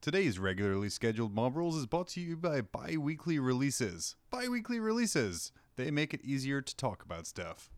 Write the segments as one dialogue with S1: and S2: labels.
S1: Today's regularly scheduled Mob Rules is brought to you by bi weekly releases. Bi weekly releases! They make it easier to talk about stuff.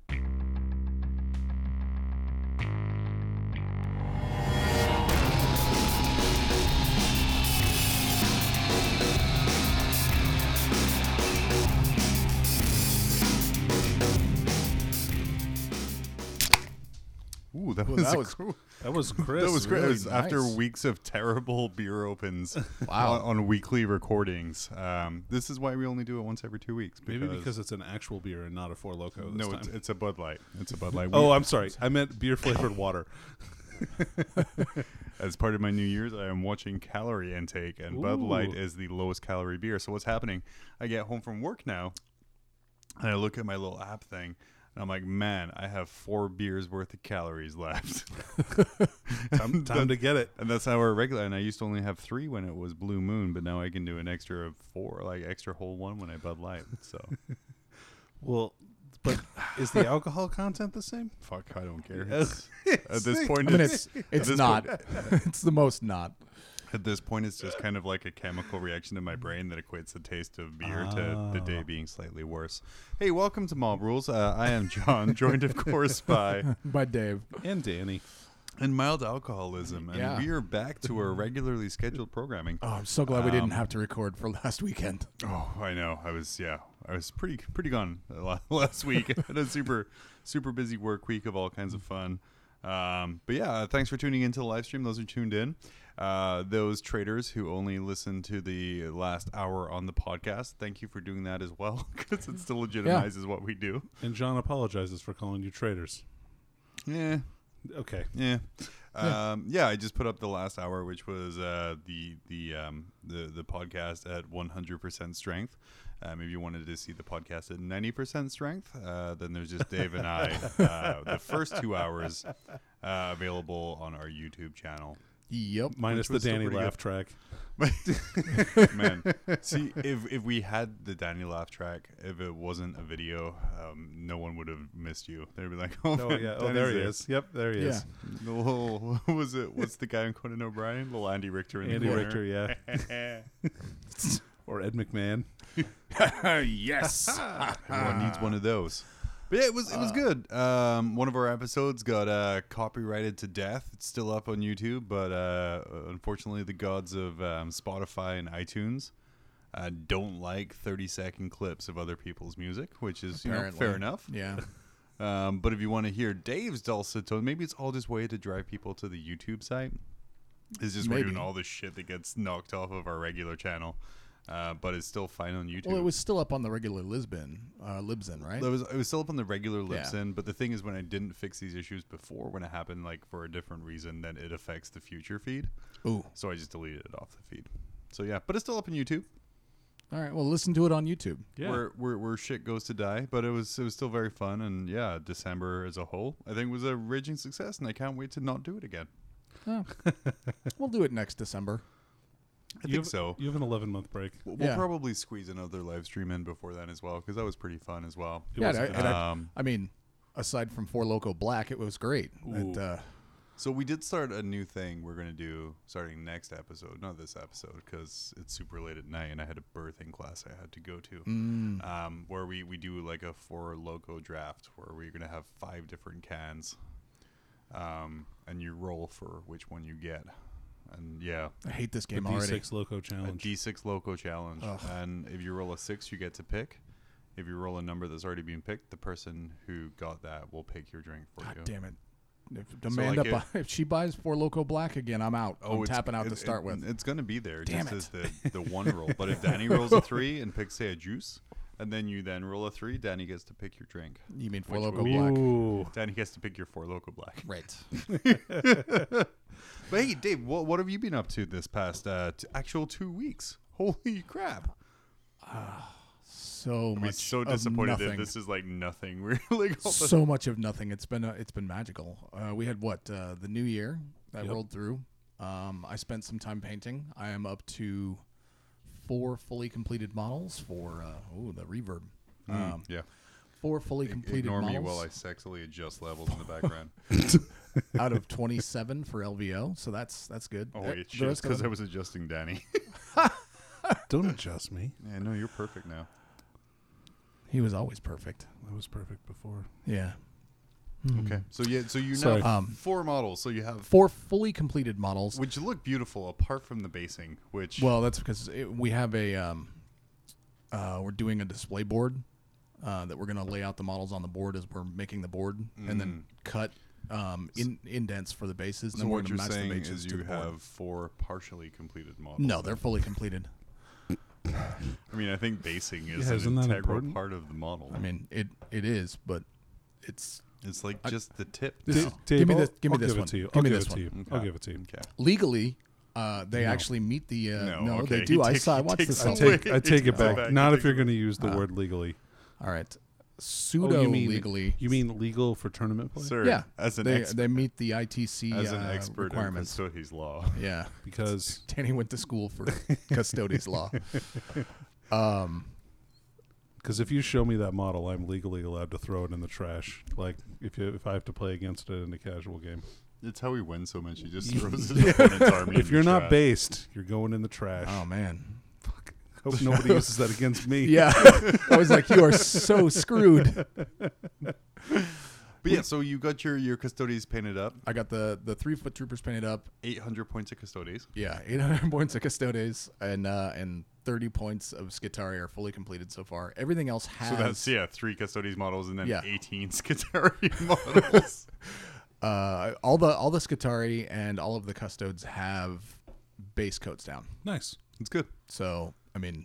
S1: Ooh, that was,
S2: that
S1: a
S2: was-
S1: cool.
S2: That was Chris.
S1: That was great. it
S2: really
S1: was after
S2: nice.
S1: weeks of terrible beer opens
S3: Wow.
S1: on, on weekly recordings. Um, this is why we only do it once every two weeks. Because,
S2: Maybe because it's an actual beer and not a Four Loco. This
S1: no,
S2: time.
S1: it's, it's a Bud Light. It's a Bud Light.
S2: oh,
S1: We-
S2: I'm sorry. I meant beer flavored water.
S1: as part of my New Year's, I am watching calorie intake, and Bud Light
S2: Ooh.
S1: is the lowest calorie beer. So what's happening? I get home from work now, and I look at my little app thing, and I'm like, man, I have four beers worth of calories left.
S2: Time, time to get it.
S1: And that's our regular. And I used to only have three when it was Blue Moon, but now I can do an extra of four, like extra whole one when I Bud Light. So
S2: Well, but is the alcohol content the same?
S1: fuck, I don't care.
S2: Yes.
S1: At this point,
S3: I mean,
S1: it's,
S3: it's it's
S1: this
S3: not. it's the most not.
S1: at this point, it's just kind of like a chemical reaction in my brain that equates the taste of beer to the
S2: Ah.
S1: day being slightly worse. Hey, welcome to Mob Rules. Uh, I am John, joined of course by
S3: By Dave. oh,
S2: And Danny.
S1: and mild alcoholism, and
S3: Yeah.
S1: we are back to our regularly scheduled programming.
S3: Oh, I'm so glad we
S1: Um,
S3: didn't have to record for last weekend.
S1: Oh, I know. I was yeah. I was pretty pretty gone a lot last week. I had a super super busy work week of all kinds of fun. Um, but yeah, thanks for tuning into the live stream. Those who tuned in, uh, those traders who only listened to the last hour on the podcast, thank you for doing that as well because it still legitimizes what we do.
S2: And John apologizes for calling you traitors.
S1: Yeah,
S2: Okay.
S1: yeah. Um, yeah, I just put up the last hour, which was uh, the the um, the the podcast at 100% strength. Um, if you wanted to see the podcast at 90% strength, uh, then there's just Dave and I. Uh, the first two hours uh, available on our YouTube channel.
S3: Yep.
S2: Minus the
S1: was still
S2: Danny
S1: pretty good.
S2: laugh track.
S1: Man, see, if if we had the Danny laugh track, if it wasn't a video, um, no one would have missed you. They'd be like, "Oh,
S2: Oh,
S1: man,
S2: yeah. Oh,
S1: Danny's
S2: there he is. Yep, there he is.
S1: The little- what was it? What's the guy on Conan O'Brien? Little Andy Richter in the
S2: Andy
S1: corner.
S2: Richter, yeah. or Ed McMahon.
S3: yes.
S1: Everyone needs one of those. But yeah, it was it
S2: Uh.
S1: was good. Um, one of our episodes got uh, copyrighted to death. It's still up on YouTube, but uh, unfortunately, the gods of um, Spotify and iTunes uh, don't like thirty second clips of other people's music, which is you know,
S3: Apparently.
S1: fair enough.
S3: Yeah.
S1: Um, but if you want to hear Dave's dulcet tone, maybe it's all just way to drive people to the YouTube site. It's just we're
S3: Maybe.
S1: doing all this shit that gets knocked off of our regular channel, uh, but it's still fine on YouTube.
S3: Well, it was still up on the regular Lisbon, uh, Libsyn, right?
S1: It was it was still up on the regular Libsyn, but the thing is, when I didn't fix these issues before, when it happened like for a different reason, then it affects the future feed.
S3: Ooh.
S1: So I just deleted it off the feed. So yeah, but it's still up on YouTube.
S3: All right. Well, listen to it on YouTube.
S2: Yeah.
S1: Where, where where shit goes to die, but it was it was still very fun, and yeah, December as a whole, I think was a raging success, and I can't wait to not do it again.
S3: Oh. we'll do it next December.
S1: I
S2: you
S1: think
S2: have,
S1: so.
S2: You have an 11 month break.
S1: We'll we'll
S3: Yeah.
S1: probably squeeze another live stream in before then as well because that was pretty fun as well.
S3: yeah. and I, and I-
S1: Um,
S3: I mean, aside from Four Loco Black, it was great. It,
S2: Ooh.
S3: uh,
S1: So we did start a new thing we're gonna do starting next episode, not this episode because it's super late at night and I had a birthing class I had to go to.
S3: Mm.
S1: Um, where we we do like a four loco draft where we're gonna have five different cans, um, and you roll for which one you get, and yeah,
S3: I hate this game
S2: the
S3: already.
S2: D6 Loco
S1: a
S2: Challenge.
S1: D6 Loco challenge. And if you roll a six, you get to pick. If you roll a number that's already been picked, the person who got that will pick your drink for
S3: God
S1: you.
S3: damn it. If Amanda,
S1: like Oh,
S3: bu- if she buys Four Loco Black again, I'm out. I'm
S1: it's-
S3: tapping out
S1: it-
S3: to start
S1: it-
S3: with.
S1: It's going to be there
S3: Damn
S1: just as the, the one roll. But if Danny rolls a three and picks, say, a juice, and then you then roll a three, Danny gets to pick your drink.
S3: you mean Four
S1: which
S3: Loco
S1: would be-
S3: Black?
S2: Ooh.
S1: Danny gets to pick your four local black.
S3: Right.
S1: But hey, Dave, what, what have you been up to this past uh, t- actual two weeks? Holy crap.
S3: So
S1: I'm
S3: much.
S1: so
S3: of
S1: disappointed that
S3: nothing.
S1: this is like nothing. We're like, all the-
S3: so much of nothing. It's been uh, it's been magical. Uh, we had what uh, the new year that
S2: Yep.
S3: rolled through. Um, I spent some time painting. I am up to four fully completed models for uh, oh the reverb. Um,
S1: yeah.
S3: four fully completed
S1: Hmm. Ignore
S3: models.
S1: me while I sexually adjust levels in the background.
S3: out of 27 for LVO, so that's that's good.
S1: Oh
S3: Uh,
S1: wait,
S3: the
S1: shit,
S3: rest of
S1: because I
S3: them-
S1: was adjusting Danny.
S2: Don't adjust me.
S1: yeah, no, you're perfect now.
S3: he was always perfect.
S2: That was perfect before.
S3: Yeah.
S1: Okay, so yeah, so you now
S2: Sorry.
S1: um, four models. So you have
S3: Four fully completed models.
S1: which look beautiful apart from the basing, which
S3: Well, that's because it, we have a um, uh, we're doing a display board uh, that we're going to lay out the models on the board as we're making the board, and then cut um, in, indents for the bases. And
S1: Mm. so
S3: then we're
S1: what
S3: gonna
S1: you're
S3: match the
S1: saying
S3: bases
S1: is
S3: to
S1: you
S3: the board.
S1: have four partially completed models.
S3: no, they're fully completed.
S1: I mean, I think basing is
S2: Yeah,
S1: an
S2: isn't that
S1: integral
S2: important?
S1: part of the model.
S3: I mean, it it is, but it's
S1: it's like just the tip.
S3: This-
S1: now.
S2: Dave,
S3: Give me
S2: I'll-
S3: this- give me
S2: I'll
S3: this
S2: give
S3: one.
S2: It to you.
S3: Give
S2: I'll
S3: me
S2: give
S3: this
S2: it
S3: one.
S2: to you. I'll give it to you.
S1: Okay.
S3: legally uh, they actually meet the uh,
S1: No,
S3: no.
S1: okay,
S3: They
S1: he
S3: do. I
S1: takes-
S3: saw. I
S1: he
S3: watched
S1: takes
S3: this.
S1: the
S2: I
S3: all
S1: Wait,
S2: take
S1: it
S2: I take
S1: takes
S2: it back.
S1: it back.
S2: Not
S1: It
S2: if you're
S1: takes it-
S2: going to use the word legally.
S3: All right,
S2: Oh,
S3: pseudo
S2: you mean-
S3: legally.
S2: You mean legal for tournament play?
S1: Sir,
S3: Yeah,
S1: as an
S3: they
S1: ex-
S3: they meet the ITC
S1: as
S3: uh,
S1: an expert in
S3: requirements.
S1: Consoti's law.
S3: Yeah,
S2: Because
S3: Danny went to school for custodies law. Um,
S2: because if you show me that model, I'm legally allowed to throw it in the trash. Like if you, if I have to play against it in a casual game.
S1: It's how he wins so much. He just throws his opponent's army. in
S2: if
S1: the
S2: you're not
S1: trash.
S2: based, you're going in the trash.
S3: oh man,
S2: Hope nobody uses that against me.
S3: yeah, I was like, you are so screwed.
S1: but yeah, so you got your your custodies painted up.
S3: I got the the three foot troopers painted up.
S1: Eight hundred points of custodies.
S3: Yeah, 800 points of custodes and uh, and 30 points of Skitari are fully completed so far. Everything else has
S1: So that's yeah, three custodies models and then
S3: Yeah.
S1: eighteen Scutari models.
S3: uh, all the all the Skitari and all of the custodes have base coats down.
S2: Nice.
S1: it's good.
S3: So I mean,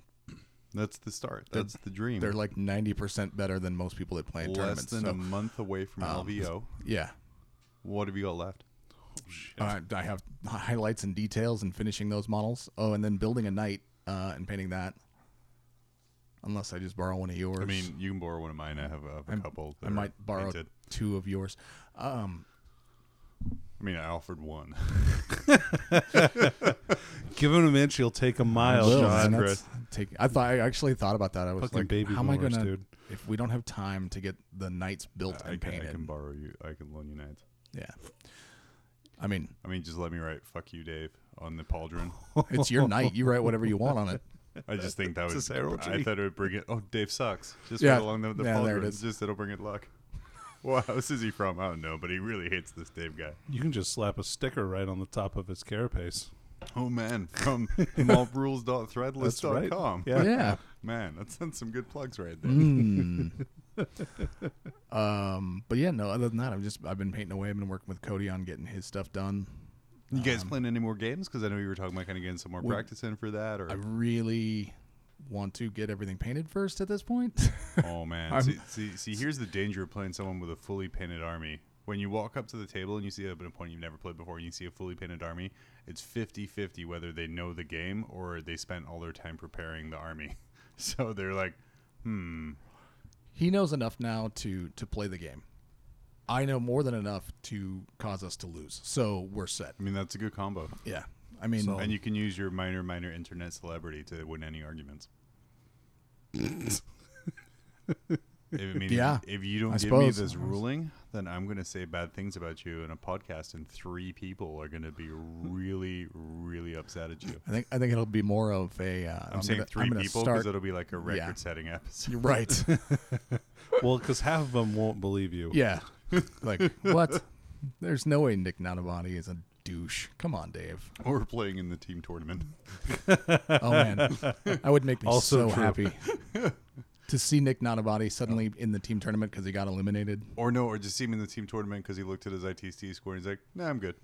S1: That's the start. That's the dream.
S3: they're like 90 percent better than most people that play in
S1: Mm. less
S3: tournaments.
S1: than
S3: so, um,
S1: a month away from LVO.
S3: yeah,
S1: What have you got left?
S3: uh, I have highlights and details and finishing those models. Oh, and then building a knight uh, and painting that. Unless I just borrow one of yours.
S1: I mean, you can borrow one of mine. I have a, I have a couple. that
S3: I
S1: are
S3: might borrow
S1: painted.
S3: two of yours. Um,
S1: I mean, I offered one.
S2: Giving an inch, you'll take a mile,
S3: Well,
S2: John.
S3: man, that's taking- I thought I actually thought about that. I was
S2: Fucking
S3: like,
S2: baby
S3: how am I
S2: boomers,
S3: gonna?
S2: dude.
S3: If we don't have time to get the knights built
S1: I
S3: and
S1: can, I
S3: painted,
S1: can borrow you. I can loan you knights.
S3: yeah. I mean,
S1: I mean, just let me write "fuck you, Dave" on the pauldron.
S3: it's your night. You write whatever you want on it.
S1: I just think that
S2: It's a
S1: was.
S2: heraldry.
S1: I thought it would bring it. Oh, Dave sucks. Just
S3: Yeah.
S1: right along the, the
S3: Yeah, there it
S1: pauldron.
S3: is.
S1: Just it'll bring it luck. Well, house is he from? I don't know, but he really hates this Dave guy.
S2: You can just slap a sticker right on the top of his carapace.
S1: Oh man, from mobrules.threadless.com.
S2: Yeah.
S3: yeah.
S1: Man, that's that's some good plugs right there.
S3: Mm. um, but yeah, no. Other than that, I've just I've been painting away. I've been working with Cody on getting his stuff done.
S1: You guys
S3: Um,
S1: playing any more games? Because I know you were talking about kind of getting some more
S3: Well,
S1: practice in for that. Or
S3: I really want to get everything painted first at this point.
S1: oh man,
S3: I'm-
S1: see, see, see, here's the danger of playing someone with a fully painted army. When you walk up to the table and you see a an opponent you've never played before, and you see a fully painted army, it's 50-50 whether they know the game or they spent all their time preparing the army. So they're like, hmm,
S3: he knows enough now to to play the game. I know more than enough to cause us to lose. So we're set.
S1: I mean that's a good combo,
S3: Yeah. I mean,
S1: and you can use your minor minor internet celebrity to win any arguments. I mean, if-
S3: Yeah,
S1: if you don't
S3: I
S1: give
S3: suppose.
S1: me this ruling, then I'm going to say bad things about you in a podcast, and three people are going to be really, really upset at you.
S3: I think I think it'll be more of a. Uh,
S1: I'm, saying
S3: gonna,
S1: 3
S3: I'm gonna
S1: people because
S3: Start,
S1: it'll be like a record-setting episode.
S3: you're right.
S2: Well, because half of them won't believe you.
S3: yeah. Like what? There's no way Nick Nanavati is a douche. Come on, Dave.
S1: We're playing in the team tournament.
S3: Oh man, I would make me
S2: Also
S3: so
S2: true.
S3: happy to see Nick Nanavati suddenly in the team tournament because he got eliminated.
S1: Or no, or just see him in the team tournament because he looked at his ITC score and he's like, nah, I'm good.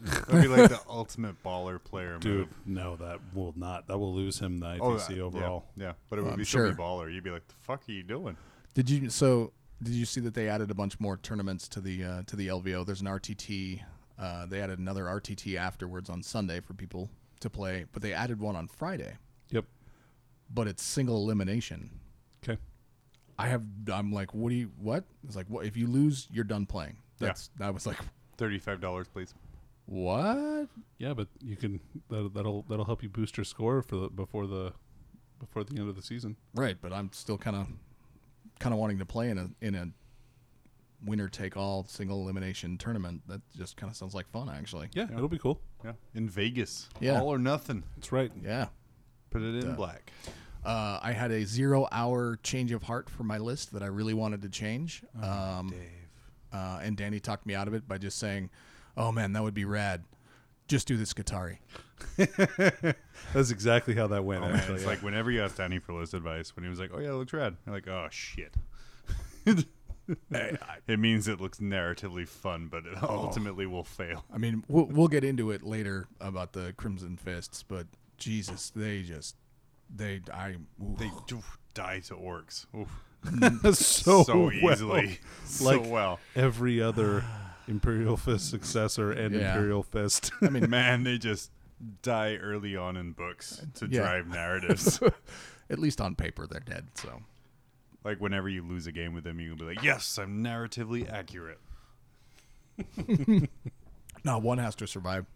S1: That'd be like the ultimate baller player move.
S2: Dude, no, that will not. That will lose him the ITC
S1: Oh, yeah,
S2: overall.
S1: Yeah, but it would
S3: I'm
S1: be sure.
S3: sure.
S1: baller. You'd be like, "The fuck are you doing?"
S3: Did you so? Did you see that they added a bunch more tournaments to the uh, to the LVO? There's an RTT. Uh, they added another RTT afterwards on Sunday for people to play, but they added one on Friday.
S2: Yep.
S3: But it's single elimination.
S2: Okay.
S3: I have. I'm like, what do you? What? It's like, what? If you lose, you're done playing.
S1: Yeah.
S3: That's. I was like,
S1: Thirty-five dollars, please.
S3: what?
S2: Yeah, but you can that, that'll that'll help you boost your score for the before the before the end of the season.
S3: Right, but I'm still kind of kind of wanting to play in a in a winner take all single elimination tournament. That just kind of sounds like fun, actually.
S2: Yeah, it'll be cool.
S1: Yeah. In Vegas.
S3: Yeah.
S1: All or nothing.
S2: That's right.
S3: Yeah.
S1: Put it in black.
S3: Uh, I had a zero hour change of heart for my list that I really wanted to change. Um, uh, and Danny talked me out of it by just saying, oh man, that would be rad. Just do this Qatari.
S2: That's exactly how that went.
S1: Oh, man.
S2: actually,
S1: It's
S2: yeah.
S1: like whenever you asked Danny for list advice, when he was like, oh, yeah, it looks rad. I'm like, oh, shit. it means it looks narratively fun, but it ultimately will fail.
S3: I mean, we'll, we'll get into it later about the Crimson Fists, but Jesus, they just, they, I, oof.
S1: They do die to orcs. Oof.
S2: so,
S1: so
S2: well.
S1: easily. so
S2: Like-
S1: well.
S2: Every other Imperial Fist successor and
S3: Yeah.
S2: Imperial Fist.
S3: I mean,
S1: Man, they just die early on in books to
S3: Yeah.
S1: drive narratives.
S3: at least on paper, they're dead. So,
S1: like whenever you lose a game with them, you can be like, "Yes, I'm narratively accurate."
S3: no, one has to survive.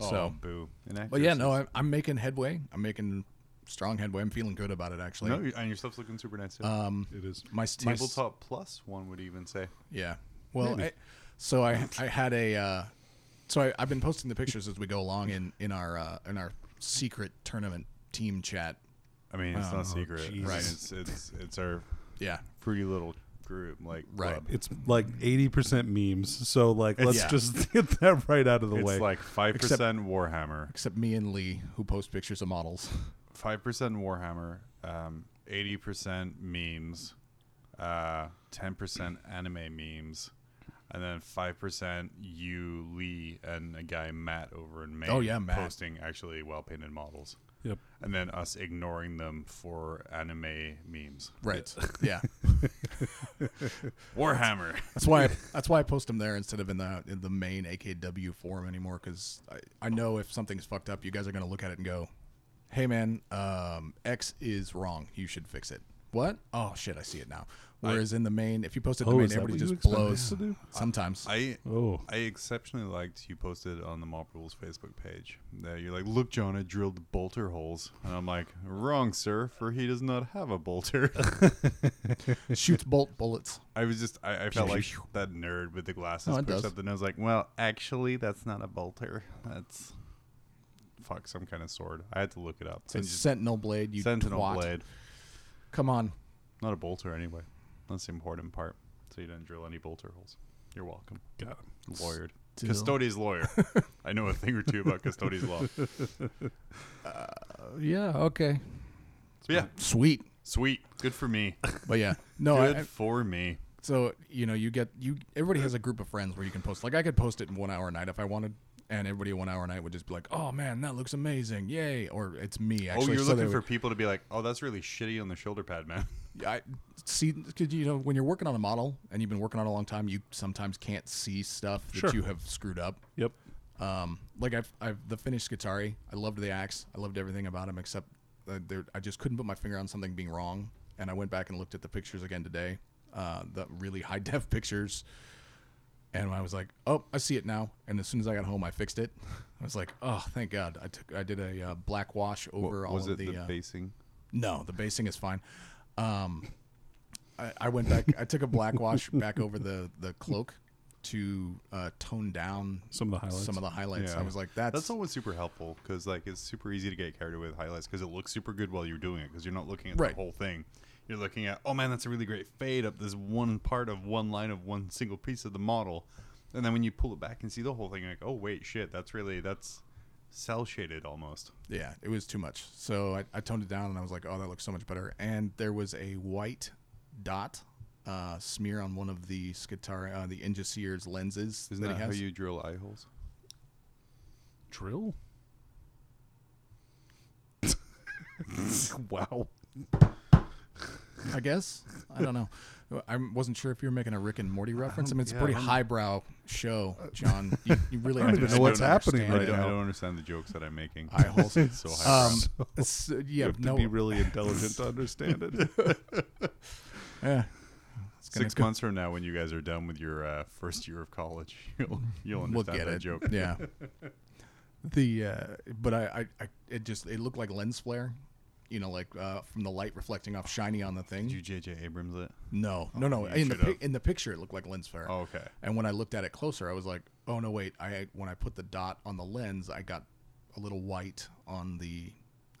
S1: Oh,
S3: So-
S1: boo.
S3: But yeah, no, I, I'm making headway. I'm making strong headway. I'm feeling good about it, actually.
S1: no, you- and your stuff's looking super nice. Too.
S3: um,
S2: it is.
S3: my s- my s-
S1: Tabletop plus one would even say.
S3: Yeah. Well, I, so I I had a uh, so I, I've been posting the pictures as we go along in in our uh, in our secret tournament team chat.
S1: I mean, it's
S3: Oh,
S1: not secret, I mean,
S2: Jesus.
S1: It's it's it's our
S3: Yeah.
S1: pretty little group, like
S3: Right.
S1: club.
S2: It's like eighty percent memes. So like, let's
S3: Yeah.
S2: just get that right out of the
S1: It's
S2: way.
S1: like five percent Warhammer,
S3: Except me and Lee, who post pictures of models.
S1: five percent Warhammer, um, eighty percent memes, uh, ten percent anime memes, and then five percent you Lee and a guy Matt over in Maine.
S3: Oh, yeah, Matt.
S1: posting actually well painted models,
S2: yep.
S1: and then us ignoring them for anime memes.
S3: Right. Yeah.
S1: Warhammer.
S3: That's why I, that's why I post them there instead of in the in the main AKW forum anymore because I, I know if something's fucked up, you guys are gonna look at it and go, "Hey man, um, X is wrong. You should fix it." What? Oh shit, I see it now. Whereas in the main, if you post it in
S2: Oh,
S3: the main,
S2: is that
S3: everybody
S2: what you
S3: just
S2: expect us
S3: blows.
S2: to do?
S3: Sometimes.
S1: I
S2: Oh,
S1: I exceptionally liked you posted on the Mob Rules Facebook page that you're like, look, John, I drilled bolter holes, and I'm like, wrong, sir, for he does not have a bolter.
S3: shoots bolt bullets.
S1: I was just I, I felt like that nerd with the glasses
S3: Oh, it
S1: pushed
S3: does.
S1: up the nose, like, well, actually, that's not a bolter. That's fuck some kind of sword. I had to look it up.
S3: It's a
S1: And just
S3: sentinel blade. You
S1: sentinel
S3: twat.
S1: blade,
S3: Come on.
S1: not a bolter anyway. That's the important part. So you didn't drill any bolter holes. You're welcome.
S2: got him.
S1: Lawyered.
S3: Still.
S1: Custodes lawyer. I know a thing or two about Custodes law. But
S3: Uh, yeah. Okay.
S1: yeah,
S3: Sweet.
S1: sweet. Good for me.
S3: But yeah. No.
S1: Good
S3: Oh, I, I-
S1: for me.
S3: so you know you get you. Everybody has a group of friends where you can post. Like I could post it in one hour a night if I wanted. And everybody in one hour a night would just be like, "Oh man, that looks amazing! Yay!" Or it's me actually.
S1: oh, you're
S3: so they
S1: looking for
S3: would-
S1: people to be like, oh, that's really shitty on the shoulder pad, man.
S3: I see. Cause, you know, when you're working on a model and you've been working on it a long time, you sometimes can't see stuff that
S2: Sure.
S3: you have screwed up.
S2: Yep.
S3: Um, like I've, I've the finished Skitari. I loved the axe. I loved everything about him except uh, there. I just couldn't put my finger on something being wrong. And I went back and looked at the pictures again today, uh, the really high def pictures. And I was like, oh, I see it now. And as soon as I got home, I fixed it. I was like, oh, thank God. I took, I did a uh, black wash over all
S1: was
S3: of
S1: it the,
S3: uh,
S1: basing?
S3: no, the basing is fine. Um, I, I went back. I took a black wash back over the the cloak to uh, tone down
S2: Some of the highlights.
S3: Some of the highlights. I was like, that's,
S1: That's always super helpful because like it's super easy to get carried away with highlights because it looks super good while you're doing it because you're not looking at
S3: Right.
S1: the whole thing. You're looking at oh man, that's a really great fade up this one part of one line of one single piece of the model, and then when you pull it back and see the whole thing, you're like oh wait shit, that's really that's cell shaded almost.
S3: yeah, it was too much. So I, I toned it down, and I was like, oh, that looks so much better. And there was a white dot uh, smear on one of the Skitari, uh, the Ingeseer's lenses
S1: Isn't
S3: that
S1: that,
S3: he
S1: how
S3: has.
S1: you drill eye holes?
S2: Drill.
S1: wow.
S3: I guess. I don't know. I wasn't sure if you were making a Rick and Morty reference. I, mean, it's
S1: yeah,
S3: a pretty
S1: I don't-
S3: highbrow show, John. You, you really have
S2: even
S3: to
S2: know what's
S3: understand
S2: happening
S1: I
S2: Right
S1: don't, I
S2: now.
S3: Um,
S1: don't understand the jokes that I'm making.
S3: Eye holes.
S1: It's so high.
S3: Um, it's- uh, yeah,
S2: you have
S3: no,
S2: to be really intelligent to understand it.
S3: yeah. It's gonna
S1: Six
S3: go-
S1: months from now, when you guys are done with your uh, first year of college, you'll you'll understand
S3: We'll get
S1: that
S3: it.
S1: joke.
S3: Yeah. The uh, but I, I I it just it looked like lens flare, you know, like uh, from the light reflecting off shiny on the thing.
S1: Did you JJ Abrams it?
S3: no, no, no.
S1: you
S3: In the
S1: should
S3: pic-
S1: have.
S3: in the picture, it looked like lens flare.
S1: Oh, okay.
S3: And when I looked at it closer, I was like, oh no, wait. I when I put the dot on the lens, I got a little white on the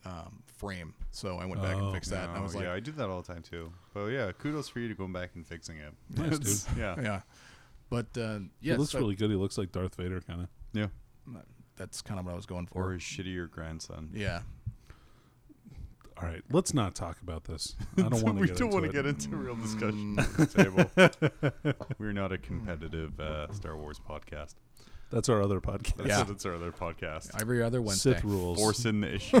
S3: um, frame. So I went back and
S2: Oh.
S3: fixed that. and I
S1: No,
S3: was like,
S1: yeah, I do that all the time too. But yeah, kudos for you to going back and fixing it.
S2: Nice,
S1: It's- yeah,
S3: yeah. But uh,
S2: He
S3: yeah,
S2: looks
S3: so-
S2: really good. He looks like Darth Vader, kind of.
S1: yeah.
S3: that's kind of what I was going
S1: Or
S3: for.
S1: his shittier grandson.
S3: Yeah.
S2: All right, let's not talk about this. I don't want to
S1: we
S2: get
S1: don't
S2: into
S1: want
S2: it.
S1: to get into real discussion
S3: Mm.
S1: at this table. We're not a competitive uh, Star Wars podcast.
S2: That's our other podcast.
S1: That's,
S3: Yeah.
S1: that's our other podcast.
S3: Every other Wednesday.
S2: Sith rules.
S1: Forcing the issue.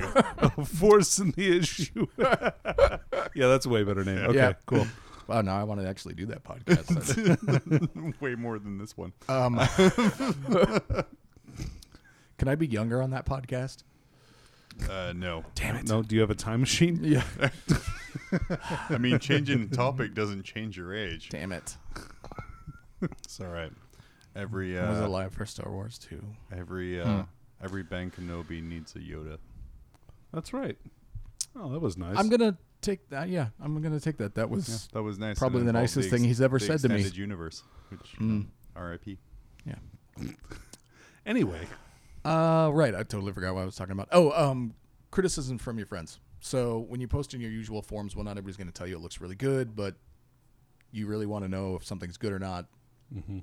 S2: Forcing the issue. yeah, that's a way better name. Okay,
S3: Yeah.
S2: cool.
S3: Wow, now Oh, I want to actually do that podcast.
S1: Way more than this one.
S3: um, can I be younger on that podcast?
S1: Uh, no.
S3: Damn it.
S2: No, do you have a time machine?
S3: Yeah.
S1: I mean, changing topic doesn't change your age.
S3: Damn it.
S1: It's all right. Every
S3: I was Hmm.
S1: uh,
S3: alive for Star Wars too.
S1: every uh, every Ben Kenobi needs a Yoda.
S2: That's right. Oh, that was nice.
S3: I'm gonna take that. Yeah, I'm gonna take that. That
S1: Yeah,
S3: was
S1: that was nice.
S3: probably
S1: It
S3: the
S1: involved
S3: nicest thing
S1: ex-
S3: he's ever
S1: the
S3: said to me. Mm.
S1: extended universe, which you know, R.I.P.
S3: yeah.
S2: anyway,
S3: Uh, right. I totally forgot what I was talking about. Oh, um, criticism from your friends. So when you post in your usual forums, well, not everybody's gonna tell you it looks really good, but you really want to know if something's good or not. Mm-hmm.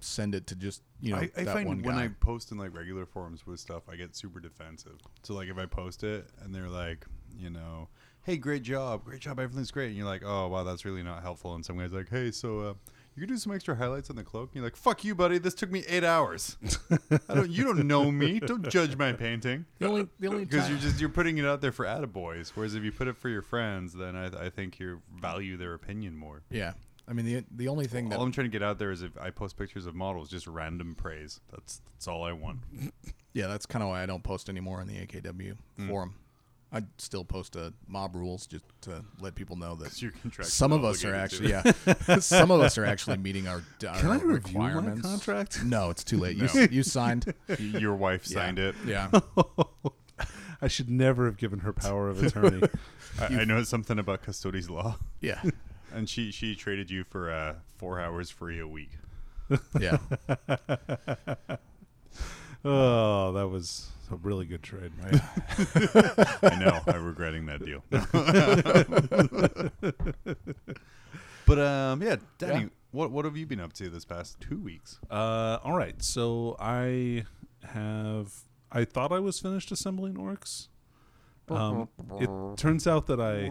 S3: Send it to just you know
S1: I, I
S3: that
S1: find
S3: one
S1: when
S3: guy.
S1: I post in like regular forums with stuff, I get super defensive. So like if I post it and they're like, you know, hey, great job, great job, everything's great, and you're like, oh wow, that's really not helpful. And some guys like, hey, so uh, you could do some extra highlights on the cloak. And you're like, fuck you, buddy, this took me eight hours. I don't, you don't know me. Don't judge my painting.
S3: the only the only
S1: Because
S3: time-
S1: you're just you're putting it out there for attaboys, whereas if you put it for your friends, then I, I think you value their opinion more.
S3: yeah. I mean the the only thing that
S1: All I'm trying to get out there is if I post pictures of models, just random praise. That's that's all I want.
S3: Yeah, that's kind of why I don't post anymore on the AKW
S1: Mm.
S3: forum. I still post uh, mob rules just to let people know that
S1: You're contractually
S3: some of us are actually
S1: obligated
S3: yeah, some of us are actually meeting our, our
S2: can I review my
S3: requirements.
S2: contract?
S3: No, it's too late. You You you signed.
S1: to. Y- Your wife
S3: Yeah.
S1: signed it.
S3: Yeah,
S2: I should never have given her power of attorney.
S1: I, I know something about custodies law,
S3: yeah,
S1: and she she traded you for uh, four hours free a week.
S3: yeah.
S2: oh, that was a really good trade.
S3: Right.
S1: I know. I'm regretting that deal. but um, yeah, Danny,
S3: Yeah.
S1: what what have you been up to this past two weeks?
S2: Uh, all right, so I have. I thought I was finished assembling orcs. Um, it turns out that I,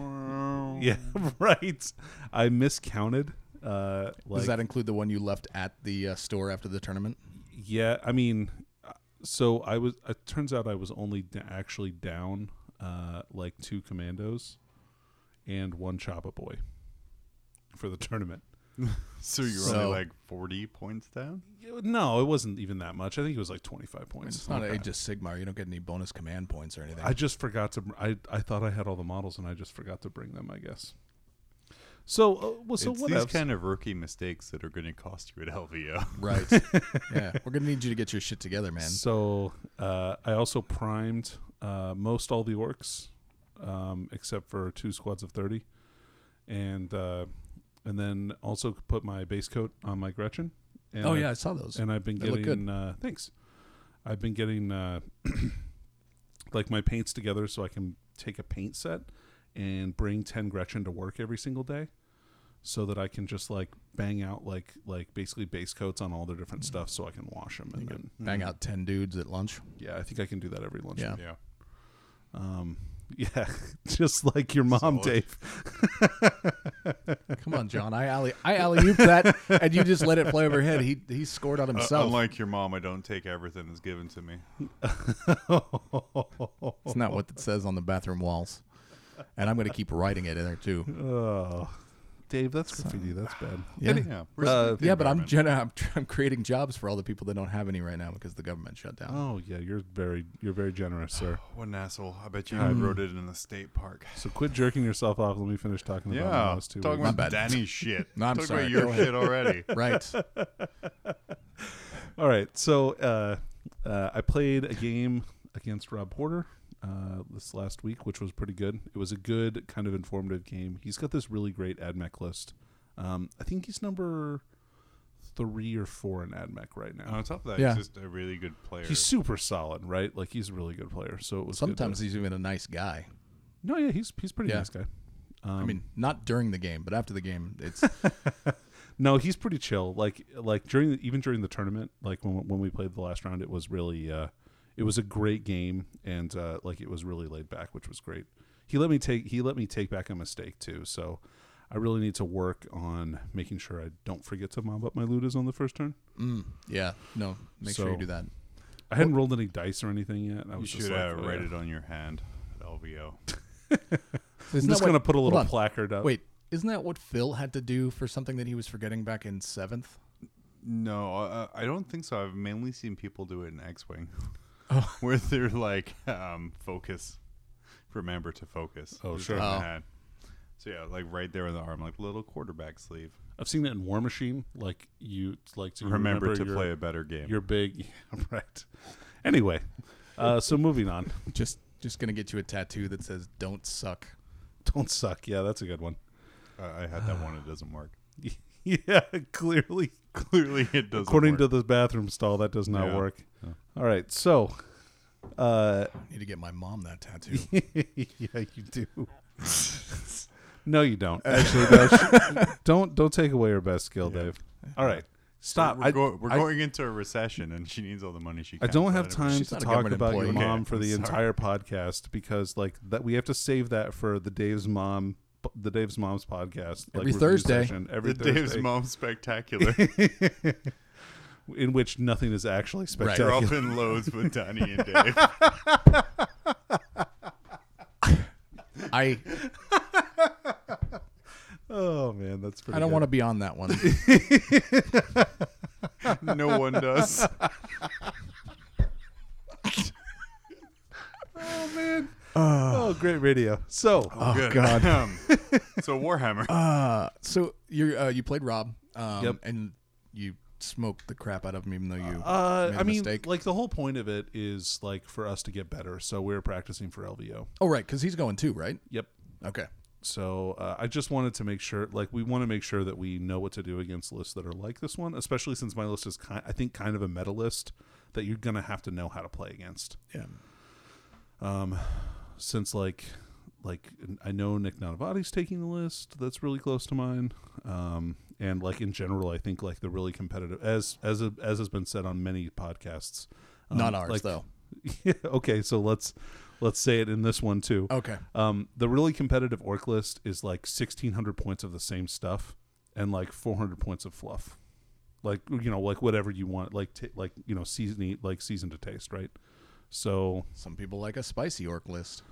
S2: yeah, right. I miscounted. Uh, like,
S3: Does that include the one you left at the uh, store after the tournament?
S2: Yeah, I mean, uh, so I was. It turns out I was only d- actually down uh, like two commandos and one Choppa boy for the tournament.
S1: So you're
S3: So-
S1: only like 40 points down.
S2: Yeah, No, it wasn't even that much. I think it was like twenty five points.
S3: It's not Age of Sigmar. You don't get any bonus command points or anything.
S2: I just forgot to. br- I I thought I had all the models and I just forgot to bring them. I guess. So uh, well, so
S1: it's
S2: what
S1: these
S2: else?
S1: kind of rookie mistakes that are going to cost you at LVO.
S3: right. yeah, we're gonna need you to get your shit together, man.
S2: So uh, I also primed uh, most all the orcs, um, except for two squads of thirty, and uh, and then also put my base coat on my Gretchen. And
S3: oh
S2: I-
S3: yeah, I saw those.
S2: and I've been
S3: They look
S2: getting uh, thanks. I've been getting uh, like my paints together so I can take a paint set and bring ten Gretchen to work every single day, so that I can just like bang out like like basically base coats on all their different stuff so I can wash them and then
S3: Mm-hmm. Bang out ten dudes at lunch.
S2: yeah, I think I can do that every lunch.
S3: Yeah.
S1: Yeah.
S2: Um, yeah, just like your mom,
S1: Solid.
S2: Dave.
S3: Come on, John. I alley I alley ooped that, and you just let it play over your head. He he scored on
S1: Uh,
S3: himself.
S1: unlike your mom, I don't take everything that's given to me.
S2: Oh.
S3: it's not what it says on the bathroom walls. And I'm going to keep writing it in there too.
S2: oh, Dave, that's graffiti. That's bad.
S1: Yeah,
S3: Yeah,
S2: Uh,
S1: respect the
S3: yeah, but I'm,
S1: environment.
S3: gen- I'm tr- I'm creating jobs for all the people that don't have any right now because the government shut down.
S2: Oh yeah, you're very you're very generous, sir.
S1: what an asshole! I bet you I wrote it in a state park.
S2: So quit jerking yourself off. Let me finish talking about my
S1: Yeah,
S2: house too.
S1: talking
S3: My
S1: about
S3: bad.
S1: Danny's shit.
S3: No, I'm
S1: Talking
S3: sorry.
S1: about
S3: Go
S1: your
S3: ahead.
S1: shit already.
S2: Oh.
S3: Right.
S2: All right, so uh, uh, I played a game against Rob Porter. uh, this last week, which was pretty good. It was a good kind of informative game. He's got this really great AdMech list. Um, I think he's number three or four in AdMech right now.
S3: Oh,
S1: And on top of that,
S3: Yeah.
S1: he's just a really good player.
S2: he's super solid, right? Like he's a really good player. So it was good to-
S3: Sometimes he's even a nice guy.
S2: no, yeah, he's he's a pretty
S3: Yeah.
S2: nice guy. Um,
S3: I mean, not during the game, but after the game, it's
S2: No, he's pretty chill. Like like during the, even during the tournament, like when when we played the last round, it was really uh, it was a great game, and uh, like it was really laid back, which was great. He let me take he let me take back a mistake too. So I really need to work on making sure I don't forget to mob up my ludas on the first turn.
S3: mm, yeah. No, make sure
S2: So-
S3: you do that.
S2: I hadn't rolled any dice or anything yet. I
S1: you
S2: was just
S1: should
S2: like,
S1: uh,
S2: oh,
S1: write
S2: yeah.
S1: it on your hand at LVO.
S2: I'm just gonna put a little placard up.
S3: Wait, isn't that what Phil had to do for something that he was forgetting back in seventh?
S1: No, uh, I don't think so. I've mainly seen people do it in X Wing, where they're like, um, focus, remember to focus.
S2: Oh,
S1: Just
S2: sure.
S1: on the
S3: Oh.
S1: hand. So yeah, like right there in the arm, like little quarterback sleeve.
S2: I've seen it in War Machine. Like you like to
S1: Remember,
S2: remember,
S1: to
S2: your,
S1: play a better game.
S2: your big yeah, right. Anyway, uh, so moving on.
S3: Just just gonna get you a tattoo that says "Don't suck."
S2: Don't suck. Yeah, that's a good one.
S1: I, I had that one. It doesn't work.
S2: yeah, clearly.
S1: Clearly, it doesn't.
S2: According
S1: work.
S2: to this bathroom stall, that does not
S1: Yeah.
S2: work. All right, so, uh,
S3: need to get my mom that tattoo.
S2: yeah, you do. no, you don't. Actually, no, sh- don't don't take away her best skill, Dave. All right, stop.
S1: we're,
S2: I,
S1: go- we're
S2: I-
S1: going into a recession, and she needs all the money she
S2: I
S1: can.
S2: don't
S1: so
S2: have
S1: don't-
S2: time
S3: She's
S2: to
S3: not a
S2: talk
S3: government
S2: about your
S3: employee.
S1: Okay,
S2: mom for
S1: I'm
S2: the
S1: sorry.
S2: entire podcast because like that we have to save that for the Dave's mom, the Dave's mom's podcast like
S3: Every
S2: review
S3: Thursday.
S2: session, every
S1: The
S2: Thursday.
S1: Dave's mom spectacular.
S2: in which nothing is actually spectacular.
S1: Dropping loads with Donnie and Dave.
S3: I
S2: Oh man, that's pretty.
S3: I don't want to be on that one.
S1: No one does.
S2: Oh man. oh, great radio. So
S3: Oh
S1: Good.
S3: God.
S1: Um, so Warhammer.
S3: Uh, so you uh, you played Rob, um,
S2: Yep.
S3: and you smoked the crap out of him, even though you.
S2: Uh,
S3: Made a
S2: I mean,
S3: mistake.
S2: like the whole point of it is like for us to get better. So we are practicing for LVO.
S3: oh right, because he's going too, right?
S2: Yep.
S3: Okay.
S2: So uh, I just wanted to make sure, like, we want to make sure that we know what to do against lists that are like this one, especially since my list is kind, I think, kind of a meta list that you're gonna have to know how to play against.
S3: Yeah.
S2: Um, since like, like I know Nick Navati's taking the list that's really close to mine. Um, and like in general, I think like the really competitive, as as as has been said on many podcasts, um,
S3: Not ours
S2: like-
S3: though.
S2: okay, so let's let's say it in this one too.
S3: Okay.
S2: Um, the really competitive orc list is like sixteen hundred points of the same stuff and like four hundred points of fluff, like you know, like whatever you want, like t- like you know, seasoning, like season to taste, right? So
S3: Some people like a spicy orc list.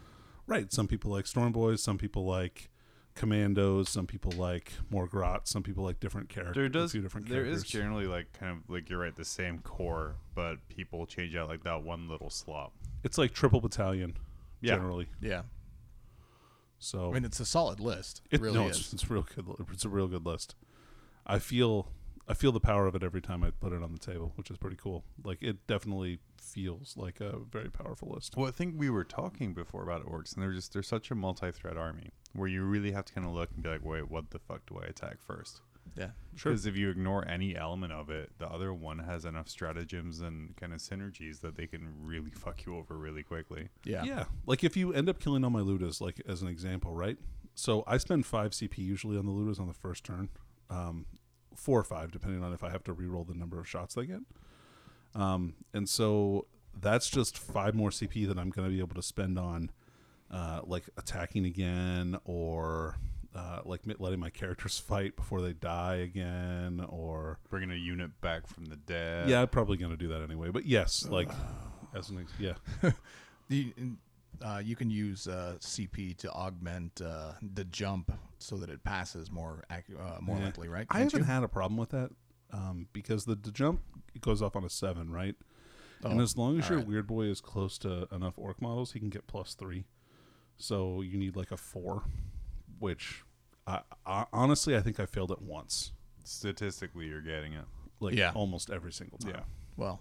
S2: right, some people like storm boys, some people like commandos, some people like more grot, some people like different characters.
S1: there does
S2: a few different
S1: there
S2: characters.
S1: is generally like kind of like you're right the same core but people change out like that one little slot
S2: it's like triple battalion,
S1: Yeah.
S2: generally.
S3: Yeah.
S2: So
S3: I mean, it's a solid list. It,
S2: It,
S3: really
S2: no,
S3: is.
S2: It's, it's real good. It's a real good list. I feel I feel the power of it every time I put it on the table, which is pretty cool. Like it definitely feels like a very powerful list.
S1: well i think we were talking before about orcs and they're just they're such a multi-threat army where you really have to kind of look and be like wait what the fuck do i attack first
S3: yeah.
S2: Sure.
S1: because if you ignore any element of it the other one has enough stratagems and kind of synergies that they can really fuck you over really quickly
S3: Yeah.
S2: Yeah. Like if you end up killing all my ludas, like as an example, right? So I spend five CP usually on the ludas on the first turn, um, four or five depending on if I have to reroll the number of shots they get. Um, and so that's just five more CP that I'm going to be able to spend on, uh, like attacking again or. Uh, like mi- letting my characters fight before they die again, or
S1: bringing a unit back from the dead
S2: yeah, I'm probably gonna do that anyway. But yes, like as an ex- yeah,
S3: The, uh, you can use uh, CP to augment uh, the jump so that it passes more acu- uh, more
S2: Yeah.
S3: likely, right?
S2: I
S3: Can't
S2: haven't
S3: you?
S2: had a problem with that um, because the, the jump it goes off on a seven, right? and
S3: Oh,
S2: as long as
S3: all
S2: your
S3: right.
S2: weird boy is close to enough orc models, he can get plus three. So you need like a four, which I, I, honestly I think I failed at once,
S1: statistically you're getting it
S2: like
S3: Yeah.
S2: almost every single time.
S1: Yeah.
S3: well,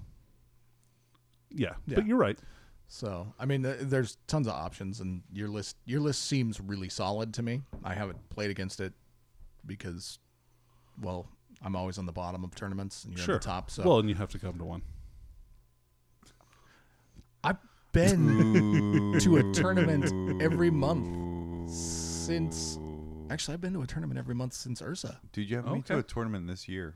S2: Yeah,
S3: Yeah.
S2: but you're right.
S3: So I mean, th- there's tons of options, and your list your list seems really solid to me. I haven't played against it because, well, I'm always on the bottom of tournaments and you're
S2: sure.
S3: on the top. So
S2: Well, and you have to come to one.
S3: I've been
S1: Ooh.
S3: to a tournament every month since. Actually, I've been to a tournament every month since Ursa.
S1: Dude, you haven't been to
S2: Okay.
S1: a tournament this year.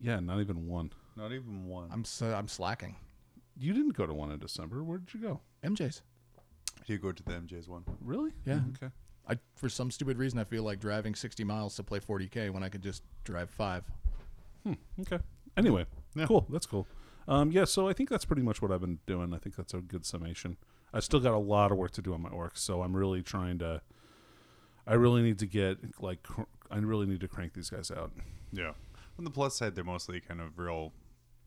S2: Yeah, not even one.
S1: Not even one.
S3: I'm so I'm slacking.
S2: You didn't go to one in December. Where did you go?
S3: MJ's.
S1: I did go to the MJ's one.
S2: Really?
S3: Yeah.
S2: Okay.
S3: I for some stupid reason I feel like driving 60 miles to play 40k when I could just drive five.
S2: Okay. Anyway,
S1: Yeah.
S2: cool. That's cool. Um, yeah, so I think that's pretty much what I've been doing. I think that's a good summation. I still got a lot of work to do on my orcs, so I'm really trying to. I really need to get like cr- I really need to crank these guys out.
S1: Yeah. On the plus side, they're mostly kind of real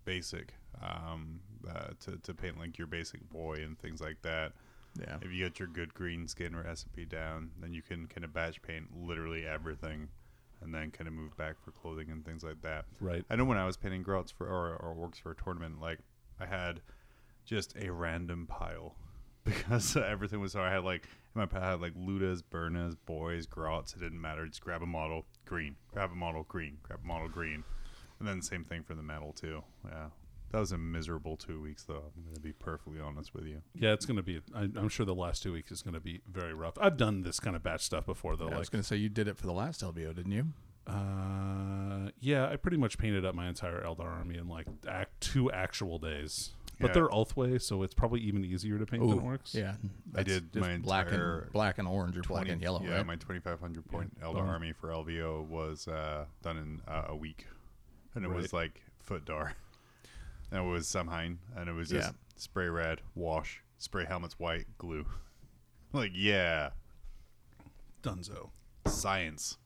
S1: basic. Um, uh, to to paint like your basic boy and things like that.
S3: Yeah.
S1: If you get your good green skin recipe down, then you can kind of batch paint literally everything, and then kind of move back for clothing and things like that.
S2: Right.
S1: I know when I was painting grouts for or, or orcs for a tournament, like I had just a random pile because everything was so I had like in my pile I had like ludas, burnas, boys, grouts. It didn't matter. Just grab a model, green. Grab a model, green. Grab a model, green. And then same thing for the metal too. Yeah, that was a miserable two weeks though. I'm gonna be perfectly honest with you.
S2: Yeah, it's gonna be. I, I'm sure the last two weeks is gonna be very rough. I've done this kind of batch stuff before, though.
S3: I was
S2: like,
S3: going to say you did it for the last LBO, didn't you?
S2: uh, yeah, I pretty much painted up my entire Eldar army in like act two actual days. But
S1: Yeah.
S2: they're Elfway, so it's probably even easier to paint than orcs.
S3: Yeah,
S1: I
S3: that's
S1: did
S3: just
S1: my
S3: black
S1: entire
S3: and black and orange or black
S1: 20
S3: and yellow.
S1: Yeah,
S3: right?
S1: my 2,500 point Elder
S2: bummer.
S1: Army for LVO was uh, done in uh, a week, and it was like foot dar, and it was Samhain, and it was just
S3: Yeah.
S1: spray red, wash, spray helmets white, glue. like yeah,
S2: Dunzo.
S1: science.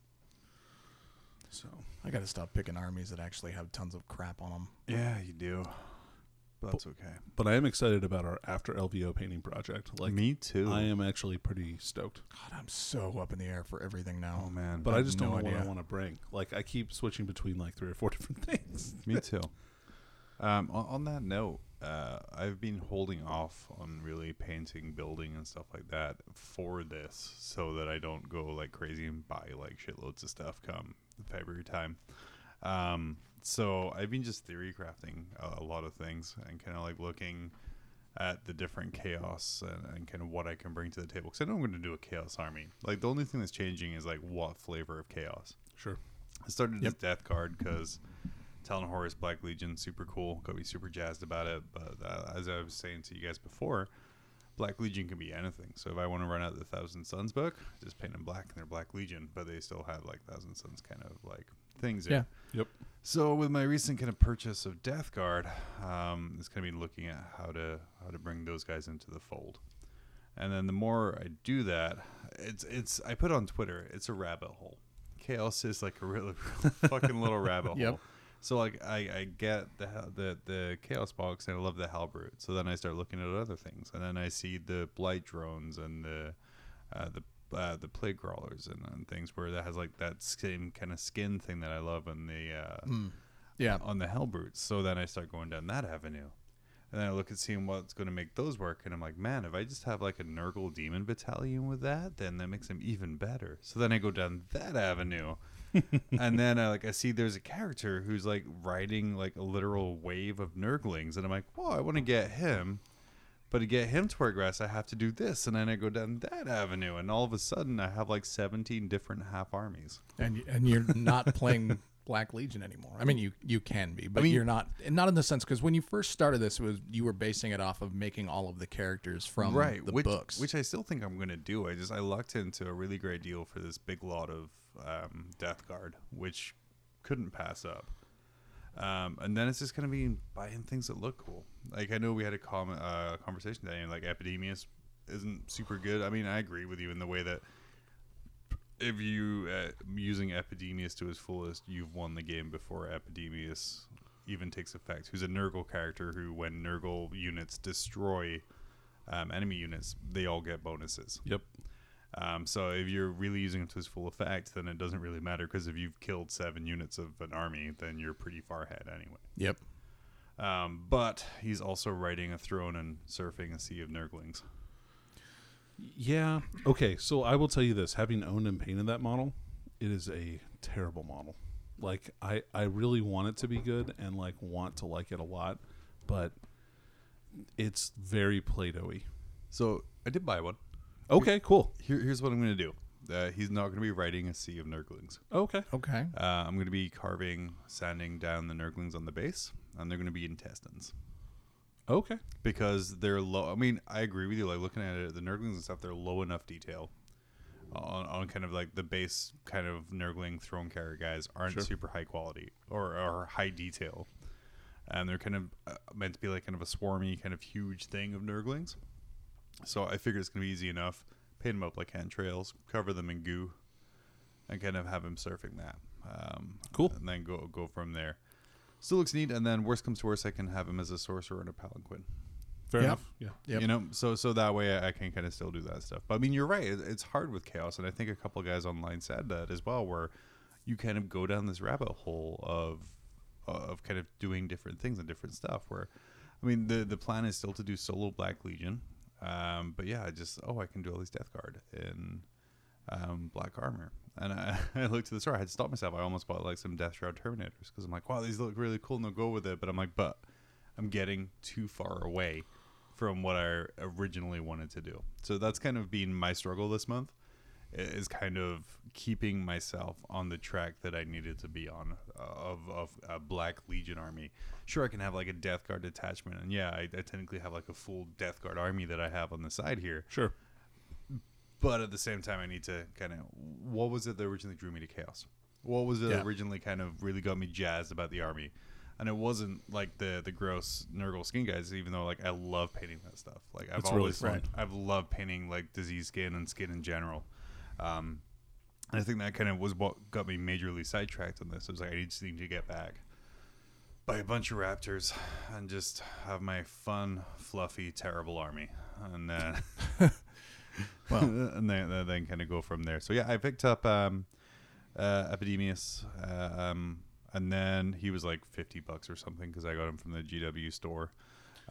S2: So
S3: I got to stop picking armies that actually have tons of crap on them.
S1: Yeah, you do. But that's okay.
S2: but I am excited about our after LVO painting project. Like
S1: Me too.
S2: I am actually pretty stoked,
S3: God, I'm so up in the air for everything now.
S1: oh man,
S2: but I, just don't
S3: no
S2: know what I
S3: idea.
S2: want to bring. Like I keep switching between like three or four different things.
S1: Me too. Um, on, on that note, uh, I've been holding off on really painting, building, and stuff like that for this, so that I don't go like crazy and buy like shitloads of stuff come February time. Um, so I've been just theory crafting a, a lot of things and kind of like looking at the different chaos and, and kind of what I can bring to the table. Because I know I'm going to do a chaos army. Like the only thing that's changing is like what flavor of chaos.
S2: Sure.
S1: I started with Death Card because Talon Horus Black Legion super cool. Got me super jazzed about it. But uh, as I was saying to you guys before, Black Legion can be anything. So if I want to run out the Thousand Suns book, just paint them black and they're Black Legion. But they still have like Thousand Suns kind of like things. in it.
S3: Yeah.
S2: Yep.
S1: So with my recent kind of purchase of Death Guard, um, it's going to be looking at how to how to bring those guys into the fold. And then the more I do that, it's it's I put on Twitter, it's a rabbit hole. Chaos is like a really, really fucking little rabbit
S3: Yep.
S1: hole. So like I, I get the ha- the the chaos box and I love the halberd. So then I start looking at other things, and then I see the blight drones and the uh, the uh, the plague crawlers and, and things where that has like that same kind of skin thing that I love and the uh,
S3: Yeah,
S1: on the Hellbrutes. So then I start going down that avenue. And then I look at seeing what's going to make those work. And I'm like, man, if I just have like a Nurgle Demon Battalion with that, then that makes them even better. So then I go down that avenue. and then I like I see there's a character who's like riding like a literal wave of Nurglings. And I'm like, well, I want to get him. But to get him to wear grass, I have to do this. And then I go down that avenue. And all of a sudden, I have like 17 different half armies.
S3: and and you're not playing Black Legion anymore. I mean, you you can be, but
S1: mean-
S3: you're not. and Not in the sense because when you first started this, it was you were basing it off of making all of the characters from
S1: right
S3: the
S1: which,
S3: books.
S1: which i still think i'm going to do i just i lucked into a really great deal for this big lot of um, death guard which couldn't pass up um, and then it's just going to be buying things that look cool like i know we had a com- uh, conversation today and like epidemius isn't super good i mean i agree with you in the way that if you uh, using Epidemius to his fullest, you've won the game before Epidemius even takes effect. Who's a Nurgle character who, when Nurgle units destroy um, enemy units, they all get bonuses.
S2: Yep.
S1: Um, so if you're really using it to its full effect, then it doesn't really matter because if you've killed seven units of an army, then you're pretty far ahead anyway.
S3: yep.
S1: Um, but he's also riding a throne and surfing a sea of nurglings.
S2: Yeah. Okay. So I will tell you this: having owned and painted that model, it is a terrible model. Like I, I really want it to be good and like want to like it a lot, but it's very Play-Doh-y.
S1: So I did buy one.
S2: Okay. Cool.
S1: Here, here's what I'm going to do. Uh, he's not going to be riding a sea of nurglings.
S2: Okay.
S3: Okay.
S1: Uh, I'm going to be carving, sanding down the nurglings on the base, and they're going to be intestines
S2: Okay.
S1: because they're low. I mean, I agree with you. Like looking at it, the nurglings and stuff, they're low enough detail on, on kind of like the base kind of nurgling throne carrier guys aren't
S2: Sure.
S1: super high quality or, or high detail, and they're kind of uh, meant to be like kind of a swarmy kind of huge thing of nurglings. So I figure it's gonna be easy enough. Paint them up like handrails, cover them in goo, and kind of have him surfing that. Um,
S2: Cool.
S1: And then go go from there. Still looks neat. And then worst comes to worst, I can have him as a sorcerer and a palanquin.
S2: Fair
S3: Yeah.
S2: enough. Yeah.
S3: Yep.
S1: You know, so so that way I, I can kind of still do that stuff. But I mean, you're right. It, it's hard with chaos, and I think a couple guys online said that as well, where you kind of go down this rabbit hole of of kind of doing different things and different stuff. Where, I mean, the the plan is still to do solo Black Legion, um, but yeah, I just oh, I can do all these Death Guard in um, black armor. And I, I looked to the store. I had to stop myself. I almost bought like some Death Shroud Terminators because I'm like, wow, these look really cool and they'll go with it. But I'm like, but I'm getting too far away from what I originally wanted to do. So that's kind of been my struggle this month i- is kind of keeping myself on the track that I needed to be on uh, of, of a Black Legion army. Sure, I can have like a Death Guard detachment. And yeah, I, I technically have like a full Death Guard army that I have on the side here
S2: Sure.
S1: but at the same time, I need to kind of what was it that originally drew me to chaos? What was it
S3: Yeah.
S1: that originally kind of really got me jazzed about the army? And it wasn't like the the gross Nurgle skin guys, even though like I love painting that stuff. Like I've
S2: It's really
S1: always
S2: fun.
S1: loved- I've loved painting like disease skin and skin in general. Um, and I think that kind of was what got me majorly sidetracked on this. It was like I just need to get back, buy a bunch of raptors, and just have my fun, fluffy, terrible army, and uh, then.
S3: Well.
S1: and then, then, then kind of go from there. So yeah, I picked up um, uh, Epidemius, uh, um, and then he was like fifty bucks or something because I got him from the GW store.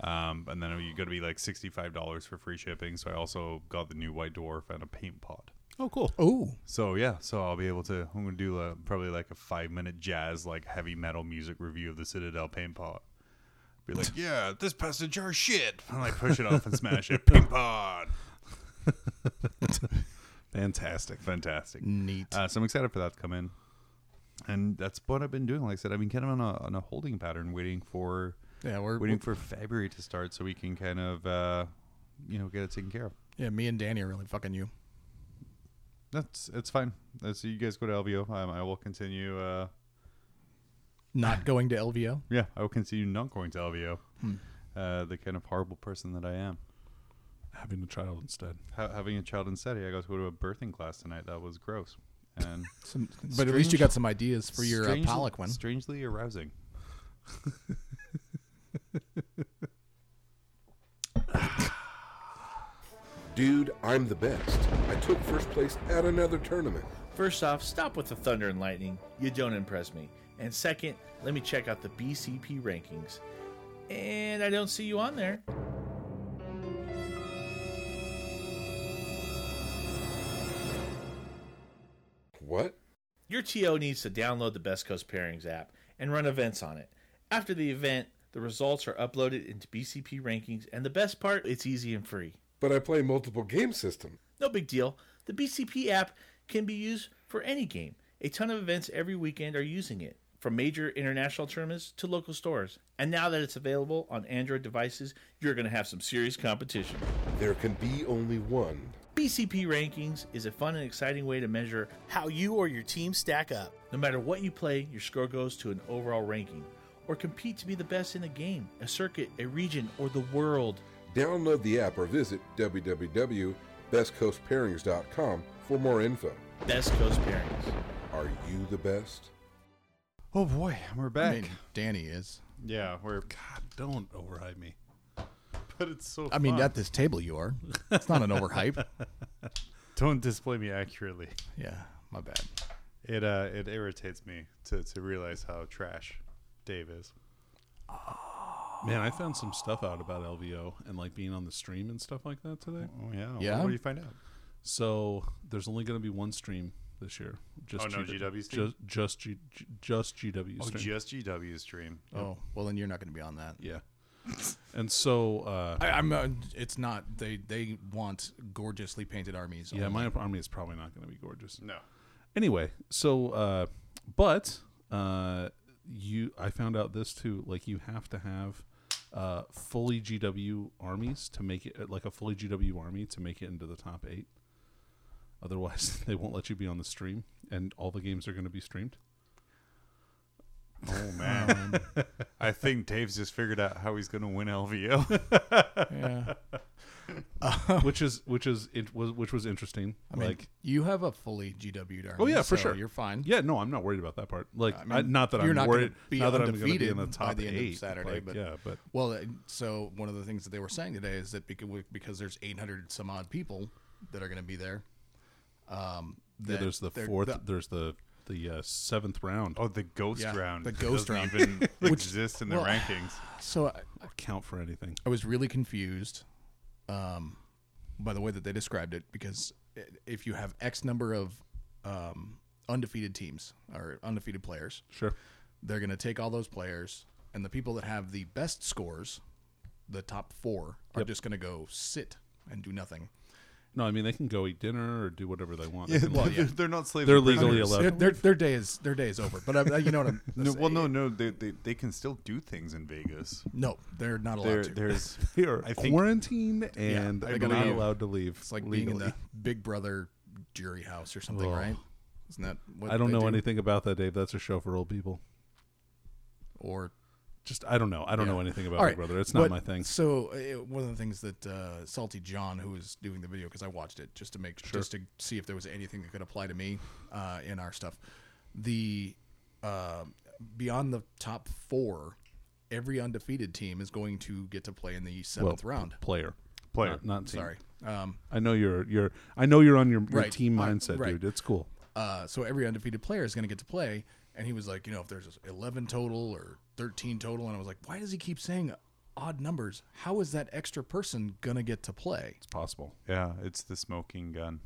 S1: Um, and then you got to be like sixty-five dollars for free shipping. So I also got the new White Dwarf and a paint pot.
S2: Oh, cool.
S3: Oh,
S1: So yeah, so I'll be able to. I'm gonna do uh probably like a five-minute jazz, like heavy metal music review of the Citadel paint pot. Be like, yeah, this passage are shit. And like push it off and smash it. Paint pot.
S2: Fantastic.
S1: Fantastic.
S3: neat.
S1: Uh, so I'm excited for that to come in, and that's what I've been doing. Like I said, I've been kind of on a, on a holding pattern, waiting for
S3: yeah, we're
S1: waiting for February to start so we can kind of uh, you know get it taken care of.
S3: yeah. Me and Danny are really fucking you.
S1: That's it's fine. That's you guys go to LVO. Um, I will continue. Uh,
S3: Not going to LVO.
S1: yeah, I will continue not going to LVO.
S3: Hmm.
S1: Uh, the kind of horrible person that I am.
S2: Having a child instead.
S1: Ha- having a child instead, I got to go to a birthing class tonight. That was gross. And
S3: Some, but at least you
S1: Strange-
S3: got some ideas for your uh,
S1: strangely-
S3: Pollock one.
S1: Strangely arousing.
S4: Dude, I'm the best. I took first place at another tournament.
S5: First off, stop with the thunder and lightning. You don't impress me. And second, let me check out the BCP rankings. And I don't see you on there.
S4: What?
S5: Your TO needs to download the Best Coast Pairings app and run events on it. After the event, the results are uploaded into BCP rankings, and the best part, it's easy and free.
S4: But I play multiple game system.
S5: No big deal. The BCP app can be used for any game. A ton of events every weekend are using it, from major international tournaments to local stores. And now that it's available on Android devices, you're going to have some serious competition.
S4: There can be only one.
S5: BCP Rankings is a fun and exciting way to measure how you or your team stack up. No matter what you play, your score goes to an overall ranking, or compete to be the best in a game, a circuit, a region, or the world.
S4: Download the app or visit www.bestcoastpairings.com for more info.
S5: Best Coast Pairings.
S4: Are you the best?
S1: Oh boy, we're
S3: I
S1: back.
S3: mean, Danny is.
S1: yeah, we're.
S2: God, don't overhype me.
S1: But it's so.
S3: I mean,
S1: fun.
S3: at this table, you are. It's not an overhype.
S1: don't display me accurately.
S3: Yeah, my bad.
S1: It uh, it irritates me to, to realize how trash Dave is.
S2: Man, I found some stuff out about LVO and like being on the stream and stuff like that today.
S1: Oh yeah.
S3: Yeah?
S1: What do you find out?
S2: So there's only going to be one stream this year. Just
S1: Oh, no GW stream?
S2: Just just, G, G- just GW
S1: Oh,
S2: stream.
S1: just GW stream.
S3: Oh, well, then you're not going to be on that.
S2: yeah. and so uh,
S3: I, I'm. Uh, it's not. They they want gorgeously painted armies.
S2: yeah,
S3: only.
S2: my army is probably not going to be gorgeous.
S1: No.
S2: Anyway, so uh, but uh, you, I found out this too. Like you have to have uh, fully GW armies to make it like a fully GW army to make it into the top eight. Otherwise, they won't let you be on the stream, and all the games are going to be streamed.
S1: Oh man. I think Dave's just figured out how he's gonna win LVO.
S3: yeah.
S2: which is which is it was which was interesting.
S3: I mean,
S2: like,
S3: you have a fully GW'd army.
S2: oh yeah, for
S3: so
S2: sure,
S3: You're fine.
S2: Yeah, no, I'm not worried about that part. Like, I
S3: mean,
S2: not that
S3: you're
S2: I'm
S3: not gonna
S2: worried.
S3: be
S2: not that I'm going to be
S3: undefeated
S2: in the
S3: by
S2: top
S3: the end of
S2: eight
S3: Saturday,
S2: like,
S3: but-
S2: yeah, but
S3: Well, uh, so one of the things that they were saying today is that because, because there's 800 some odd people that are going to be there. Um,
S2: yeah,
S3: that
S2: there's the
S3: they're-
S2: fourth.
S3: the-
S2: there's the the uh, seventh round.
S1: Oh, the ghost
S3: Yeah,
S1: round.
S3: the ghost
S1: doesn't
S3: round.
S1: even exist in the
S3: well,
S1: rankings.
S3: so I,
S2: Don't count for anything.
S3: I was really confused um, by the way that they described it because i- if you have X number of um, undefeated teams or undefeated players,
S2: Sure.
S3: they're going to take all those players and the people that have the best scores the top four are just going to go sit and do nothing
S2: No, I mean they can go eat dinner or do whatever they want.
S1: Yeah,
S2: they can, like,
S1: they're, they're not slaves.
S2: They're
S1: or prisoners.
S2: legally
S3: their,
S2: allowed.
S3: their, their day is their day is over but I, you know what i'm
S1: No, well, no, no. They, they, they can still do things in Vegas.
S3: no they're not allowed
S1: There,
S3: to
S1: there's
S2: They are
S1: I think-
S2: quarantined and
S3: I
S2: they're not
S3: believe-
S2: allowed to leave.
S3: it's like
S2: legally.
S3: being in the big brother jury house or something
S2: Ugh.
S3: right isn't that what
S2: I don't
S3: they
S2: know
S3: do?
S2: anything about that, Dave. That's a show for old people.
S3: or
S2: Just I don't know. I don't know
S3: Yeah.
S2: anything about
S3: All
S2: it,
S3: right,
S2: brother. It's not
S3: but-
S2: my thing.
S3: So uh, one of the things that uh, Salty John, who was doing the video, because I watched it just to make just to see if there was anything that could apply to me uh, in our stuff. The uh, beyond the top four, every undefeated team is going to get to play in the seventh round.
S2: Player.
S1: Player.
S2: Not, not team.
S3: Sorry. Um,
S2: I know you're you're I know you're on your, your
S3: Right.
S2: team
S3: I-
S2: mindset,
S3: right.
S2: dude. It's cool.
S3: uh, so every undefeated player is going to get to play. And he was like, you know, if there's 11 total or 13 total, and I was like, why does he keep saying odd numbers? How is that extra person going to get to play?
S2: It's possible.
S1: yeah, it's the smoking gun.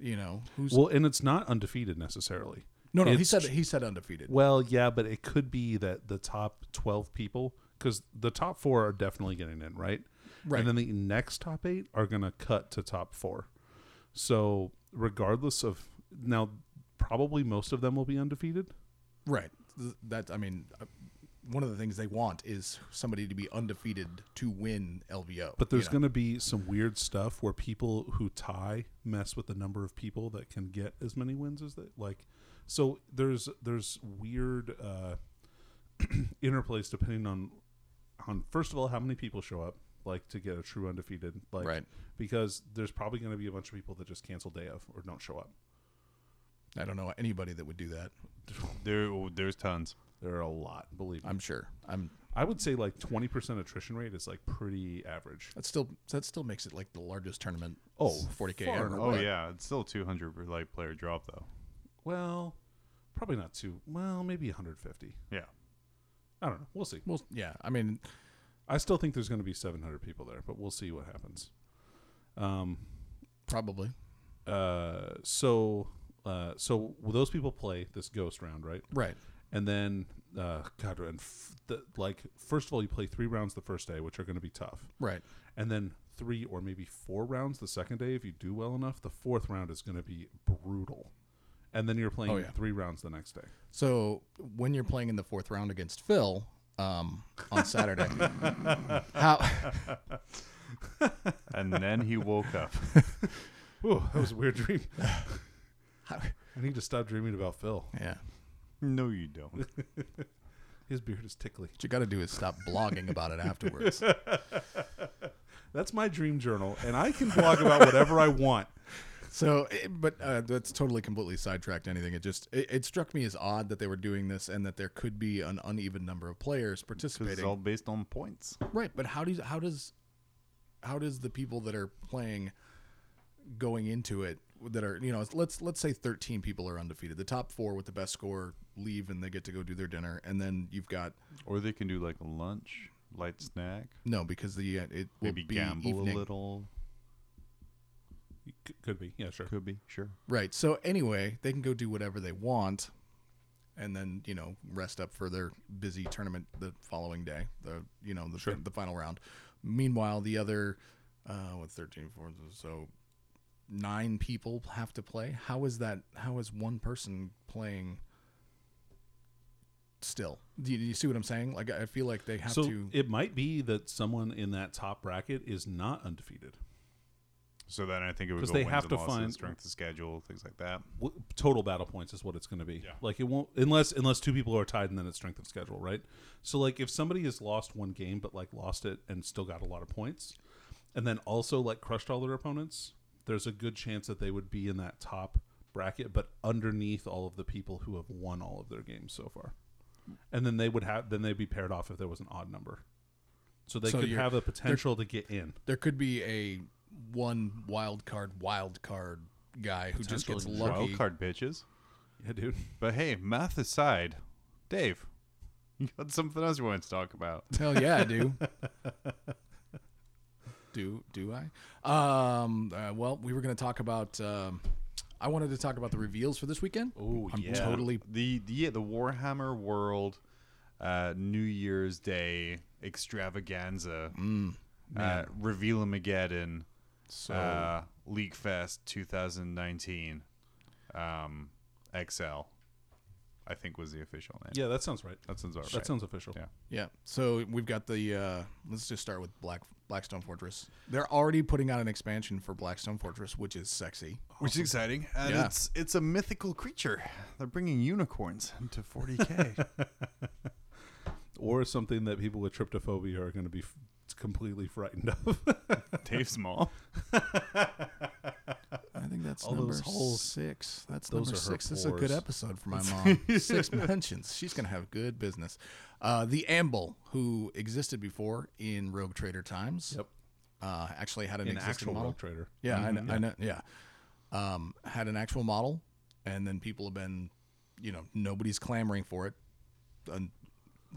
S3: You know, who's
S2: Well, and it's not undefeated necessarily.
S3: No, no, he
S2: It's-
S3: said he said undefeated.
S2: Well, yeah, but it could be that the top twelve people, because the top four are definitely getting in, right?
S3: Right.
S2: And then the next top eight are gonna cut to top four. So regardless of now, probably most of them will be undefeated.
S3: Right. Th- That I mean, uh, one of the things they want is somebody to be undefeated to win LVO.
S2: But there's
S3: you know?
S2: going to be some weird stuff where people who tie mess with the number of people that can get as many wins as they like. So there's there's weird uh, interplays depending on on first of all how many people show up like to get a true undefeated like
S3: Right.
S2: because there's probably going to be a bunch of people that just cancel day of or don't show up.
S3: I don't know anybody that would do that.
S1: There, oh, there's tons.
S2: There are a lot, believe me.
S3: I'm sure. I'm.
S2: I would say like 20% attrition rate is like pretty average.
S3: That still that still makes it like the largest tournament.
S2: Oh,
S3: 40k.
S2: far
S3: ever,
S2: and
S1: Oh
S3: but-
S1: yeah, it's still 200 per light player drop though.
S2: Well, probably not too. Well, maybe 150.
S1: Yeah,
S2: I don't know. We'll see.
S3: Well, yeah. I mean,
S2: I still think there's going to be 700 people there, but we'll see what happens. Um,
S3: probably.
S2: uh, so, uh, so will those people play this ghost round, right?
S3: Right.
S2: And then, uh, God, and f- the, like, first of all, you play three rounds the first day, which are going to be tough,
S3: Right.
S2: and then three or maybe four rounds the second day if you do well enough. The fourth round is going to be brutal, and then you're playing
S3: Oh, yeah.
S2: three rounds the next day.
S3: So when you're playing in the fourth round against Phil um, on Saturday, how?
S1: and then he woke up.
S2: Ooh, that was a weird dream.
S3: how
S2: I need to stop dreaming about Phil.
S3: yeah.
S1: No, you don't.
S2: His beard is tickly.
S3: What you got to do is stop blogging about it afterwards.
S2: That's my dream journal, and I can blog about whatever I want.
S3: So, it- but uh, that's totally completely sidetracked anything. It just it, it struck me as odd that they were doing this and that there could be an uneven number of players
S1: Because it's
S3: participating.
S1: all based on points.
S3: right, but how do you, how does how does the people that are playing going into it that are you know let's let's say 13 people are undefeated. The top 4 with the best score leave and they get to go do their dinner and then you've got
S1: Or they can do like a lunch. light snack.
S3: No, because the uh, it will
S1: Maybe
S3: be
S1: gamble
S3: evening.
S1: a little.
S2: C- could be. Yeah, sure.
S1: Could be sure.
S3: Right. So anyway, they can go do whatever they want, and then you know rest up for their busy tournament the following day. The you know the the final round. Meanwhile, the other uh, what 13, 14, so nine people have to play. How is that? How is one person playing? Still, do you, do you see what I'm saying? Like I feel like they have
S2: so
S3: to.
S2: it might be that someone in that top bracket is not undefeated.
S1: So then I think it would
S2: 'Cause
S1: go
S2: they
S1: wins
S2: have
S1: and
S2: to
S1: losses,
S2: find-
S1: strength of schedule, things like that.
S2: W- total battle points is what it's going to be.
S1: Yeah.
S2: Like it won't unless unless two people are tied and then it's strength of schedule, right? So like if somebody has lost one game but like lost it and still got a lot of points, and then also like crushed all their opponents, there's a good chance that they would be in that top bracket, but underneath all of the people who have won all of their games so far, and then they would have then they'd be paired off if there was an odd number. So they
S3: So
S2: could
S3: you're-
S2: have the potential to get in.
S3: there could be a one wild card, wild card guy who just gets
S2: Potentially.
S3: lucky.
S1: Wild card bitches.
S2: Yeah, dude.
S1: But hey, math aside, Dave, you got something else you want to talk about?
S3: Hell yeah, I do. do do I? Um. uh, well, we were going to talk about. Um, I wanted to talk about the reveals for this weekend. Oh I'm Totally.
S1: the the yeah, the Warhammer World uh, New Year's Day extravaganza,
S3: Mm,
S1: uh, reveal Mageddon,
S3: So
S1: uh, League Fest 2019, um, XL, I think was the official name.
S2: Yeah, that sounds right.
S1: that sounds alright.
S2: That sounds official.
S1: Yeah.
S3: yeah. So we've got the. Uh, let's just start with Black Blackstone Fortress. They're already putting out an expansion for Blackstone Fortress, which is sexy.
S1: which is exciting. And
S3: Yeah.
S1: it's it's a mythical creature. They're bringing unicorns to 40k.
S2: or something that people with tryptophobia are going to be f- completely frightened of.
S1: Dave Small.
S3: I think that's
S2: All
S3: number
S2: those holes.
S3: six. That's
S2: Those
S3: number
S2: are her
S3: six. This is a good
S2: pores.
S3: episode for my mom. six mentions. She's gonna have good business. Uh, the Amble, who existed before in Rogue Trader times,
S2: Yep.
S3: uh, actually had an
S2: An
S3: existing
S2: actual
S3: model.
S2: rogue trader. Mm-hmm,
S3: Yeah, I kn- I know. Yeah, um, had an actual model, and then people have been, you know, nobody's clamoring for it, and,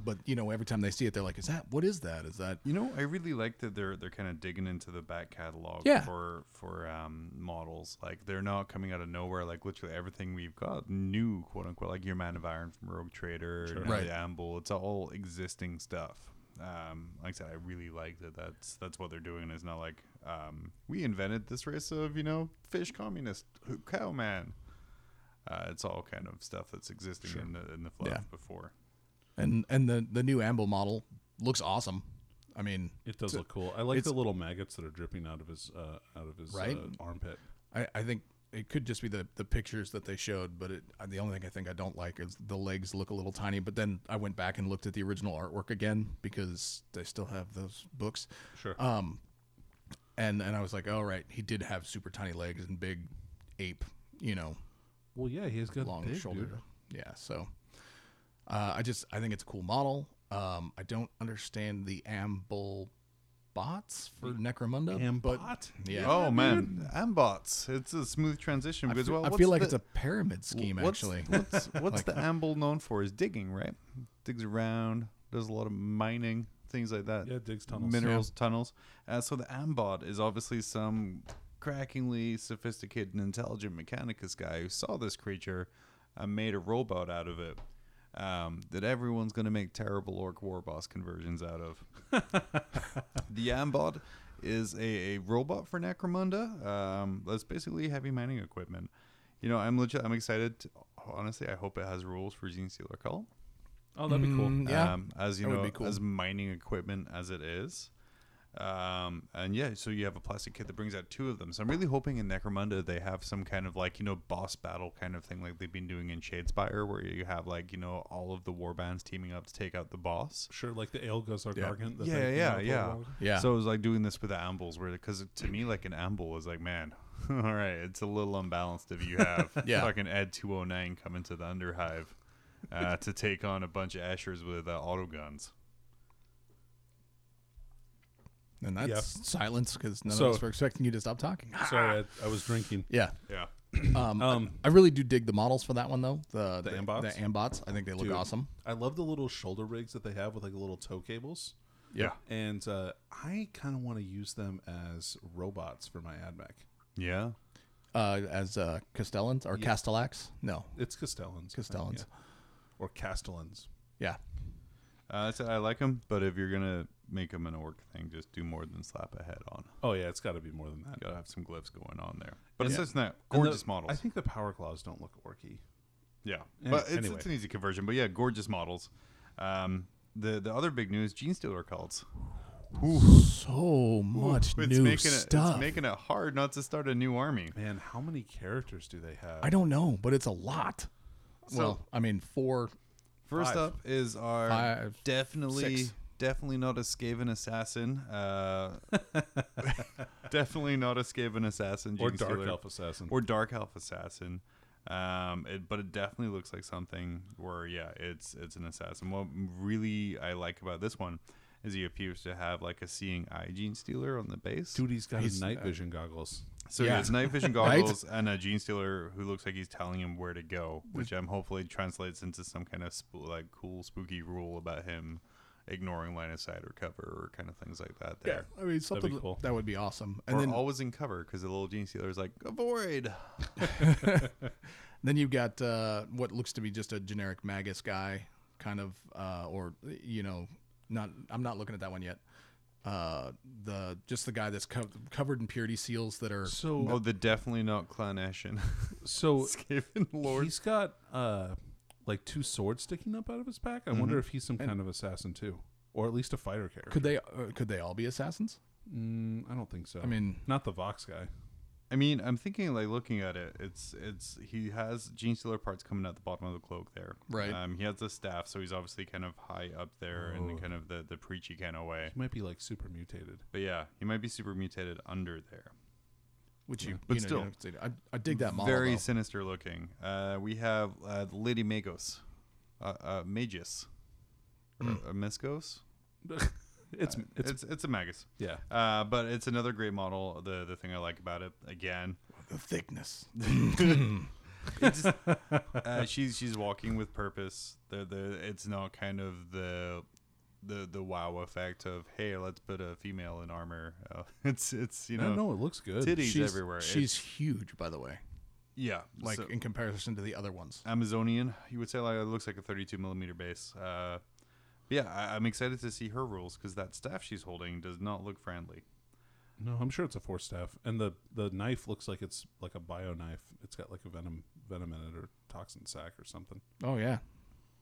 S3: but you know, every time they see it, they're like, "Is that what is that? Is that?"
S1: You know, I really like that they're they're kind of digging into the back catalog
S3: Yeah.
S1: for for um, models. Like they're not coming out of nowhere. Like literally everything we've got new, quote unquote, like your Man of Iron from Rogue Trader, now
S3: Right.
S1: the Amble. It's all existing stuff. Um, like I said, I really like that. That's that's what they're doing. It's not like um, we invented this race of you know fish communist who- cow man. Uh, it's all kind of stuff that's existing in the in the fluff
S3: Yeah.
S1: before.
S2: Mm-hmm.
S3: And and the the new Amble model looks awesome. I mean,
S2: It does look cool. I like the little maggots that are dripping out of his uh, out of his
S3: Right?
S2: uh, armpit.
S3: I, I think it could just be the, the pictures that they showed, but it, the only thing I think I don't like is the legs look a little tiny. But then I went back and looked at the original artwork again because they still have those books.
S2: Sure.
S3: Um, and and I was like, all right, he did have super tiny legs and big ape, you know,
S2: well, yeah, he's got
S3: long
S2: big,
S3: shouldered.
S2: dude.
S3: Yeah, so uh, I just I think it's a cool model. Um, I don't understand the amble bots for Necromunda, but
S2: Ambot?
S3: yeah,
S1: oh man, Ambots. It's a smooth transition
S3: I
S1: because
S3: feel,
S1: well,
S3: I
S1: what's
S3: feel like
S1: the-
S3: it's a pyramid scheme
S1: what's-
S3: actually.
S1: What's, what's the amble known for? Is digging, right? Digs around, does a lot of mining, things like that.
S2: Yeah, digs tunnels.
S1: Minerals, tunnels. Uh, so the ambot is obviously some crackingly sophisticated and intelligent mechanicus guy who saw this creature and made a robot out of it um, that everyone's going to make terrible orc war boss conversions out of. The Ambot is a, a robot for Necromunda. Um, that's basically heavy mining equipment. You know, I'm legit. I'm excited. To, honestly, I hope it has rules for Zine Stealer Cull.
S2: Oh, that'd be cool.
S3: Mm, yeah.
S1: Um, as you
S3: that would
S1: know,
S3: be cool.
S1: as mining equipment as it is. Um, and yeah, so you have a plastic kit that brings out two of them. So I'm really hoping in Necromunda they have some kind of like, you know, boss battle kind of thing like they've been doing in Shadespire where you have like, you know, all of the warbands teaming up to take out the boss.
S2: Sure, like the Elgas are gargant. that
S1: Yeah,
S2: they-
S1: yeah,
S2: they
S1: yeah.
S2: upload.
S3: Yeah.
S1: So it was like doing this with the ambles, where because to me, like an amble is like, man, all right, it's a little unbalanced if you have
S3: Yeah.
S1: fucking Ed two hundred nine coming to the underhive uh, to take on a bunch of ashers with uh, auto guns.
S3: and that's silence because none
S2: So-
S3: of us were expecting you to stop talking.
S2: Sorry, I, I was drinking.
S3: Yeah,
S1: Yeah,
S3: um,
S2: Um,
S3: I really do dig the models for that one though. The the,
S2: Ambots?
S3: the Ambots. I think they look
S2: Dude,
S3: awesome.
S2: I love the little shoulder rigs that they have with like little tow cables.
S1: Yeah.
S2: And uh, I kind of want to use them as robots for my AdMech.
S1: Yeah.
S3: uh, as uh, Castellans or Castellax. No,
S2: It's Castellans. I think,
S3: Castellans.
S2: yeah. Or Castellans.
S3: yeah.
S1: Uh, that's it. I like them, but if you're gonna make them an orc thing, just do more than slap a head on.
S2: Oh, yeah, it's got to be more than that.
S1: Gotta have some glyphs going on there. But it's
S2: Yeah.
S1: just not
S2: And the-
S1: gorgeous models.
S2: I think the power claws don't look orky.
S1: Yeah,
S2: Any-
S1: but it's,
S2: anyway.
S1: it's an easy conversion. But yeah, gorgeous models. Um, the the other big news: Gene Stealer cults.
S3: So much
S1: It's
S3: new
S1: making It,
S3: stuff.
S1: it's making it hard not to start a new army.
S2: Man, how many characters do they have?
S3: I don't know, but it's a lot.
S1: So-
S3: well, I mean, four.
S1: First
S2: Five.
S1: up is our
S3: Five,
S1: definitely
S3: six.
S1: definitely not a Skaven assassin. Uh, definitely not a Skaven assassin.
S2: Or
S1: Gene
S2: Dark
S1: Stealer.
S2: Elf Assassin.
S1: or Dark Elf Assassin. Um, it, but it definitely looks like something where yeah, it's it's an assassin. What really I like about this one is he appears to have like a seeing eye gene stealer on the base.
S2: Dude, he's uh, got his night vision goggles.
S1: So he
S3: Yeah.
S1: has night vision
S3: Right?
S1: goggles and a gene stealer who looks like he's telling him where to go, which I'm hopefully translates into some kind of sp- like cool spooky rule about him ignoring line of sight or cover or kind of things like that. There,
S3: I mean, something
S2: cool.
S3: that would be awesome. And
S1: or
S3: then
S1: always in cover because the little gene stealer is like avoid.
S3: Then you've got uh, what looks to be just a generic Magus guy, kind of, uh, or you know, not. I'm not looking at that one yet. Uh, the just the guy that's co- covered in purity seals that are
S2: So,
S1: Oh, the definitely not Clan Ashen.
S2: so
S1: Skaven Lord.
S2: he's got uh, like two swords sticking up out of his back. I wonder if he's some kind of assassin too, or at least a fighter character.
S3: could they uh, could they all be assassins?
S2: Mm, I don't think so.
S3: I mean-
S2: not the Vox guy.
S1: I mean, I'm thinking like looking at it, it's it's he has Gene Stealer parts coming out the bottom of the cloak there.
S3: Right.
S1: Um, he has the staff, so he's obviously kind of high up there in kind of the the preachy kind of way.
S2: He might be like super mutated.
S1: But yeah, he might be super mutated under there.
S3: Which you,
S1: But
S3: you know, you don't- I, I dig that model.
S1: Very
S3: though.
S1: sinister looking. Uh, we have uh, Lady Magos, uh, uh, Magus, or,
S3: Hmm.
S1: uh, Miscos.
S2: it's Uh, it's
S1: It's it's, a Magus.
S2: yeah.
S1: Uh, but it's another great model. The the thing I like about it again
S3: the thickness.
S1: it's, uh, she's she's walking with purpose. The the it's not kind of the the the wow effect of hey let's put a female in armor. Uh, it's it's you
S2: I
S1: know
S2: don't know. It looks good.
S1: titties
S3: She's
S1: everywhere.
S3: She's
S1: It's-
S3: huge, by the way,
S1: yeah
S3: like
S1: so-
S3: in comparison to the other ones.
S1: Amazonian. You would say like it looks like a 32 millimeter base. Uh, but yeah, I, I'm excited to see her rules because that staff she's holding does not look friendly.
S2: No, I'm sure it's a four staff, and the the knife looks like it's like a bio knife. It's got like a venom venom in it or toxin sac or something.
S3: Oh yeah,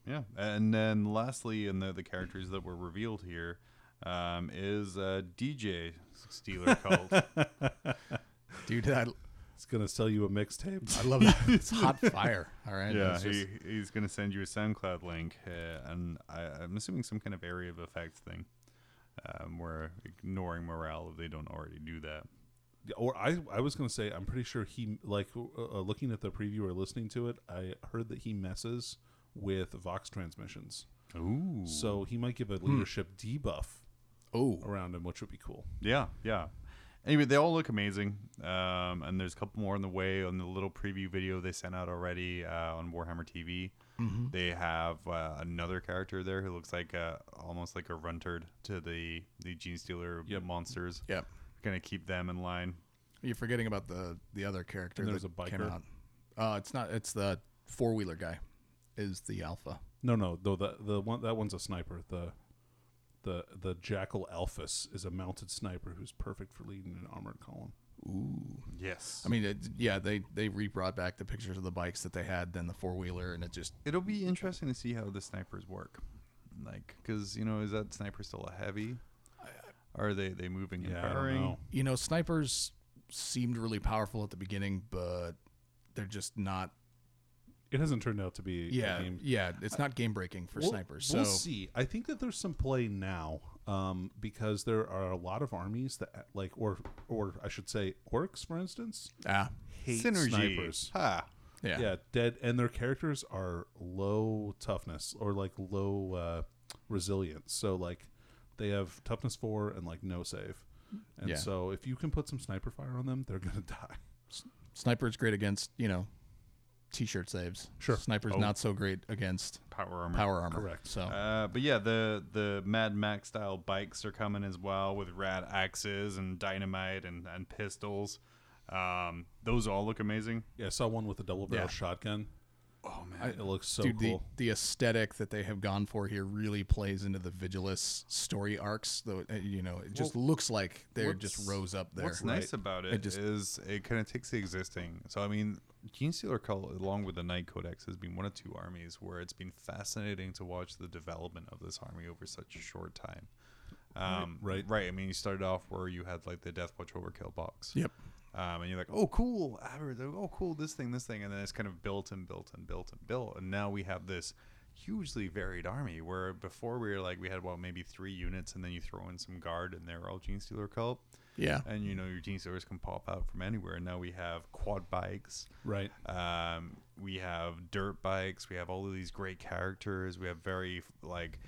S1: Yeah, and then lastly, in the the characters that were revealed here, um, is uh, DJ Steeler called.
S3: dude, I,
S2: It's gonna sell you a mixtape.
S3: I love it. It's hot fire. All right.
S1: Yeah,
S3: It's just-
S1: he, he's going to send you a SoundCloud link, uh, and I, I'm assuming some kind of area of effect thing. Um, where ignoring morale if they don't already do that.
S2: or I, I was gonna say I'm pretty sure he like uh, uh, looking at the preview or listening to it I heard that he messes with Vox transmissions
S1: Ooh.
S2: so he might give a leadership debuff
S3: oh,
S2: around him which would be cool
S1: Yeah, yeah. Anyway, they all look amazing. Um, and there's a couple more on the way on the little preview video they sent out already uh, on Warhammer TV. They have uh, another character there who looks like uh almost like a runtard to the the Gene Stealer monsters.
S3: Yep.
S1: Gonna keep them in line.
S3: You're forgetting about the the other character.
S2: And there's
S3: that
S2: a
S3: Came
S2: biker.
S3: out. Uh, it's not. It's the four wheeler guy. Is the alpha?
S2: no no though the the one that one's a sniper the the the jackal alphas is a mounted sniper who's perfect for leading an armored column
S1: Yes.
S3: I mean, it, yeah. They they re brought back the pictures of the bikes that they had, then the four wheeler, and it just
S1: It'll be interesting to see how the snipers work. Like, because, you know, is that sniper still a heavy? Are they, they moving and
S2: yeah I
S1: firing?
S2: don't know
S3: you know snipers seemed really powerful at the beginning, but they're just not.
S2: it hasn't turned out to be a
S3: Yeah,
S2: game
S3: yeah. It's not game breaking for
S2: We'll-
S3: snipers.
S2: We'll
S3: so
S2: see. I think that there's some play now um, because there are a lot of armies that, like, or or I should say, orcs, for instance,
S3: ah,
S2: hate
S1: Synergy.
S2: snipers.
S1: Ha.
S3: yeah.
S2: Yeah. dead, and their characters are low toughness or like low uh, resilience. So like, they have toughness four and like no save, and
S3: Yeah.
S2: so if you can put some sniper fire on them, they're gonna die.
S3: Snipers great against you know t-shirt saves.
S2: Sure.
S3: Sniper's
S1: Oh.
S3: not so great against
S1: Power armor.
S3: power armor.
S2: Correct.
S3: So
S1: Uh, but yeah, the the Mad Max style bikes are coming as well with rad axes and dynamite and and pistols. Um, those all look amazing.
S2: Yeah, I saw one with a double barrel
S3: Yeah.
S2: shotgun. Oh man, it looks so
S3: dude,
S2: cool.
S3: the, the aesthetic that they have gone for here really plays into the Vigilus story arcs. Though uh, you know, it just looks like they just
S1: what's-
S3: rose up there.
S1: What's nice about it is
S3: It just-
S1: it kind of takes the existing. So I mean, Gene Stealer Cult, along with the Night Codex, has been one of two armies where it's been fascinating to watch the development of this army over such a short time. Um,
S2: Right.
S1: right. I mean, you started off where you had like the Death Watch Overkill box.
S3: Yep.
S1: Um, and you're like, oh, cool, average, oh, cool, this thing, this thing, and then it's kind of built and built and built and built, and now we have this hugely varied army. Where before we were like, we had well maybe three units, and then you throw in some guard, and they're all Gene Stealer Cult
S3: Yeah.
S1: and you know your gene stealers can pop out from anywhere. And now we have quad bikes,
S2: right.
S1: um, we have dirt bikes, we have all of these great characters. We have very like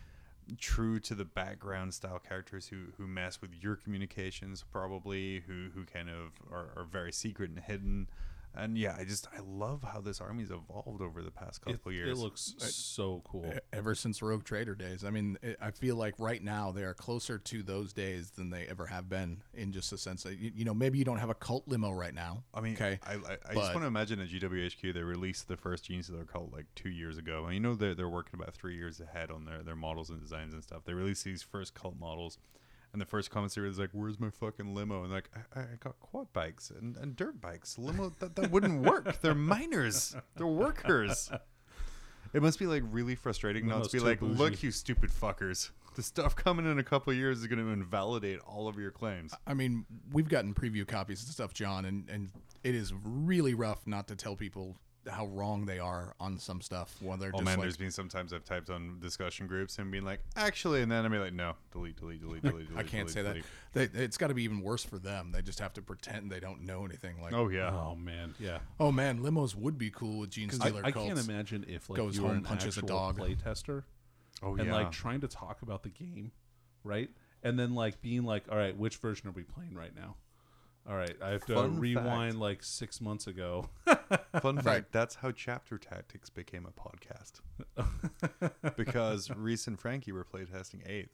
S1: true to the background style characters who who mess with your communications probably, who who kind of are, are very secret and hidden. And yeah, I just I love how this army's evolved over the past
S2: It,
S1: couple
S2: it
S1: years.
S2: looks so cool.
S3: ever since Rogue Trader days. I mean, it, I feel like right now they are closer to those days than they ever have been in just a sense that, you, you know, maybe you don't have a cult limo right now.
S1: I mean,
S3: okay.
S1: I, I, I just
S3: But-
S1: want to imagine at GWHQ they released the first Gene Stealer Cult like two years ago, and you know they're, they're working about three years ahead on their, their models and designs and stuff. They released these first cult models, and the first comment series is like, "Where's my fucking limo?" And like, I, I got quad bikes and, and dirt bikes. Limo that, that wouldn't work. They're miners. They're workers. It must be like really frustrating not
S2: Limo's
S1: to be
S2: too
S1: like,
S2: bougie.
S1: "Look, you stupid fuckers." The stuff coming in a couple of years is going to invalidate all of your claims.
S3: I mean, we've gotten preview copies and stuff, John, and, and it is really rough not to tell people how wrong they are on some stuff. While they're
S1: Oh
S3: just
S1: man,
S3: like,
S1: there's been sometimes I've typed on discussion groups and being like, actually, and then I'm like, no, delete, delete, delete, delete. delete
S3: I can't
S1: delete,
S3: say that.
S1: delete.
S3: They, it's got to be even worse for them. They just have to pretend they don't know anything. Like, oh,
S1: Oh yeah,
S2: Oh man, yeah.
S3: man, limos would be cool with Gene
S2: I,
S3: Stealer
S2: I
S3: cults.
S2: can't imagine if like
S3: Goes
S2: you were
S3: home,
S2: an
S3: punches a
S2: actual
S3: dog.
S2: playtester
S1: oh
S2: and
S1: yeah.
S2: like trying to talk about the game, right? And then like being like, all right, which version are we playing right now? All right, I have to
S1: Fun
S2: rewind like six months ago.
S1: Fun fact: that's how Chapter Tactics became a podcast because Reese and Frankie were playtesting Eighth,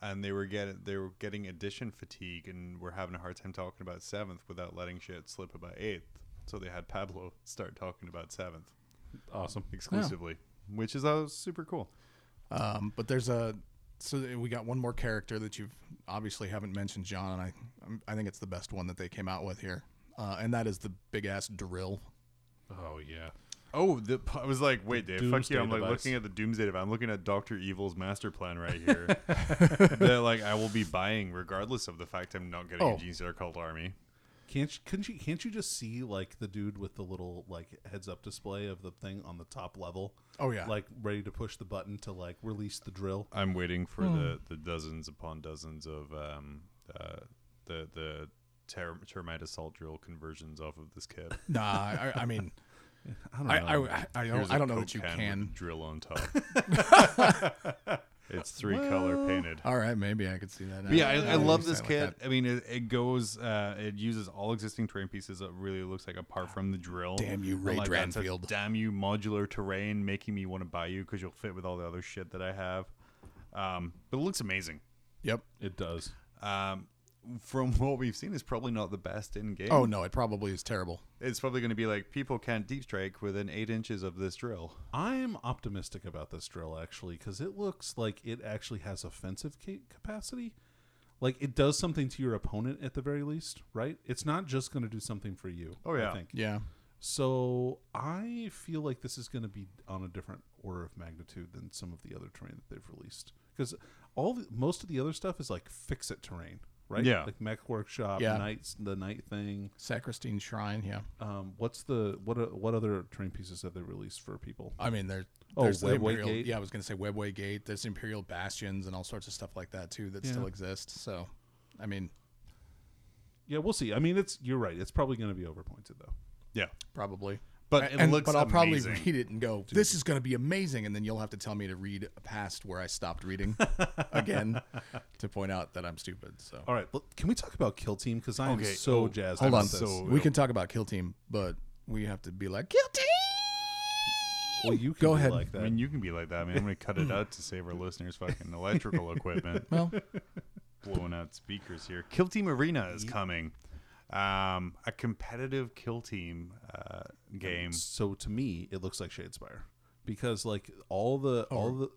S1: and they were getting they were getting edition fatigue and were having a hard time talking about Seventh without letting shit slip about Eighth. So they had Pablo start talking about Seventh
S2: awesome.
S1: exclusively, which is uh, super cool.
S3: Um, but there's a so we got one more character that you've obviously haven't mentioned, John, and I I'm- I think it's the best one that they came out with here, uh, and that is the big ass drill.
S2: Oh yeah.
S1: Oh, the, I was like, wait, Dave, fuck
S2: Doomsday
S1: you. I'm like
S2: device.
S1: looking at the Doomsday device. I'm looking at Doctor Evil's master plan right here. that like I will be buying regardless of the fact I'm not getting
S3: Oh.
S1: a Gene Stealer Cult army.
S2: Can't you, couldn't you can't you just see like the dude with the little like heads up display of the thing on the top level?
S3: Oh, yeah.
S2: like ready to push the button to like release the drill.
S1: I'm waiting for
S2: Hmm.
S1: the, the dozens upon dozens of um uh, the the ter- termite assault drill conversions off of this kid.
S3: Nah, I, I mean,
S2: I don't know.
S3: I I, I, I
S1: Here's
S3: don't,
S1: a
S3: I don't know
S1: Coke
S3: that you
S1: can with
S3: can.
S1: drill on top. it's three color painted.
S3: All right, maybe I could see that.
S1: But yeah, I, I love
S3: understand
S1: this
S3: like
S1: kit.
S3: that.
S1: I mean, it, it goes, uh, it uses all existing terrain pieces. It really looks like apart from the drill.
S3: Damn you,
S1: I'm
S3: Ray
S1: that's a
S3: Dranfield.
S1: Damn you, modular terrain, making me want to buy you because you'll fit with all the other shit that I have. Um, but it looks amazing.
S3: Yep.
S2: it does.
S1: Um, from what we've seen, it's probably not the best in game.
S3: Oh no, it probably is terrible.
S1: It's probably going to be like people can't deep strike within eight inches of this drill.
S2: I'm optimistic about this drill actually because it looks like it actually has offensive ca- capacity. Like it does something to your opponent at the very least, right? It's not just going to do something for you.
S1: Oh, yeah.
S2: I think.
S3: Yeah.
S2: So I feel like this is going to be on a different order of magnitude than some of the other terrain that they've released because all the, most of the other stuff is like fix it terrain, right?
S1: Yeah.
S2: like Mech Workshop,
S3: Yeah.
S2: nights, the night thing.
S3: Sacristine Shrine. Yeah.
S2: Um, what's the what? o- What other terrain pieces have they released for people?
S3: I mean, there,
S2: Oh,
S3: there's the
S2: Webway
S3: Imperial,
S2: Gate?
S3: Yeah, I was gonna say Webway Gate. There's Imperial Bastions and all sorts of stuff like that too that still
S2: Yeah.
S3: exist. So, I mean,
S2: Yeah, we'll see. I mean, it's you're right. It's probably going to be overpointed though.
S1: Yeah.
S3: probably.
S1: But
S3: A-
S1: it looks
S3: But I'll
S1: amazing.
S3: probably read it and go, "This is going to be amazing," and then you'll have to tell me to read past where I stopped reading again to point out that I'm stupid. So
S2: All right, look, can we talk about Kill Team? Because I am
S1: Okay,
S2: so
S1: oh,
S2: jazzed.
S3: hold
S2: about
S3: on,
S2: this.
S1: so-
S3: we can talk about Kill Team, but we have to be like Kill Team.
S2: Well, you can
S3: Go
S2: be
S3: ahead.
S2: like that.
S1: I mean, you can be like that. I mean, I'm going to cut it out to save our listeners' fucking electrical equipment.
S3: Well,
S1: blowing out speakers here. Kill Team Arena is coming. Um, a competitive kill team uh, game.
S2: so to me, it looks like Shadespire because like all the all the.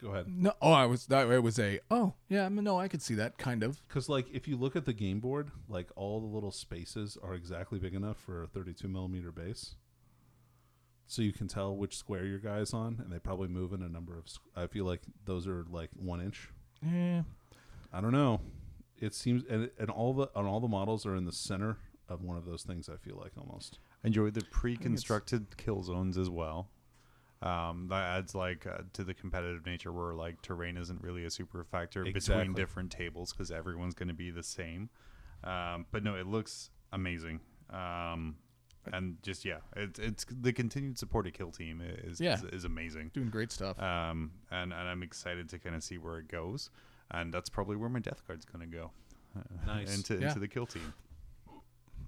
S2: Go ahead.
S3: no. Oh, I was. That it was a. Oh, yeah. I mean, no, I could see that kind of.
S2: Because like if you look at the game board, like all the little spaces are exactly big enough for a 32 millimeter base, so you can tell which square your guy's on, and they probably move in a number of. s- I feel like those are like one inch.
S3: Yeah.
S2: I don't know. It seems and, and all the and all the models are in the center of one of those things. I feel like almost.
S1: Enjoy the pre-constructed kill zones as well. Um, that adds like uh, to the competitive nature where like terrain isn't really a super factor
S2: Exactly.
S1: between different tables because everyone's going to be the same. Um, but no, it looks amazing. Um, and just yeah, it's it's the continued support of Kill Team is
S3: Yeah.
S1: is, is amazing.
S3: Doing great stuff.
S1: um, and and I'm excited to kind of see where it goes, and that's probably where my death card's going to go.
S2: Nice.
S1: into
S3: Yeah.
S1: into the kill team.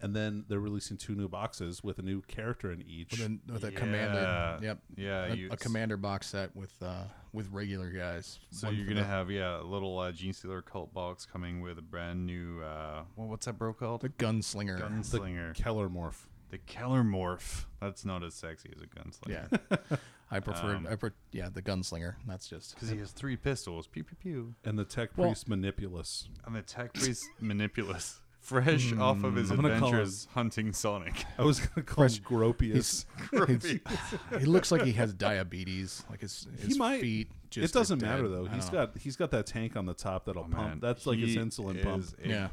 S2: And then they're releasing two new boxes with a new character in each.
S3: with a, with a commander.
S1: Yeah.
S3: Yep.
S1: Yeah,
S2: Uh,
S3: A,
S1: you-
S3: a commander box set with uh with regular guys.
S1: So
S3: One
S1: you're
S3: for
S1: gonna
S3: the-
S1: have yeah a little uh, Gene Stealer cult box coming with a brand new uh, well what's that bro called
S3: the gunslinger.
S1: gunslinger
S2: Keller morph.
S1: the Keller morph that's not as sexy as a gunslinger
S3: yeah. I prefer.
S2: Um,
S3: I pre- yeah, the gunslinger. That's just.
S1: because he has three pistols pew pew pew
S2: And the tech
S3: Well-
S2: priest manipulus.
S1: and the tech priest manipulus fresh
S3: Hmm.
S1: off of his
S2: I'm gonna call
S1: adventures hunting Sonic
S2: I was gonna call
S3: Fresh-
S2: him Gropius.
S3: He's, he's, he looks like he has diabetes. Like his, his
S2: he might.
S3: feet. Just
S2: it doesn't
S3: are dead.
S2: matter though.
S3: I
S2: He's
S3: don't know. Oh,
S2: got he's got that tank on the top that'll pump.
S1: Man,
S2: That's like his
S1: he
S2: insulin pump.
S1: is a
S3: Yeah.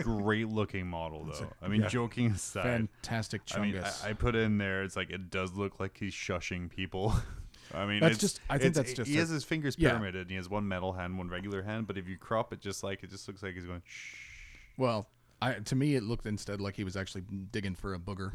S1: great looking model though I mean
S2: yeah.
S1: joking aside
S3: Fantastic
S1: I mean,
S3: chungus.
S1: I, I put in there. It's like it does look like he's shushing people. I mean,
S3: That's
S1: it's,
S3: just- I think
S1: it's-
S3: that's just
S1: He
S3: a-
S1: has his fingers
S3: yeah.
S1: pyramided, and he has one metal hand, one regular hand. But if you crop it, just like it just looks like he's going. Shh.
S3: well, I to me it looked instead like he was actually digging for a booger.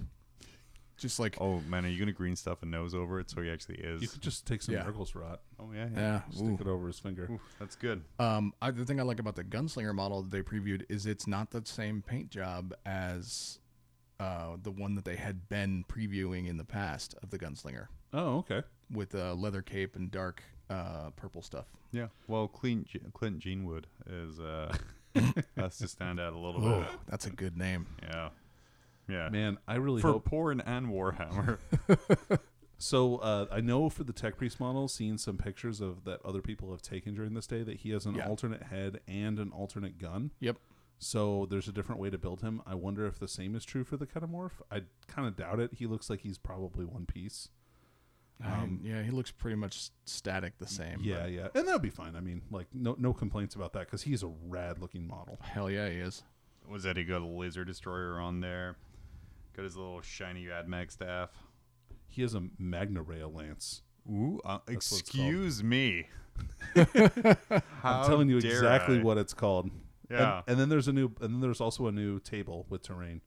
S3: Just like
S1: Oh man, are you gonna green stuff a nose over it so he actually is?
S2: You could just take some
S3: Yeah.
S2: Nurgle's rot,
S1: oh yeah, yeah.
S3: yeah.
S2: stick
S3: ooh.
S2: it over his finger.
S1: That's good.
S3: Um, I, the thing I like about the gunslinger model that they previewed is it's not the same paint job as uh, the one that they had been previewing in the past of the gunslinger
S2: Oh, okay.
S3: with a leather cape and dark uh, purple stuff.
S1: Yeah. Well, Clint G- Clint Jeanwood is uh, has to stand out a little
S3: Oh,
S1: bit.
S3: that's a good name.
S1: Yeah. Yeah.
S2: Man, I really
S1: For
S2: hope
S1: porn and Warhammer.
S2: so. Uh, I know for the tech priest model, seeing some pictures of that other people have taken during this day, that he has an
S3: Yeah.
S2: alternate head and an alternate gun.
S3: Yep.
S2: So there's a different way to build him. I wonder if the same is true for the Ketamorph. I kind of doubt it. He looks like he's probably one piece.
S3: I- Um, yeah, he looks pretty much static the same.
S2: Yeah, yeah, and that'll be fine. I mean, like no no complaints about that because he's a rad looking model.
S3: but Hell yeah, he is.
S1: was that he got a laser destroyer on there? Got his little shiny Admech staff.
S2: He has a Magna Rail lance.
S1: Ooh, uh,
S2: That's what it's called.
S1: excuse me.
S2: I'm telling you
S1: dare
S2: exactly
S1: I?
S2: what it's called. And-
S1: Yeah.
S2: And, then there's a new, and then there's also a new table with terrain.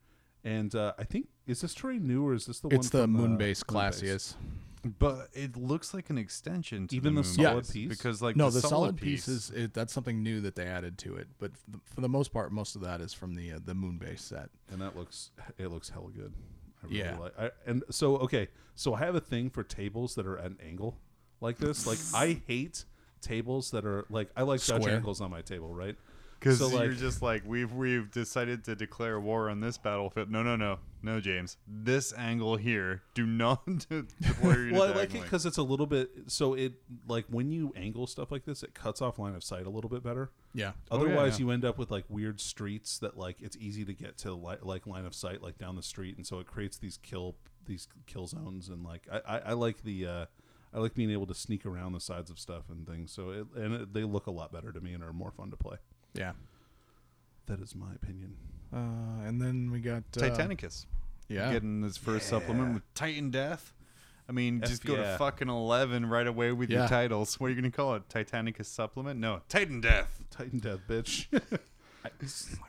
S2: And uh, I think is this terrain new or is this the one?
S3: it's the
S2: from, uh,
S3: Moonbase class
S2: Moonbase?
S3: he is.
S1: But it looks like an extension to
S2: Even
S1: the,
S2: the
S1: moon
S2: solid
S1: base,
S2: piece?
S1: because like
S3: no,
S1: the, solid,
S3: piece
S1: piece
S3: is it, that's something new that they added to it. But f- for the most part, most of that is from the uh, the Moonbase set.
S2: and that looks it looks hella good. I really
S3: Yeah.
S2: Like, I, and so okay, so I have a thing for tables that are at an angle like this. Like I hate tables that are like I like Dutch
S3: Square.
S2: angles on my table, right?
S1: because
S2: so,
S1: you're
S2: like-
S1: just like we've we've decided to declare war on this battlefield. No, no, no, no, James. This angle here, do not deploy your
S2: well, I like it
S1: diagonally.
S2: because it's a little bit. So it like when you angle stuff like this, it cuts off line of sight a little bit better.
S3: Oh, Yeah.
S1: yeah,
S2: Otherwise,
S1: yeah.
S2: you end up with like weird streets that like it's easy to get to li- like line of sight like down the street, and so it creates these kill these kill zones. And like I, I, I like the uh, I like being able to sneak around the sides of stuff and things. So it, and it, they look a lot better to me and are more fun to play.
S3: Yeah.
S2: That is my opinion.
S3: Uh, and then we got uh,
S1: Titanicus.
S3: Yeah.
S1: getting his first supplement with Titan Death. I mean,
S2: F
S1: just go
S2: yeah.
S1: to fucking eleven right away with
S3: Yeah.
S1: your titles. What are you gonna call it? Titanicus supplement? No, Titan Death.
S2: Titan Death, bitch,
S3: I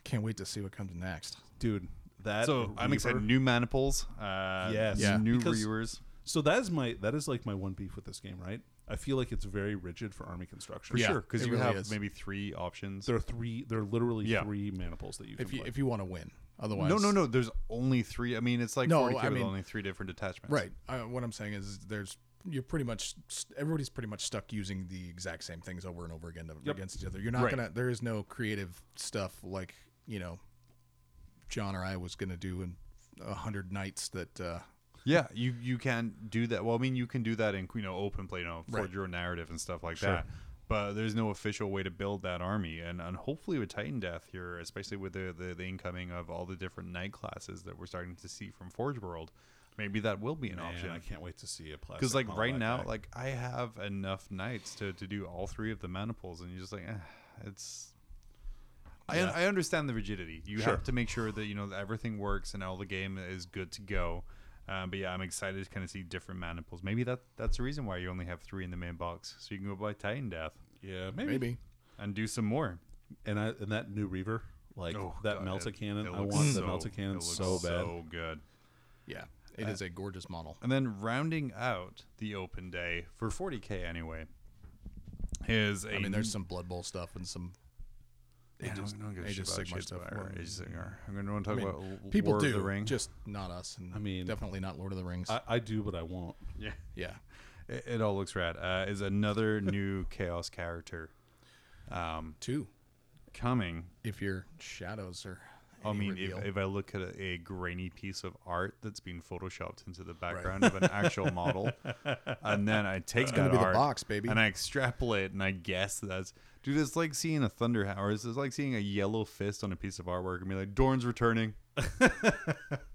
S3: can't wait to see what comes next.
S2: dude. That
S1: So I'm
S2: Reaver-
S1: excited. New maniples. Uh,
S2: Yes.
S3: Yeah.
S1: New
S2: Because-
S1: reviewers.
S2: So that is my that is like my one beef with this game, right? I feel like it's very rigid for army construction.
S1: For
S3: Yeah,
S1: sure, because
S3: it
S1: you
S3: really
S1: have
S3: is.
S1: maybe three options.
S2: There are three. There are literally
S1: Yeah.
S2: three maniples that you can
S3: If you
S2: play.
S3: if you want to win, Otherwise,
S1: no, no, no. There's only three. I mean, it's like
S3: No,
S1: 40k
S3: I
S1: with
S3: mean-
S1: only three different detachments.
S3: Right. I, what I'm saying is, there's you're pretty much st- everybody's pretty much stuck using the exact same things over and over again to, against each other. You're not
S1: Right.
S3: gonna. There is no creative stuff like you know, John or I was gonna do in a hundred nights that. uh
S1: Yeah, you you can do that. Well, I mean, you can do that in you know open play, you know, forge
S3: Right.
S1: your own narrative and stuff like that. But there's no official way to build that army, and and hopefully with Titan Death here, especially with the the, the incoming of all the different night classes that we're starting to see from Forge World, maybe that will be an
S2: Man,
S1: option.
S2: I can't wait to see a plastic.
S1: Because like
S2: model
S1: right
S2: that
S1: now,
S2: guy.
S1: like I have enough knights to, to do all three of the maniples, and you're just like, eh, it's. I,
S2: Yeah.
S1: I understand the rigidity. You
S2: Sure.
S1: have to make sure that you know that everything works and all the game is good to go. Um, but yeah, I'm excited to kind of see different maniples. Maybe that that's the reason why you only have three in the main box, so you can go buy Titan Death
S2: yeah, maybe.
S3: Maybe.
S1: and do some more.
S2: And I and that new Reaver, like
S1: Oh,
S2: that
S1: God,
S2: melted
S1: it-
S2: cannon.
S1: it
S2: I
S1: looks
S2: want the
S1: so-
S2: melted
S1: it
S2: cannon
S1: looks
S2: so bad.
S1: So good.
S3: Yeah. it is a gorgeous model.
S1: And then rounding out the open day for 40k anyway is a
S3: I mean, there's some Blood Bowl stuff and some.
S1: Yeah, just, no one gives a
S3: Age
S1: shit
S3: of
S1: about
S3: Sigmar
S1: shit
S3: stuff,
S1: about
S3: right.
S1: Age of Sigmar. I'm going to want to
S3: I
S1: talk
S3: mean,
S1: about
S3: people
S1: Lord
S3: do,
S1: of the Ring.
S3: just not us. And
S2: I mean-
S3: definitely not Lord of the Rings.
S2: I, I do what I want.
S1: yeah,
S3: yeah.
S1: it, it all looks rad. Uh, is another new Chaos character
S3: Two,
S1: coming?
S3: if your shadows are.
S1: I
S3: any
S1: mean,
S3: reveal.
S1: if, if I look at a, a grainy piece of art that's been photoshopped into the background of an actual model, and then I take that
S3: gonna be the
S1: art
S3: box, baby.
S1: and I extrapolate and I guess that's dude. It's like seeing a thunder hammer. It's like seeing a yellow fist on a piece of artwork and be like, "Dorn's returning."
S3: well,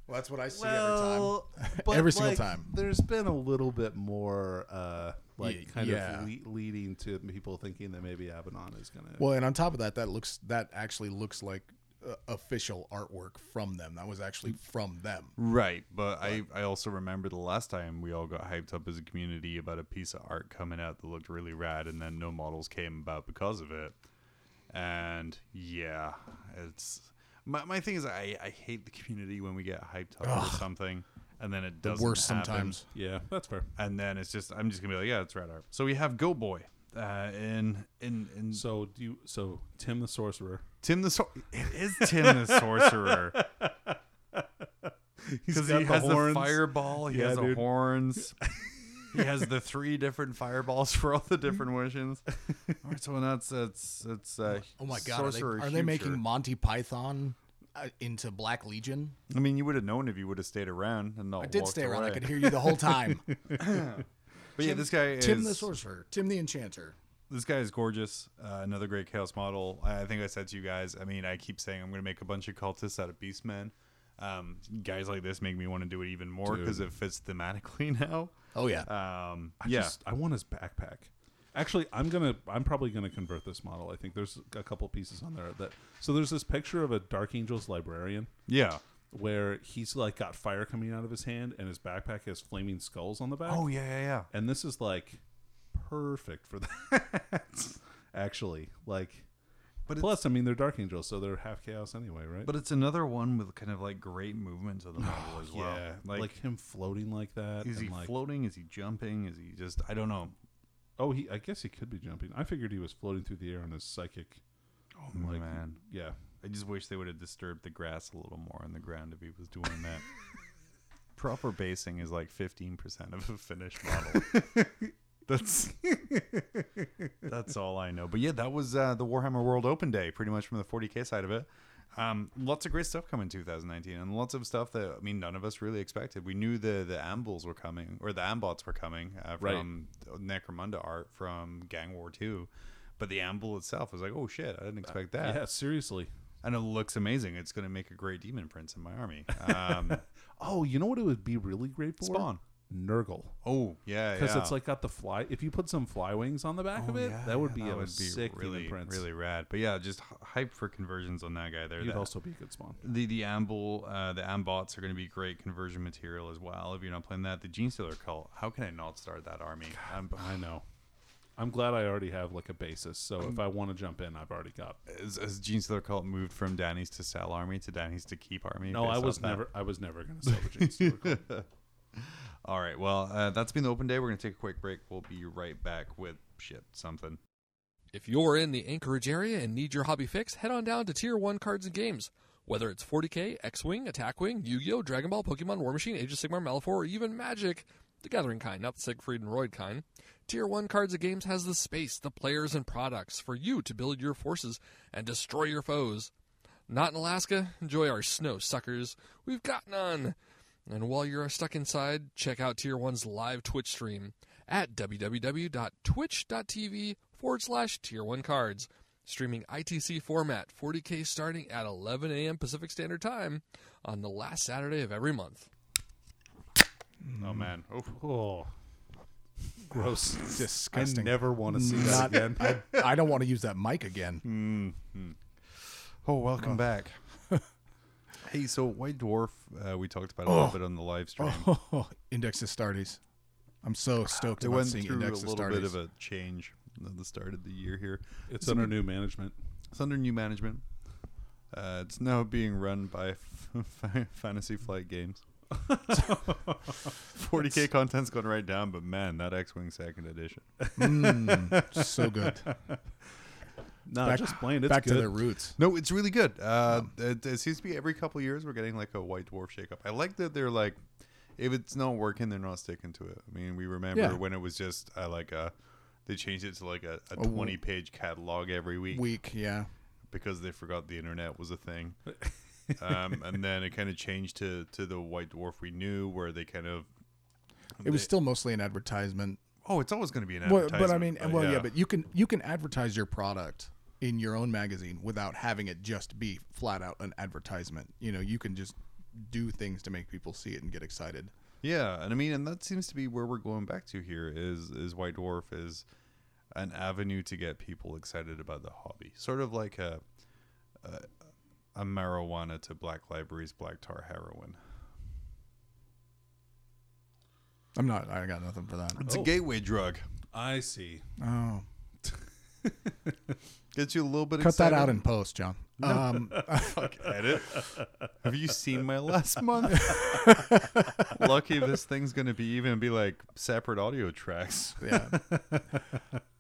S3: that's what I see every time.
S2: but,
S3: Every single
S2: like,
S3: time.
S2: There's been a little bit more, uh, like,
S3: Ye-
S2: kind
S3: yeah.
S2: of le- leading to people thinking that maybe Abaddon is gonna.
S3: Well, and on top of that, that looks that actually looks like uh, official artwork from them. That was actually from them.
S1: Right, but I, I also remember the last time we all got hyped up as a community about a piece of art coming out that looked really rad, and then no models came about because of it. And yeah, it's my, my thing is I, I hate the community when we get hyped up for something and then it
S3: The
S1: doesn't
S3: worst
S1: happen.
S3: sometimes.
S2: yeah, that's fair.
S1: And then it's just I'm just gonna be like yeah it's rad art. So we have Go Boy uh, in in in
S2: So do you, so Tim the Sorcerer.
S1: Tim the Sor- it is Tim the Sorcerer. Because
S2: got
S1: he
S2: the
S1: has the
S2: horns.
S1: fireball, he
S2: Yeah,
S1: has the
S2: dude.
S1: horns, he has the three different fireballs for all the different missions. All right, so that's that's that's. Uh,
S3: Oh my god! Are they,
S1: Sorcerer
S3: are they
S1: Future.
S3: making Monty Python uh, into Black Legion?
S1: I mean, you would have known if you would have stayed around and not.
S3: I did
S1: walked
S3: stay around. I
S1: away.
S3: could hear you the whole time.
S1: But yeah, this guy
S3: Tim
S1: is
S3: the Sorcerer, Tim the Enchanter.
S1: this guy is gorgeous. Uh, another great chaos model. I, I think I said to you guys. I mean, I keep saying I'm going to make a bunch of cultists out of beastmen. Um, guys like this make me want to do it even more because it fits thematically now.
S3: Oh yeah,
S1: Um,
S2: I
S1: yeah,
S2: just I want his backpack. Actually, I'm gonna I'm probably gonna convert this model. I think there's a couple pieces on there that. So there's this picture of a Dark Angels librarian
S1: yeah.
S2: where he's like got fire coming out of his hand and his backpack has flaming skulls on the back.
S1: Oh yeah, yeah, yeah.
S2: and this is like perfect for that. Actually, like,
S1: But
S2: plus I mean they're dark angels, so they're half chaos anyway, right?
S1: But it's another one with kind of like great movement to the model as
S2: yeah,
S1: well.
S2: like,
S1: like,
S2: him floating like that.
S1: is
S2: and
S1: he
S2: like,
S1: floating? Is he jumping? Is he just? I don't know.
S2: oh, he I guess he could be jumping. I figured he was floating through the air on his psychic.
S1: Oh
S2: like,
S1: man,
S2: Yeah,
S1: I just wish they would have disturbed the grass a little more on the ground if he was doing that. Proper basing is like fifteen percent of a finished model. that's that's all I know. But yeah, that was uh, the Warhammer World Open Day, pretty much from the 40k side of it. Um, lots of great stuff coming 2019, and lots of stuff that I mean, none of us really expected. We knew the the ambles were coming, or the ambots were coming uh,
S2: Right.
S1: from Necromunda art from Gang War 2, but the amble itself was like, oh shit, I didn't expect that
S2: yeah. Seriously.
S1: and it looks amazing. It's going to make a great demon prince in my army. Um,
S2: Oh, you know what it would be really great for?
S1: Spawn.
S2: Nurgle.
S1: oh yeah,
S2: Because
S1: yeah.
S2: it's like got the fly. If you put some fly wings on the back of it, Oh, that would be
S1: that
S2: a
S1: would be
S2: sick
S1: really
S2: demon prince.
S1: really rad. But yeah, just h- hype for conversions on that guy there.
S2: You'd
S1: That-
S2: also be a good spawn.
S1: the the amble uh, the ambots are going to be great conversion material as well. If you're not playing that, the gene stealer cult. How can I not start that army? Um, I'm,
S2: I know. I'm glad I already have like a basis. So if I want to jump in, I've already got.
S1: as, as gene stealer cult moved from Danny's to sell army to Danny's to keep army.
S2: No,
S1: based
S2: I
S1: off
S2: was
S1: that?
S2: never. I was never going to sell the Jane Stewart Club.
S1: All right. Well, uh, that's been the open day. We're going to take a quick break. We'll be right back with shit something.
S6: If you're in the Anchorage area and need your hobby fix, head on down to Tier 1 Cards and Games. Whether it's 40K, X Wing, Attack Wing, Yu Gi Oh!, Dragon Ball, Pokemon, War Machine, Age of Sigmar, Malifaux, or even Magic, the Gathering kind, not the Siegfried and Royd kind, Tier 1 Cards of Games has the space, the players, and products for you to build your forces and destroy your foes. Not in Alaska? Enjoy our snow, suckers. We've got none. And while you're stuck inside, check out Tier 1's live Twitch stream at www.twitch.tv forward slash Tier 1 cards, streaming ITC format 40K starting at 11 a.m. Pacific Standard Time on the last Saturday of every month.
S1: Oh man. Oh,
S2: Oh, gross,
S3: Disgusting.
S2: I never want to see
S3: Not-
S2: that again.
S3: I, I don't want to use that mic
S1: Hmm.
S3: again.
S1: oh welcome back. hey, so White Dwarf, uh, we talked about it a little bit on the live stream.
S3: Index Astartes. I'm so stoked
S1: They
S3: about
S1: went
S3: seeing
S1: through a
S3: Index
S1: little
S3: Astartes.
S1: bit of a change at the start of the year here.
S2: It's under new management.
S1: It's under new management. Uh, it's now being run by F- Fantasy Flight Games. 40k content's going right down, but man, that X-wing second edition.
S3: Mm, so good.
S2: No,
S3: Back-
S2: just plain. It's
S3: Back
S2: good.
S3: to their roots.
S1: No, it's really good. Uh,
S3: Oh.
S1: it, it seems to be every couple of years we're getting like a White Dwarf shakeup. I like that they're like, if it's not working, they're not sticking to it. I mean, we remember
S3: Yeah.
S1: when it was just uh, like a, they changed it to like a, a
S3: w-
S1: twenty page catalog every week
S3: Weak, yeah.
S1: because they forgot the internet was a thing. um, and then it kind of changed to to the White Dwarf we knew, where they kind of
S3: It was still mostly an advertisement.
S1: oh, it's always going to be an
S3: Well,
S1: advertisement. Oh,
S3: but I mean, well, yeah. but you can you can advertise your product in your own magazine without having it just be flat out an advertisement. You know, you can just do things to make people see it and get excited.
S1: Yeah, and I mean, and that seems to be where we're going back to here is is White Dwarf is an avenue to get people excited about the hobby, sort of like a a, a marijuana to black libraries, black tar heroin.
S3: I'm not. I got nothing for that.
S1: It's a gateway drug.
S2: I see.
S3: Oh,
S1: Gets you a little bit.
S3: cut that
S1: excited.
S3: out in post, John. Um,
S1: Fuck, edit. Have you seen my last month? Lucky this thing's gonna be even be like separate audio tracks.
S3: yeah.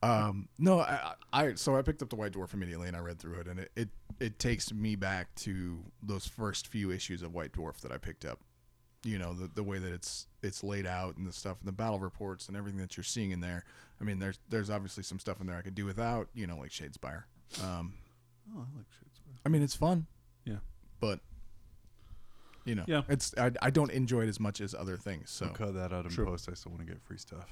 S3: um, no, I, I so I picked up the White Dwarf immediately and I read through it and it, it it takes me back to those first few issues of White Dwarf that I picked up. You know the the way that it's it's laid out and the stuff and the battle reports and everything that you're seeing in there. I mean, there's there's obviously some stuff in there I could do without. You know, like Shadespire. Um,
S2: Oh, I like Shakespeare.
S3: I mean, it's fun,
S2: Yeah.
S3: but you know,
S2: Yeah.
S3: it's I, I don't enjoy it as much as other things. So
S1: Cut that out in
S2: Sure.
S1: post. I still want to get free stuff.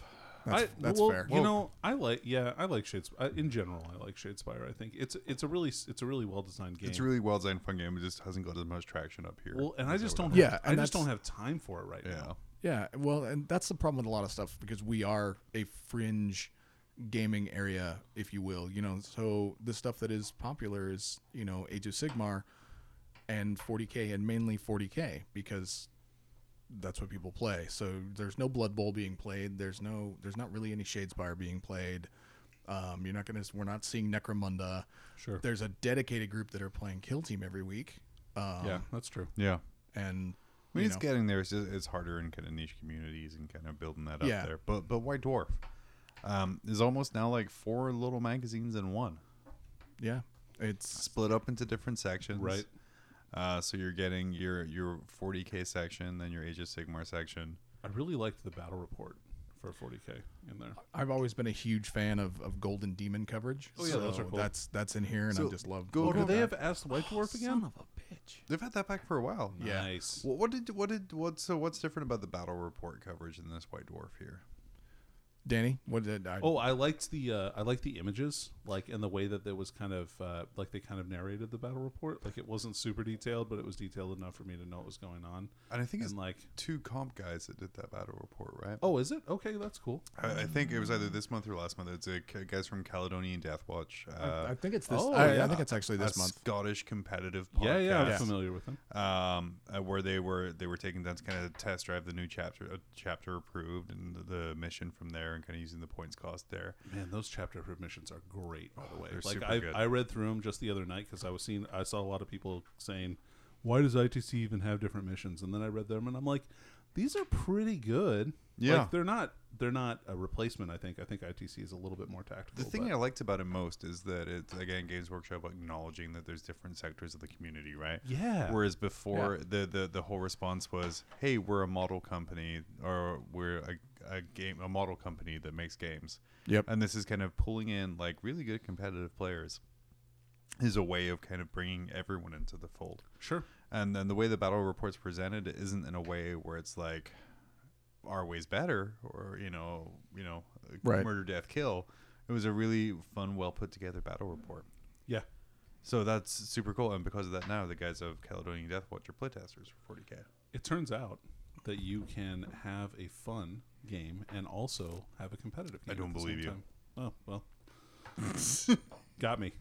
S3: that's,
S2: I,
S3: that's
S2: well,
S3: fair.
S2: You know, I like yeah, I like Shadespire. In general, I like Shadespire. I think it's it's a really it's a really well designed game.
S1: It's a really well designed fun game. It just hasn't got as much traction up here.
S2: well, and I
S1: as
S2: just
S1: would
S2: don't.
S1: like.
S2: Have,
S3: Yeah,
S2: I
S3: and
S2: just
S3: that's-
S2: don't have time for it right
S1: Yeah.
S2: now.
S3: Yeah, well, and that's the problem with a lot of stuff because we are a fringe gaming area, if you will. You know, so the stuff that is popular is you know Age of Sigmar and 40k, and mainly 40k because that's what people play. So there's no Blood Bowl being played. There's no there's not really any Shadespire being played. Um, you're not gonna we're not seeing Necromunda.
S2: Sure.
S3: There's a dedicated group that are playing Kill Team every week. Um,
S2: Yeah, that's true.
S1: Yeah.
S3: and
S1: I mean,
S3: you
S1: it's
S3: know,
S1: getting there. It's just, it's harder in kind of niche communities and kind of building that up
S3: Yeah.
S1: there. But but White Dwarf um, is almost now like four little magazines in one,
S3: yeah, it's
S1: split up into different sections.
S2: Right.
S1: Uh, so you're getting your your 40k section, then your Age of Sigmar section.
S2: I really liked the battle report for 40k in there.
S3: I've always been a huge fan of, of Golden Demon coverage.
S2: Oh, yeah,
S3: so
S2: those are cool.
S3: That's that's in here, and I
S1: So,
S3: just love.
S1: go-
S2: Oh,
S3: love
S2: do they
S3: that.
S2: have asked White Dwarf again?
S1: They've had that back for Oh, a while. now.
S3: Yeah.
S2: Nice.
S1: Wh- what did what did what so what's different about the battle report coverage in this White Dwarf here?
S3: Danny? What did I?
S2: Oh, I liked the uh, I liked the images, like and the way that there was kind of uh, like they kind of narrated the battle report. Like it wasn't super detailed, but it was detailed enough for me to know what was going on.
S1: And I think it's
S2: And like,
S1: two comp guys that did that battle report, right?
S2: oh, is it okay? That's cool.
S1: I, I think it was either this month or last month. It's a c- guys from Caledonian Deathwatch. Uh,
S3: I think it's this.
S2: oh,
S3: I, I
S2: yeah.
S3: think it's actually this
S1: a
S3: month.
S1: Scottish competitive podcast.
S2: Yeah, yeah, I'm familiar with them.
S1: Um, uh, where they were they were taking that kind of test drive the new chapter uh, chapter approved and the, the mission from there and kind of using the points cost there.
S2: Man, those chapter permissions are great. By the
S1: Oh,
S2: way,
S1: they're
S2: like
S1: super
S2: I,
S1: good.
S2: I read through them just the other night because I was seeing I saw a lot of people saying, "Why does ITC even have different missions?" And then I read them and I'm like, these are pretty good.
S1: Yeah.
S2: like, they're not they're not a replacement. I think I think ITC is a little bit more tactical.
S1: The thing
S2: but-
S1: I liked about it most is that it's again Games Workshop acknowledging that there's different sectors of the community, right?
S2: Yeah.
S1: Whereas before the, the the whole response was, "Hey, we're a model company, or we're a, a game a model company that makes games."
S3: Yep.
S1: And this is kind of pulling in like really good competitive players, is a way of kind of bringing everyone into the fold.
S2: sure,
S1: And then the way the battle report's presented isn't in a way where it's like our way's better or you know you know
S3: Right.
S1: murder death kill. It was a really fun, well put together battle report.
S2: yeah,
S1: So that's super cool, and because of that, now the guys of Caledonian Death Watch are playtesters for 40k.
S2: it turns out that you can have a fun game and also have a competitive game.
S1: I don't
S2: at the same
S1: believe you.
S2: time. Oh well, got me.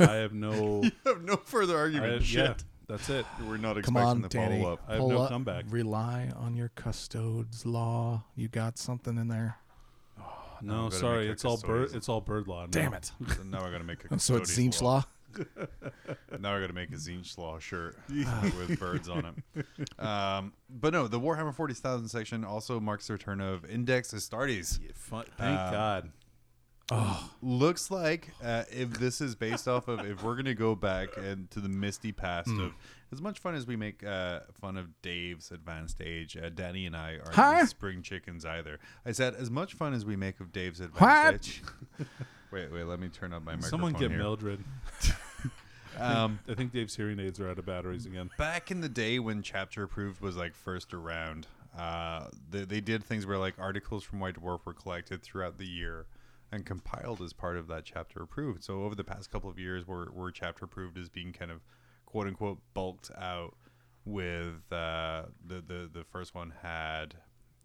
S2: I have no.
S1: I have no further
S2: I,
S1: argument. Shit,
S2: yeah, that's it.
S1: we're not
S3: Come
S1: expecting
S3: on,
S1: the
S3: Danny.
S1: follow up.
S2: I have
S3: Pull
S2: no
S3: up.
S2: comeback.
S3: Rely on your custodes law. You got something in there.
S1: we
S2: No,
S1: better
S2: sorry,
S1: make
S2: it's all bird.
S1: custodians.
S2: It's all bird law. now.
S3: Damn it.
S1: So now I got to make a.
S3: And so it's
S1: custodian
S3: Zinch law.
S1: Now I got to make a Zinschlaw shirt uh, with birds on it. Um, but no, the Warhammer 40,000 section also marks the return of Index Astartes.
S2: Fun-
S1: Ah,
S2: Thank God.
S1: Looks like uh, if this is based off of, if we're going to go back and to the misty past of as much fun as we make uh, fun of Dave's advanced age, uh, Danny and I aren't
S3: Huh?
S1: spring chickens either. I said, as much fun as we make of Dave's advanced
S3: What?
S1: age. wait, wait, let me turn up my microphone.
S2: Someone get
S1: here.
S2: Mildred.
S1: Um,
S2: I think Dave's hearing aids are out of batteries again.
S1: back in the day when chapter approved was like first around uh they, they did things where like articles from white dwarf were collected throughout the year and compiled as part of that chapter approved so over the past couple of years where, where chapter approved is being kind of quote unquote bulked out with uh the the, the first one had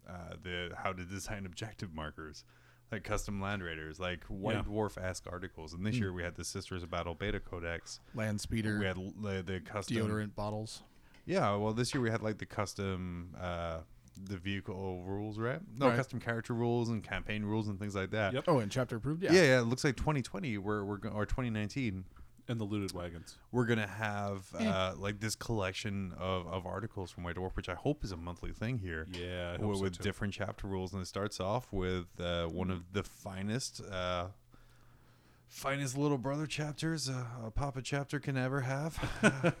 S1: uh the how to design objective markers like custom land raiders like white
S2: Yeah.
S1: dwarf esque articles and this year we had the sisters of battle beta codex
S3: Land
S2: Oh,
S1: we
S3: speeder,
S1: had l- the, the custom
S3: deodorant bottles.
S1: yeah, well, this year we had like the custom, uh, the vehicle rules, right? No,
S3: Right.
S1: custom character rules and campaign rules and things like that.
S2: Yep.
S3: Oh, and chapter approved. Yeah.
S1: Yeah, yeah. It looks like 2020, we're we're go- or 2019,
S2: And the looted wagons.
S1: we're gonna have uh, like this collection of, of articles from White Dwarf, which I hope is a monthly thing here.
S2: Yeah, I hope
S1: with,
S2: so
S1: with
S2: too.
S1: different chapter rules, and it starts off with uh, one of the finest, uh, finest little brother chapters uh, a Papa chapter can ever have.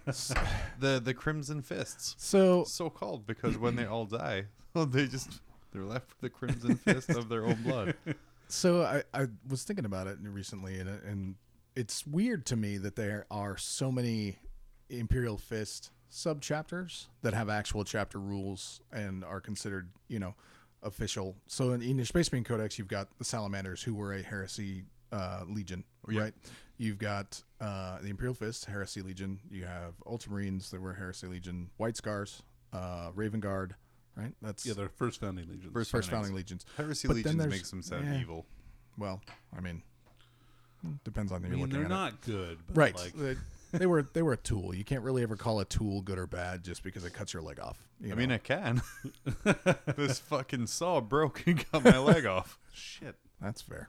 S1: the the Crimson Fists
S3: So
S1: so called because when they all die, they just they're left with the crimson fist of their own blood.
S3: So I, I was thinking about it recently, and, and it's weird to me that there are so many Imperial Fist sub chapters that have actual chapter rules and are considered, you know, official. So in, in your Space Marine Codex, you've got the Salamanders, who were a heresy uh, legion, right? You've got uh, the Imperial Fist, heresy legion. You have Ultramarines, that were heresy legion. White Scars, uh, Raven Guard, right? That's
S2: Yeah, they're first founding legions.
S1: First-
S3: first
S1: foundings.
S3: founding legions.
S1: Heresy
S3: But then
S1: legions
S3: there's-
S1: makes them sound
S3: yeah.
S1: evil.
S3: Well, I mean, depends on who
S2: I
S3: you're
S2: mean,
S3: looking
S2: they're
S3: at.
S2: not good,
S3: it.
S2: but
S3: right.
S2: like
S3: They- they were they were a tool. You can't really ever call a tool good or bad just because it cuts your leg off. you
S1: I mean,
S3: know?
S1: I can. this fucking saw broke and cut my leg off.
S2: shit.
S3: that's fair.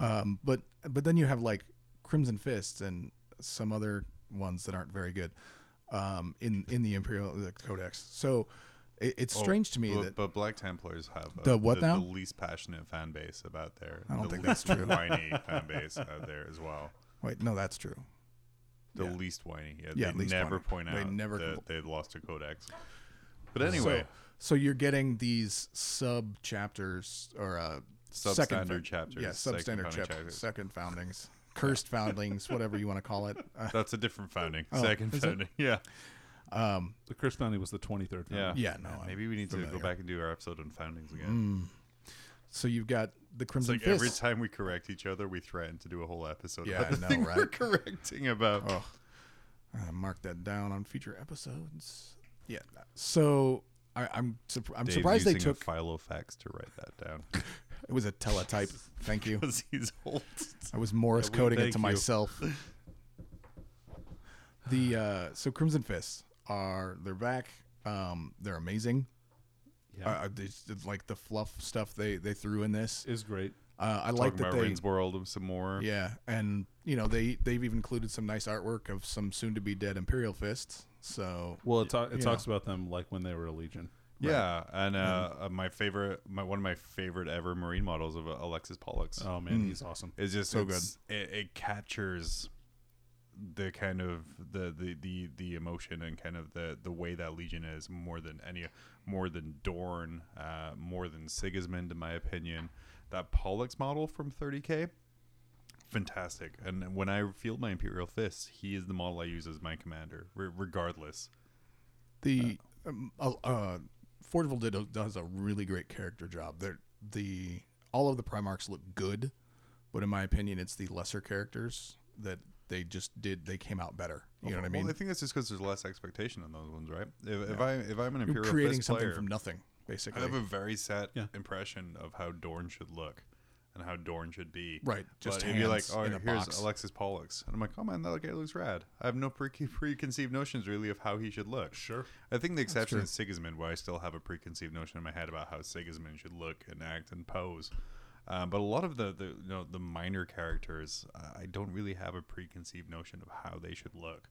S3: Um, but but then you have like Crimson Fists and some other ones that aren't very good um, in in the Imperial the Codex. So it, it's
S2: Oh,
S3: strange to me
S1: Oh, but,
S3: that
S1: but Black Templars have a-
S3: The what
S1: the,
S3: now?
S1: least passionate fan base about there.
S3: I don't
S1: the
S3: think
S1: least
S3: that's true.
S1: Whiny fan base out there as well.
S3: wait no that's true.
S1: The least whiny. Yeah,
S3: Yeah,
S1: they
S3: least
S1: never
S3: whiny.
S1: point out
S3: They never
S1: that
S3: compl-
S1: they lost to Codex. But anyway,
S3: So, so you're getting these sub chapters or uh, second
S1: Substandard chapters,
S3: yeah,
S1: second
S3: substandard
S1: founding
S3: chapters,
S1: chapters.
S3: second foundings, cursed foundlings, whatever you want to call it. Uh,
S1: that's a different founding.
S3: Oh,
S1: Second founding. Yeah.
S2: The cursed founding was the twenty third.
S1: Yeah.
S3: yeah, no, I'm
S1: Maybe we need to go
S3: familiar. Mm.
S1: back and do our episode on foundings again.
S3: so you've got the
S1: It's
S3: crimson
S1: like every
S3: Fist.
S1: time we correct each other, we threaten to do a whole episode
S3: Yeah,
S1: about the
S3: I know,
S1: thing we're
S3: right?
S1: correcting about.
S3: Oh. Uh, mark that down on future episodes. Yeah. So I, I'm surp- I'm
S1: Dave's
S3: surprised they
S1: using a
S3: took
S1: Filofax to write that down
S3: it was a teletype. Thank you.
S1: because he's old.
S3: I was Morris
S2: Yeah, we
S3: coding
S2: thank
S3: it to
S2: you.
S3: myself. the uh, so Crimson Fists are they're back. Um, they're amazing.
S2: Yeah.
S3: Uh, they, it's like the fluff stuff they they threw in this.
S2: is great.
S3: Uh, I like
S1: Talking
S3: that
S1: about
S3: they
S1: Rin's world of some more.
S3: yeah, and you know they they've even included some nice artwork of some soon to be dead Imperial fists. So
S2: Well, it, ta- it
S3: Yeah.
S2: talks about them like when they were a legion.
S1: Yeah, and uh,
S3: Mm-hmm.
S1: uh, my favorite, my one of my favorite ever marine models of uh, Alexis Pollux.
S2: Oh
S3: Hmm.
S2: man, he's awesome.
S1: It's just so good. It, it captures the kind of the, the the the emotion and kind of the the way that Legion is more than any more than Dorn, uh, more than Sigismund, in my opinion. That Pollux model from 30k, fantastic. And when I field my Imperial Fist, he is the model I use as my commander, re- regardless.
S3: The um, uh, uh, Forgeville did a- does a really great character job. They're, the all of the Primarchs look good, but in my opinion, it's the lesser characters that they just did. They came out better. You know what I mean?
S1: Well, I think that's just because there's less expectation on those ones, right? If, if I if I'm an
S3: You're
S1: Imperial
S3: creating
S1: Fist
S3: something
S1: player,
S3: from nothing, basically.
S1: I have a very set
S2: Yeah.
S1: impression of how Dorn should look and how Dorn should be.
S3: Right, just
S1: but if you're like,
S3: hands
S1: oh,
S3: in a
S1: here's
S3: box."
S1: Alexis Pollux, and I'm like, oh man, that guy looks rad. I have no pre- preconceived notions really of how he should look. Sure. I think the exception is Sigismund, where I still have a preconceived notion in my head about how Sigismund should look and act and pose. Um, but a lot of the the you know, the minor characters, uh, I don't really have a preconceived notion of how they should look.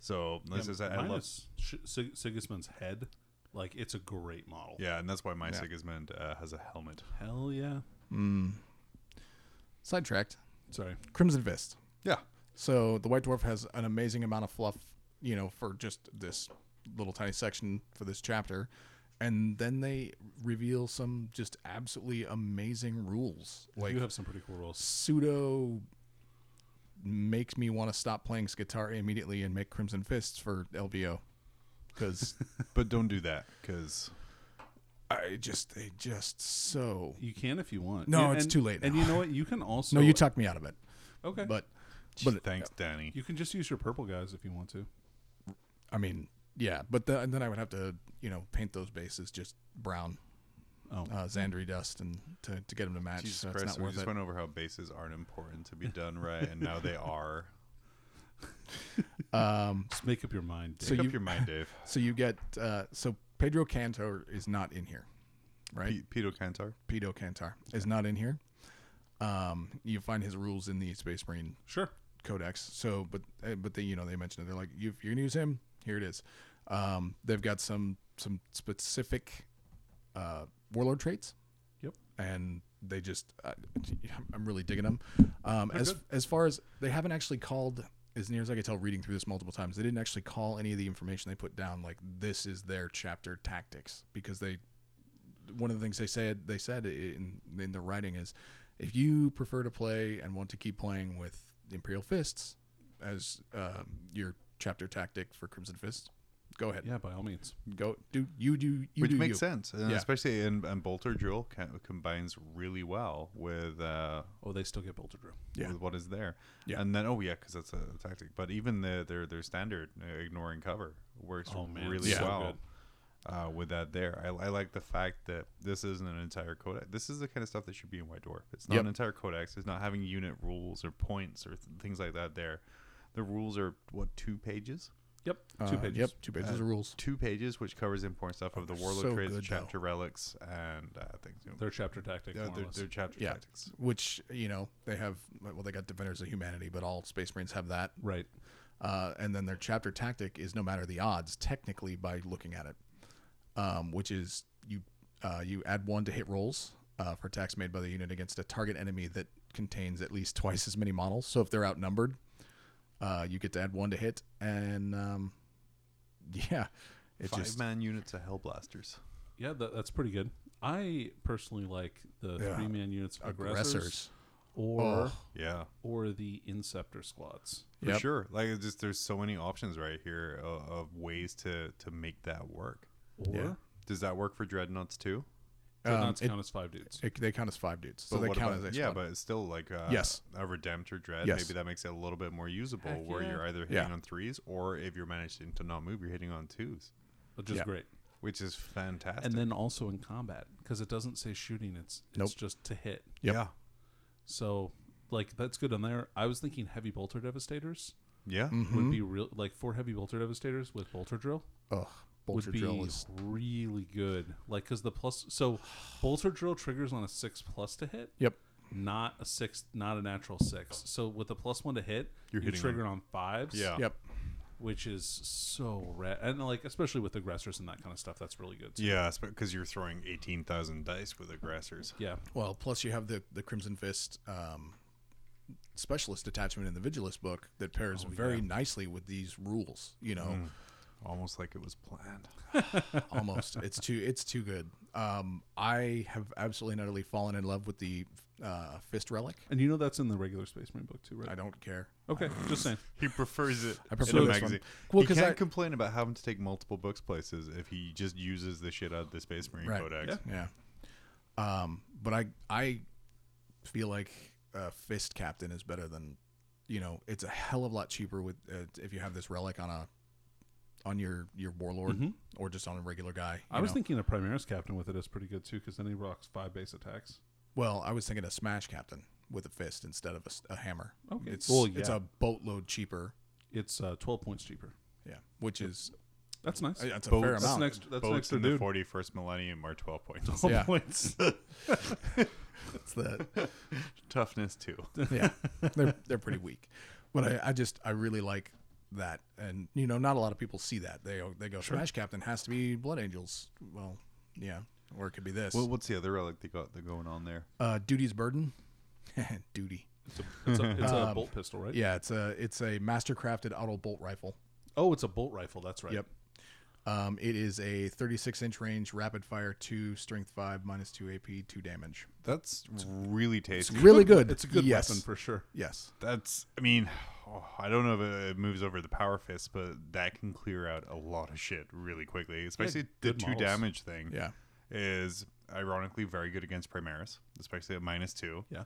S1: So this is I
S2: Mine
S1: love
S2: is Sh- Sig- Sigismund's head. Like it's a great model.
S1: yeah, and that's why my Sigismund uh, has a helmet.
S2: Hell yeah.
S3: Sidetracked.
S2: Sorry.
S3: Crimson Fist.
S1: Yeah,
S3: So the White Dwarf has an amazing amount of fluff, you know, for just this little tiny section for this chapter. And then they reveal some just absolutely amazing rules. Like
S2: you have some pretty cool roles.
S3: pseudo makes me want to stop playing Skitaria immediately and make Crimson Fists for LVO. Because
S1: but don't do that because
S3: I just, they just so.
S2: You can if you want.
S3: No,
S2: And-
S3: it's
S2: and-
S3: too late
S2: And
S3: now.
S2: you know what? You can also.
S1: uh,
S3: no, you talked me out of it.
S2: Okay.
S3: But,
S1: But thanks, Danny.
S2: you can just use your purple guys if you want to.
S3: I mean, yeah. But the, and then I would have to, you know, paint those bases just brown.
S2: Oh,
S3: uh, Xandri dust and to, to get them to match.
S1: Jesus
S3: so it's
S1: Christ,
S3: not
S1: we
S3: worth
S1: just
S3: it.
S1: went over how bases aren't important to be done right, and now they are.
S3: Um,
S2: just make up your mind. Dave.
S3: So
S1: Make
S3: you-
S1: up your mind, Dave.
S3: so you get uh, so Pedro Cantor is not in here, right?
S1: P- Pedo Cantar.
S3: Pedro Cantor is not in here. Um, you find his rules in the Space Marine
S2: sure.
S3: Codex. So, but uh, but they you know they mentioned it. They're like, you you're gonna use him. Here it is. Um, they've got some some specific uh, warlord traits.
S2: Yep.
S3: and they just uh, I'm really digging them. Um, as as far as they haven't actually called, as near as I can tell, reading through this multiple times, they didn't actually call any of the information they put down like this is their chapter tactics because they one of the things they said they said i- in in the writing is if you prefer to play and want to keep playing with the Imperial Fists as uh, your chapter tactic for Crimson Fist, go ahead.
S2: Yeah, by all means.
S3: Go do you do you
S1: Which
S3: do
S1: makes
S3: you.
S1: sense, and
S3: Yeah.
S1: especially in, and Bolter Drill can, combines really well with uh,
S2: Oh, they still get bolter drill.
S3: Yeah.
S1: with what is there.
S3: Yeah.
S1: And then oh yeah, because that's a tactic. But even the, their their standard uh, ignoring cover works
S2: Oh, man,
S1: really
S2: so
S1: well uh, with that. There, I, I like the fact that this isn't an entire codex. This is the kind of stuff that should be in White Dwarf. It's not
S3: Yep.
S1: an entire codex. It's not having unit rules or points or th- things like that. There, the rules are what two pages.
S2: Yep.
S3: Uh,
S2: Two pages.
S3: Yep, two pages of rules.
S1: Two pages, which covers important stuff of the Warlord
S3: Oh, so
S1: traits,
S3: good, though.
S1: chapter relics, and uh, things. You know,
S2: Their chapter tactic.
S1: uh,
S2: more or
S1: their,
S2: less.
S1: their chapter
S3: Yeah.
S1: tactics.
S3: Which you know they have. Well, they got Defenders of Humanity, but all Space Marines have that.
S2: right.
S3: Uh, and then their chapter tactic is no matter the odds, technically by looking at it, um, which is you uh, you add one to hit rolls uh, for attacks made by the unit against a target enemy that contains at least twice as many models. So if they're outnumbered, uh, you get to add one to hit, and um, yeah, it
S1: Five
S3: just
S1: man units of Hellblasters.
S2: Yeah, that, that's pretty good. I personally like the
S3: Yeah.
S2: three man units of aggressors,
S3: aggressors. Oh.
S2: or
S1: Yeah.
S2: or the inceptor squads.
S1: For
S3: Yep.
S1: sure. Like it's just there's so many options right here of, of ways to to make that work.
S2: Or
S3: Yeah.
S1: Does that work for dreadnoughts too?
S2: dreadnoughts
S3: Um, it-
S2: count as five dudes.
S3: It, they count as five dudes, so
S1: But
S3: they
S1: what
S3: count
S1: about-
S3: as a
S1: yeah,
S3: squad.
S1: but it's still like uh
S3: Yes.
S1: a redemptor dread.
S3: Yes.
S1: Maybe that makes it a little bit more usable
S2: Heck
S1: where
S2: yeah.
S1: you're either hitting
S3: Yeah.
S1: on threes or if you're managing to not move, you're hitting on twos,
S2: which is
S3: yeah.
S2: great.
S1: which is fantastic.
S2: And then also in combat because it doesn't say shooting; it's it's
S3: Nope.
S2: just to hit.
S3: Yep.
S1: yeah,
S2: So like that's good on there. I was thinking heavy bolter devastators
S1: yeah,
S3: Mm-hmm.
S2: would be real like four heavy bolter devastators with bolter drill
S3: Ugh, Bolter
S2: would be
S3: drill is
S2: really good. Like because the plus so bolter drill triggers on a six plus to hit.
S3: yep.
S2: Not a six, not a natural six. So with a plus one to hit,
S1: You're
S2: you
S1: hitting
S3: Oh.
S2: trigger on fives.
S1: yeah,
S3: Yep.
S2: which is so rad. And like especially with aggressors and that kind of stuff, that's really good. Too.
S1: Yeah, because you're throwing eighteen thousand dice with aggressors.
S2: Yeah.
S3: Well, plus you have the the Crimson Fist um, specialist detachment in the Vigilist book that pairs very nicely with these rules. You know,
S1: Almost like it was planned.
S3: Mm. almost it's too it's too good. Um, I have absolutely and utterly fallen in love with the uh, Fist Relic.
S2: And you know that's in the regular Space Marine book too, right?
S3: I don't care.
S2: Okay, just saying.
S1: He prefers it I in
S3: prefer
S1: a
S3: this one.
S1: magazine.
S3: Well,
S1: he
S3: 'cause
S1: can't
S3: I-
S1: complain about having to take multiple books places if he just uses the shit out of the Space Marine
S3: Right.
S1: Codex.
S3: Yeah. Um, but I I feel like a fist captain is better than you know. It's a hell of a lot cheaper with uh, if you have this relic on a on your your warlord or just on a regular guy.
S2: Mm-hmm. I
S3: you
S2: was
S3: know?
S2: thinking a Primaris Captain with it is pretty good too, because then he rocks five base attacks.
S3: Well, I was thinking a smash captain with a fist instead of a s- a, hammer.
S2: Okay.
S3: It's
S2: Well,
S3: it's
S2: yeah.
S3: a boatload cheaper.
S2: It's uh, twelve points cheaper.
S3: Yeah, which is
S2: That's nice.
S3: that's a
S1: Boats.
S3: fair
S1: That's
S2: that's
S3: amount.
S2: next. That's next
S1: Boats
S2: to
S1: in the
S2: dude.
S1: 41st millennium are 12 points.
S3: Yeah.
S2: points.
S3: It's the-
S1: Toughness, too.
S3: yeah they're, they're pretty weak but I, I just i really like that and you know not a lot of people see that they they go smash captain has to be blood angels well yeah or it could be this
S1: well, what's the other relic they got that going on there?
S3: uh duty's burden duty
S2: It's a, it's a, it's a bolt pistol, right?
S3: yeah it's a it's a mastercrafted auto bolt rifle
S2: Oh, it's a bolt rifle. That's right.
S3: yep um, it is a 36 inch range rapid fire 2 strength 5 minus 2 ap 2 damage
S1: That's really tasty.
S3: really good
S2: It's a good
S3: yes.
S2: weapon for sure.
S3: yes
S1: That's, I mean, oh, I don't know if it- it moves over the power fist, but that can clear out a lot of shit really quickly, especially the
S2: good
S1: two
S2: models.
S1: damage thing.
S3: yeah
S1: Is ironically very good against Primaris, especially at minus two.
S2: Yeah.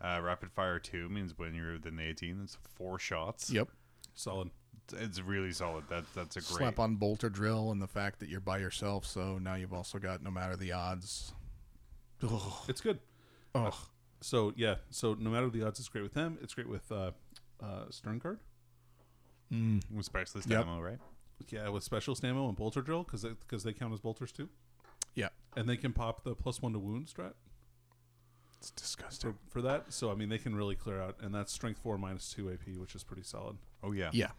S1: Uh, rapid fire two means when you're within the 18, that's four shots.
S3: yep
S2: Solid.
S1: It's really solid. That's that's a great.
S3: slap on bolt or drill and the fact that you're by yourself so now you've also got no matter the odds Ugh.
S2: It's good.
S3: Ugh.
S2: So yeah. So no matter the odds, it's great with them. It's great with uh, uh, Stern Guard.
S1: With specialist
S3: Yep.
S1: ammo, right?
S2: Yeah, with specialist ammo and bolter drill because because they, count as bolters too,
S3: yeah
S2: and they can pop the plus one to wound strat
S3: it's disgusting
S2: for, for that. So I mean, they can really clear out, and that's strength four minus two AP, which is pretty solid.
S1: Oh yeah,
S3: yeah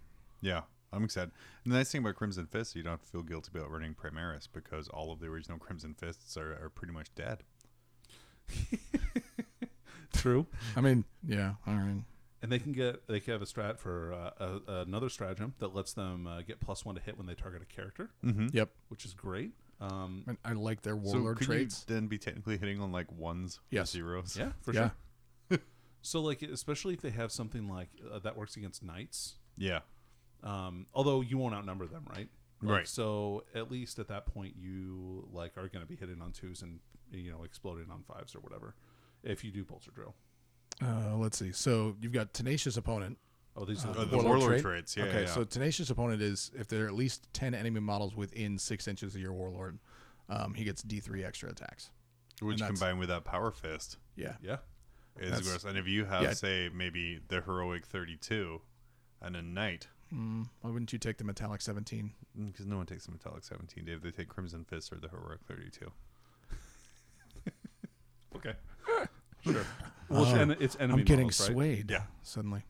S1: yeah. I'm excited. And the nice thing about Crimson Fist, you don't have to feel guilty about running Primaris because all of the original Crimson Fists are, are pretty much dead.
S2: True.
S3: i mean yeah all right
S2: and they can get they can have a strat for uh, a, another stratagem that lets them uh, get plus one to hit when they target a character,
S3: yep
S2: which is great. Um,
S3: And I like their
S1: So
S3: warlord
S1: could
S3: traits
S1: you then be technically hitting on like ones or
S3: Yes.
S1: zeros?
S2: yeah, for
S3: yeah
S2: sure. So like, especially if they have something like uh, that works against knights,
S1: yeah.
S2: um, although you won't outnumber them, right? Like,
S1: Right.
S2: So at least at that point, you like are going to be hitting on twos and you know exploding on fives or whatever, if you do bolter drill.
S3: uh, let's see so you've got tenacious opponent
S2: Oh, these are
S1: Uh,
S2: the
S1: the
S3: Warlord
S1: warlord,
S3: trait?
S1: traits. Yeah.
S3: okay
S1: yeah.
S3: so tenacious opponent is if there are at least 10 enemy models within six inches of your warlord um, he gets d3 extra attacks
S1: which
S3: that's-
S1: combined with that power fist
S3: yeah
S2: yeah.
S1: is
S3: That's-
S1: gross. And if you have
S3: yeah.
S1: say maybe the heroic 32 and a knight,
S3: why wouldn't you take the metallic 17
S1: because no one takes the metallic 17, Dave. They take Crimson Fist or the heroic 32.
S2: Okay. sure. Well, it's, en- it's enemy.
S3: Um, i'm getting
S2: models, right?
S3: swayed Um.
S1: Yeah.
S3: suddenly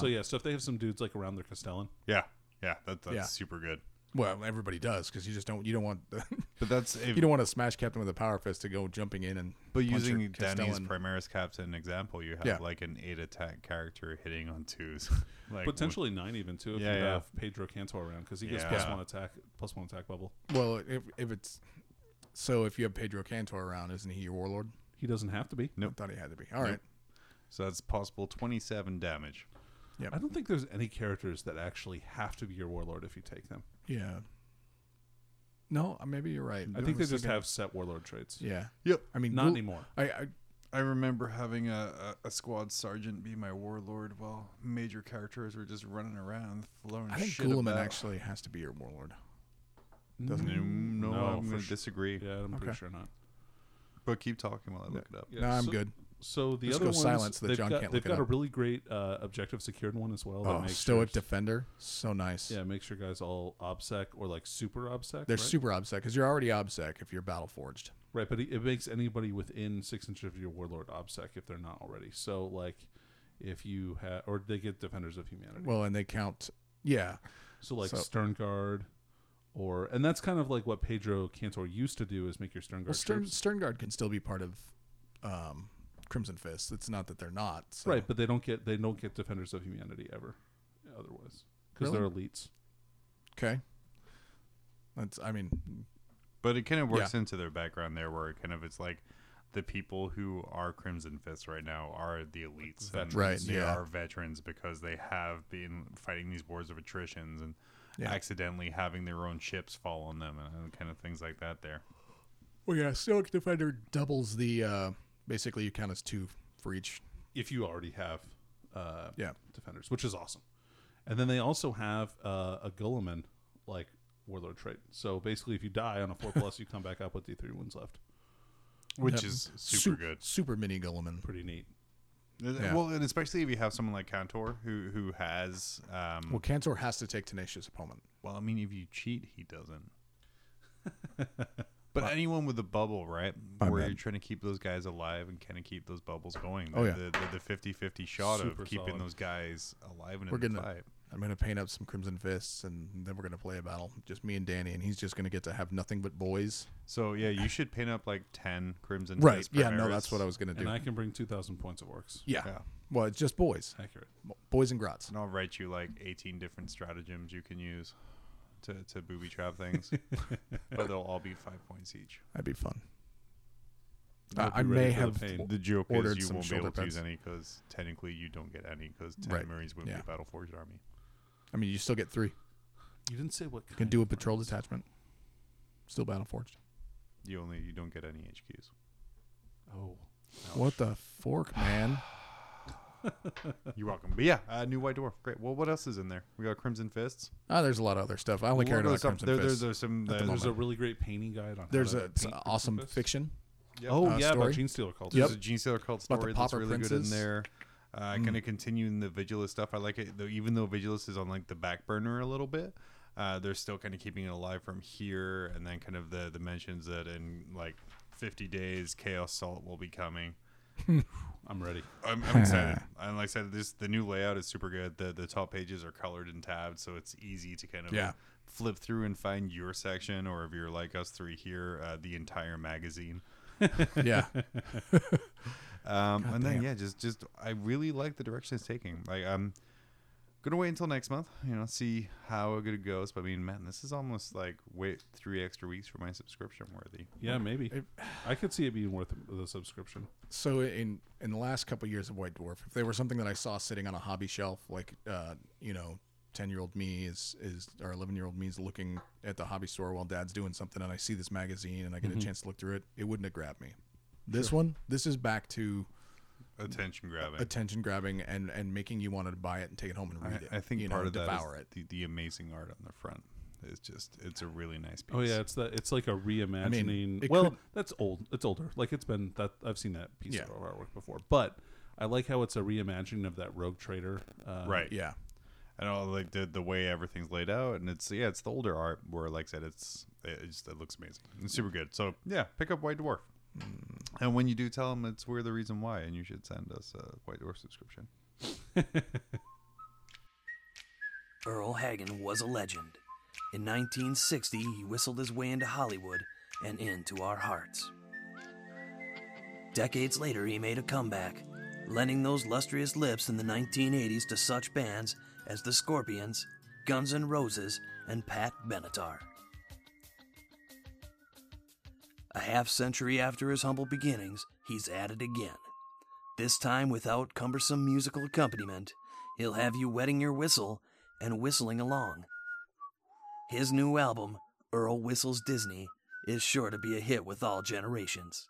S2: So yeah. So if they have some dudes like around their Castellan,
S1: Yeah. Yeah. That, that's
S3: Yeah.
S1: super good.
S3: Well, everybody does because you just don't. You don't want. The,
S1: But that's if,
S3: you don't want a smash captain with a power fist to go jumping in and.
S1: But
S3: punch your
S1: using Danny's
S3: Castellan.
S1: Primaris captain example, you have
S3: Yeah.
S1: like an eight attack character hitting on twos. like
S2: potentially nine even too. If
S1: Yeah,
S2: you
S1: yeah.
S2: have Pedro Cantor around because he gets
S1: Yeah.
S2: plus one attack, plus one attack bubble.
S3: well, if, if it's so, if you have Pedro Cantor around, isn't he your warlord?
S2: He doesn't have to be.
S1: Nope.
S3: I thought he had to be. All right.
S1: So that's possible twenty seven damage.
S2: I don't think there's any characters that actually have to be your warlord if you take them.
S3: Yeah. No, uh, maybe you're right.
S2: I think they
S3: was
S2: just
S3: thinking-
S2: have set warlord traits.
S3: Yeah.
S1: Yep.
S3: I mean,
S2: Not
S3: Ghoul-
S2: anymore.
S3: I, I
S1: I remember having a, a, a squad sergeant be my warlord while major characters were just running around throwing
S3: I think
S1: shit
S3: Gulliman
S1: about.
S3: actually has to be your warlord.
S1: Mm, No,
S2: No,
S1: I'm
S2: for
S1: going to
S2: su-
S1: disagree.
S2: Yeah, I'm pretty
S3: Okay.
S2: sure not.
S1: But keep talking while I look it up.
S2: Yeah,
S3: no, I'm
S2: so-
S3: good.
S2: So the
S3: Let's
S2: other
S3: go
S2: ones,
S3: silent so that
S2: they've
S3: John
S2: got,
S3: can't
S2: they've
S3: look it
S2: got a
S3: up.
S2: really great uh, objective secured one as well.
S3: Oh,
S2: that makes
S3: stoic
S2: sure,
S3: defender, so nice.
S2: Yeah, makes your guys all obsec or like super obsec.
S3: They're
S2: right?
S3: super obsec because you're already obsec if you're battle forged.
S2: Right, but it it makes anybody within six inches of your warlord obsec if they're not already. So like, if you have, or they get defenders of humanity.
S3: Well, and they count. Yeah,
S2: So like
S3: So-
S2: Stern Guard, or and that's kind of like what Pedro Cantor used to do is make your Stern Guard
S3: Well, Stern,
S2: troops.
S3: Sterngard can still be part of um, Crimson Fist. It's not that they're not. So.
S2: right, but they don't get they don't get Defenders of Humanity ever, otherwise because
S3: Really?
S2: they're elites.
S3: Okay. That's. I mean,
S1: But it kind of works
S3: Yeah.
S1: into their background there, where it kind of it's like the people who are Crimson Fists right now are the elites, and
S2: Veterans.
S3: Right,
S1: They
S3: yeah.
S1: are veterans because they have been fighting these wars of attritions and
S3: Yeah.
S1: accidentally having their own ships fall on them and, and kind of things like that. There,
S3: well, yeah. Stoic Defender doubles the. Uh, basically, you count as two for each.
S2: If you already have uh,
S3: Yeah.
S2: Defenders, which is awesome, and then they also have uh, a Gulliman like Warlord trait. So basically, if you die on a four plus, you come back up with the three wounds left.
S1: which
S3: Yep.
S1: is super
S3: Sup-
S1: good.
S3: Super mini Gulliman.
S2: Pretty neat.
S1: Uh,
S3: Yeah.
S1: Well, and especially if you have someone like Cantor who who has um,
S3: Well, Cantor has to take Tenacious Opponent.
S1: Well, I mean, if you cheat, he doesn't. but anyone with a bubble, right? Where
S3: bad.
S1: you're trying to keep those guys alive and kind of keep those bubbles going.
S3: Oh,
S1: the,
S3: yeah.
S1: The, the, the 50-50 shot
S2: Super
S1: of keeping
S2: solid.
S1: those guys alive and
S3: We're
S1: in
S3: gonna.
S1: the fight.
S3: I'm gonna paint up some Crimson Fists, and then we're gonna play a battle. Just me and Danny, and he's just gonna get to have nothing but boys.
S1: So yeah, you should paint up like ten crimson. Fist
S3: Yeah. No,
S1: Primaris.
S3: that's what I was gonna do.
S2: And I can bring two thousand points of orcs.
S3: yeah.
S1: Yeah.
S3: Well, it's just boys,
S2: Accurate.
S3: boys and grots.
S1: And I'll write you like eighteen different stratagems you can use to to booby trap things, but they'll all be five points each.
S3: That'd be fun.
S2: You'll
S3: Uh,
S2: be
S3: I
S2: ready
S3: may
S2: for the
S3: have
S2: pain.
S1: The joke
S3: Ordered
S1: is you
S3: some
S1: won't be able
S3: shoulder
S1: to use
S3: pads.
S1: any because technically you don't get any because ten
S3: Right.
S1: Marines wouldn't
S3: Yeah.
S1: be a battle forged army.
S3: I mean, you still get three.
S2: You didn't say what
S3: You
S2: kind
S3: can do a
S2: of
S3: patrol detachment. Still battle forged.
S1: You only you don't get any HQs.
S2: Oh,
S3: What the fork, man?
S1: You're welcome. But yeah, uh, new White Dwarf. Great. Well, what else is in there? We got Crimson Fists.
S3: Ah, there's a lot of other stuff. I only
S1: Well,
S3: cared about
S1: there's some-
S3: Crimson
S1: there-
S3: Fist.
S1: there's, there's some.
S3: at the
S1: there's
S2: there's a really great painting guide on.
S3: There's,
S2: how to
S3: a it's
S2: paint
S3: an awesome
S2: Christmas.
S3: fiction.
S1: Yep.
S2: Oh
S3: uh,
S2: yeah, about
S3: story.
S2: Gene Steeler culture.
S1: There's
S3: Yep.
S1: a Gene Stealer cult
S3: About the
S1: story that's
S3: Pauper
S1: really good in
S3: Princes. Mm.
S1: there. Uh, Kind of continuing the Vigilus stuff. I like it, though, even though Vigilus is on like the back burner a little bit. Uh, they're still kind of keeping it alive from here, and then kind of the the mentions that in like 50 days, Chaos Salt will be coming.
S2: I'm ready.
S1: I'm, I'm excited. And like I said, this the new layout is super good. The the top pages are colored and tabbed, so it's easy to kind of
S3: Yeah.
S1: flip through and find your section, or if you're like us three here, uh, the entire magazine.
S3: yeah.
S1: Um, and then
S3: damn.
S1: yeah, just just I really like the direction it's taking. Like I'm gonna wait until next month, you know, see how good it goes. But I mean, man, this is almost like wait three extra weeks for my subscription worthy.
S2: Yeah, maybe. I could see it being worth the subscription.
S3: So in in the last couple of years of White Dwarf, if they were something that I saw sitting on a hobby shelf, like uh, you know, ten year old me is is or eleven year old me is looking at the hobby store while Dad's doing something, and I see this magazine and I
S1: Mm-hmm.
S3: get a chance to look through it, it wouldn't have grabbed me. This one, this is back to
S1: Attention grabbing.
S3: attention grabbing and and making you want to buy it and take it home and read it.
S1: I, I think
S3: you
S1: part
S3: know,
S1: of that is
S3: devour it.
S1: The, the amazing art on the front is just it's a really nice piece.
S2: Oh yeah, it's that. It's like a reimagining.
S3: it
S2: well,
S3: could-
S2: that's old. It's older. Like it's been that I've seen that piece
S3: Yeah.
S2: of artwork before. But I like how it's a reimagining of that Rogue Trader. Uh,
S1: right.
S3: Yeah,
S1: and all like the the way everything's laid out, and it's yeah, it's the older art where like I said, it's it, just it looks amazing. It's super good. So yeah, pick up White Dwarf, Mm. and when you do, tell them it's we're the reason why, and you should send us a White Dwarf subscription.
S7: Earl Hagen was a legend. In 1960, he whistled his way into Hollywood and into our hearts. Decades later, he made a comeback, lending those lustrous lips in the 1980s to such bands as the Scorpions, Guns N' Roses, and Pat Benatar. A half century after his humble beginnings, he's at it again. This time without cumbersome musical accompaniment, he'll have you wetting your whistle and whistling along. His new album, Earl Whistles Disney, is sure to be a hit with all generations.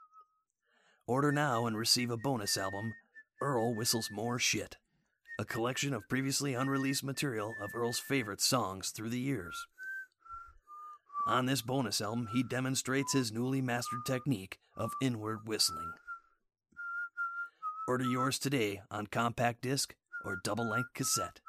S7: Order now and receive a bonus album, Earl Whistles More Shit, a collection of previously unreleased material of Earl's favorite songs through the years. On this bonus album, he demonstrates his newly mastered technique of inward whistling. Order yours today on compact disc or double length cassette.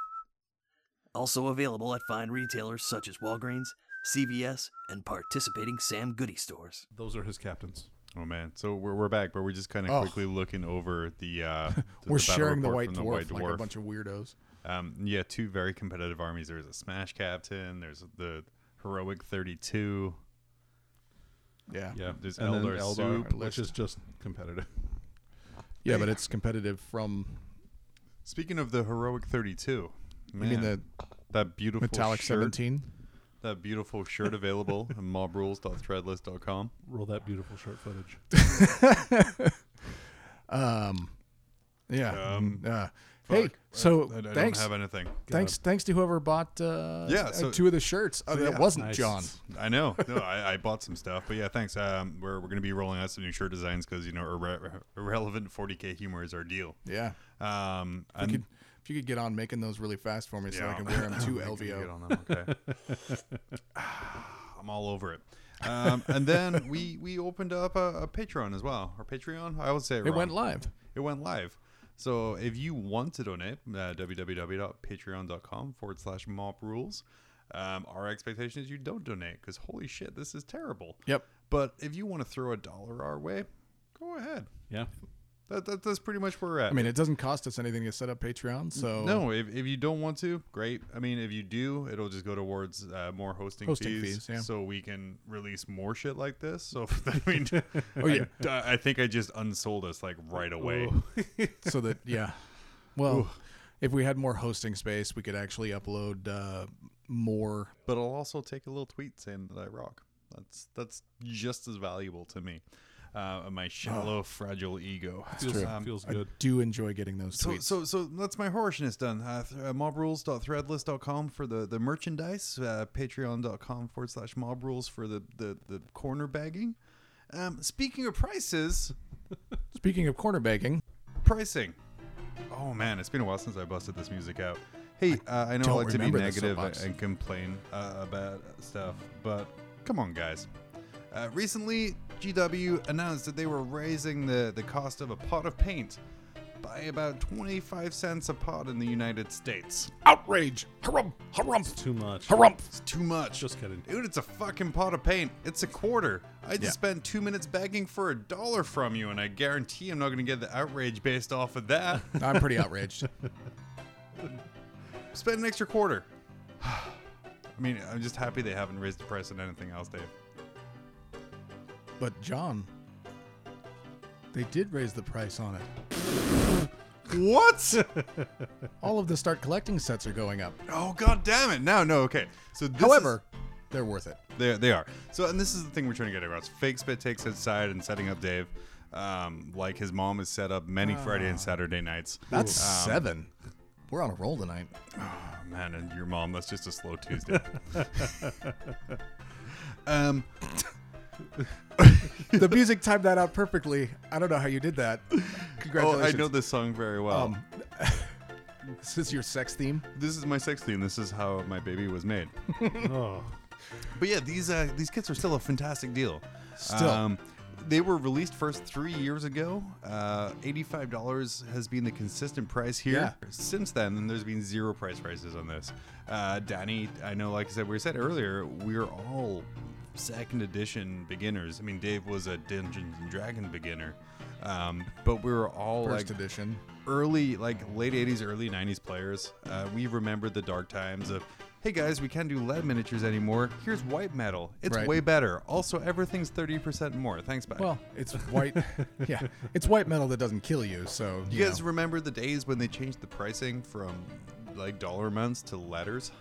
S7: Also available at fine retailers such as Walgreens, CVS, and participating Sam Goody stores.
S2: Those are his captains.
S1: Oh man, so we're, we're back, but we're just kind of
S3: Oh.
S1: quickly looking over the. Uh, the-
S3: we're
S1: the battle
S3: sharing the
S1: report
S3: white,
S1: from
S3: dwarf, like a bunch of weirdos.
S1: Um, yeah, two very competitive armies. There's a Smash Captain. There's the heroic 32.
S3: Yeah.
S2: Yeah,
S1: There's
S2: and then
S1: Eldar Soup.
S2: which is just competitive.
S3: Yeah, but it's competitive from
S1: Speaking of the heroic 32,
S3: I mean the
S1: that beautiful
S3: metallic
S1: shirt,
S3: 17.
S1: That beautiful shirt available at mobrules.threadless.com.
S2: Roll that beautiful short footage.
S3: Um yeah.
S1: Um,
S3: uh, hey, so
S1: I, I don't
S3: thanks.
S1: have anything.
S3: Thanks, thanks to whoever bought uh,
S1: Yeah,
S3: uh,
S1: so-
S3: two of the shirts. Oh, that
S2: yeah,
S3: wasn't
S2: nice.
S3: John.
S1: I know. No, I, I bought some stuff, but yeah, thanks. Um, we're we're gonna be rolling out some new shirt designs because you know irre- irrelevant 40k humor is our deal.
S3: Yeah,
S1: Um, and
S3: you could, if you could get on making those really fast for me, so I
S1: Yeah.
S3: can wear them to
S1: I can get
S3: LVO.
S1: on them, Okay. I'm all over it. Um, and then we we opened up a, a Patreon as well, or Patreon. I would say it,
S3: It
S1: wrong.
S3: went live.
S1: It went live. So if you want to donate, uh, www.patreon.com forward slash mop rules. Um, our expectation is you don't donate because holy shit, this is terrible.
S3: Yep.
S1: But if you want to throw a dollar our way, go ahead.
S2: Yeah,
S1: That, that, that's pretty much where we're at.
S3: I mean, it doesn't cost us anything to set up Patreon, so
S1: No, if, if you don't want to, great. I mean, if you do, it'll just go towards uh, more hosting,
S3: Hosting
S1: fees,
S3: fees, yeah.
S1: so we can release more shit like this. So I mean,
S3: Oh, yeah. Oh.
S1: I, I think I just unsold us like right away.
S3: so that yeah. Well, if we had more hosting space, we could actually upload uh, more.
S1: But I'll also take a little tweet saying that I rock. That's that's just as valuable to me, uh, and my
S3: Ah.
S1: shallow, fragile ego.
S2: feels, feels good.
S3: Um, I do enjoy getting those
S1: So,
S3: tweets.
S1: so, so that's my horishness done. Uh, th- uh, mobrules.threadless.com for the, the merchandise, uh, patreon.com forward slash mobrules for the, the, the corner bagging. Um, speaking of prices,
S3: Speaking of corner bagging,
S1: pricing. Oh man, it's been a while since I busted this music out. Hey, uh, I know I
S3: don't
S1: like to be
S3: remember the
S1: negative
S3: soapbox.
S1: and complain uh, about stuff, but come on, guys. Uh, recently, GW announced that they were raising the, the cost of a pot of paint by about 25 cents a pot in the United States.
S3: outrage, harumph, harumph,
S2: Too much.
S3: harumph.
S1: It's too much.
S2: Just kidding.
S1: Dude, it's a fucking pot of paint. It's a quarter. I just
S3: Yeah.
S1: spent two minutes begging for a dollar from you, and I guarantee I'm not going to get the outrage based off of that.
S3: I'm pretty outraged.
S1: spend an extra quarter. I mean, I'm just happy they haven't raised the price on anything else, Dave.
S3: But John, they did raise the price on it.
S1: What?
S3: All of the start collecting sets are going up.
S1: oh god damn it! No, no, okay. So this
S3: However, they're worth it.
S1: is- they they are. So and this is the thing we're trying to get across. Fake spit takes his side and setting up Dave, um, like his mom has set up many Friday
S3: Ah.
S1: and Saturday nights.
S3: That's seven. Um, We're on a roll tonight.
S1: Oh, man, and your mom. That's just a slow Tuesday. um,
S3: the music timed that out perfectly. I don't know how you did that.
S1: oh, I
S3: Congratulations.
S1: know this song very well.
S3: Um, this is your sex theme.
S1: this is my sex theme. This is how my baby was made.
S2: Oh,
S1: But yeah, these uh, these kits are still a fantastic deal. Um,
S3: Still.
S1: they were released first three years ago. Uh, Eighty-five dollars has been the consistent price here
S3: Yeah.
S1: since then, and there's been zero price rises on this. Uh, Danny, I know, like I said, we said earlier, we're all second edition beginners. I mean, Dave was a Dungeons and Dragons beginner, um, but we were all
S3: First
S1: like
S3: edition.
S1: early like late 80s early 90s players uh, we remembered the dark times of hey guys we can't do lead miniatures anymore here's white metal it's
S3: Right.
S1: way better also everything's 30% more thanks bye
S3: Well, it's white. yeah, it's white metal that doesn't kill you. So
S1: you
S3: you
S1: guys
S3: know.
S1: remember the days when they changed the pricing from like dollar amounts to letters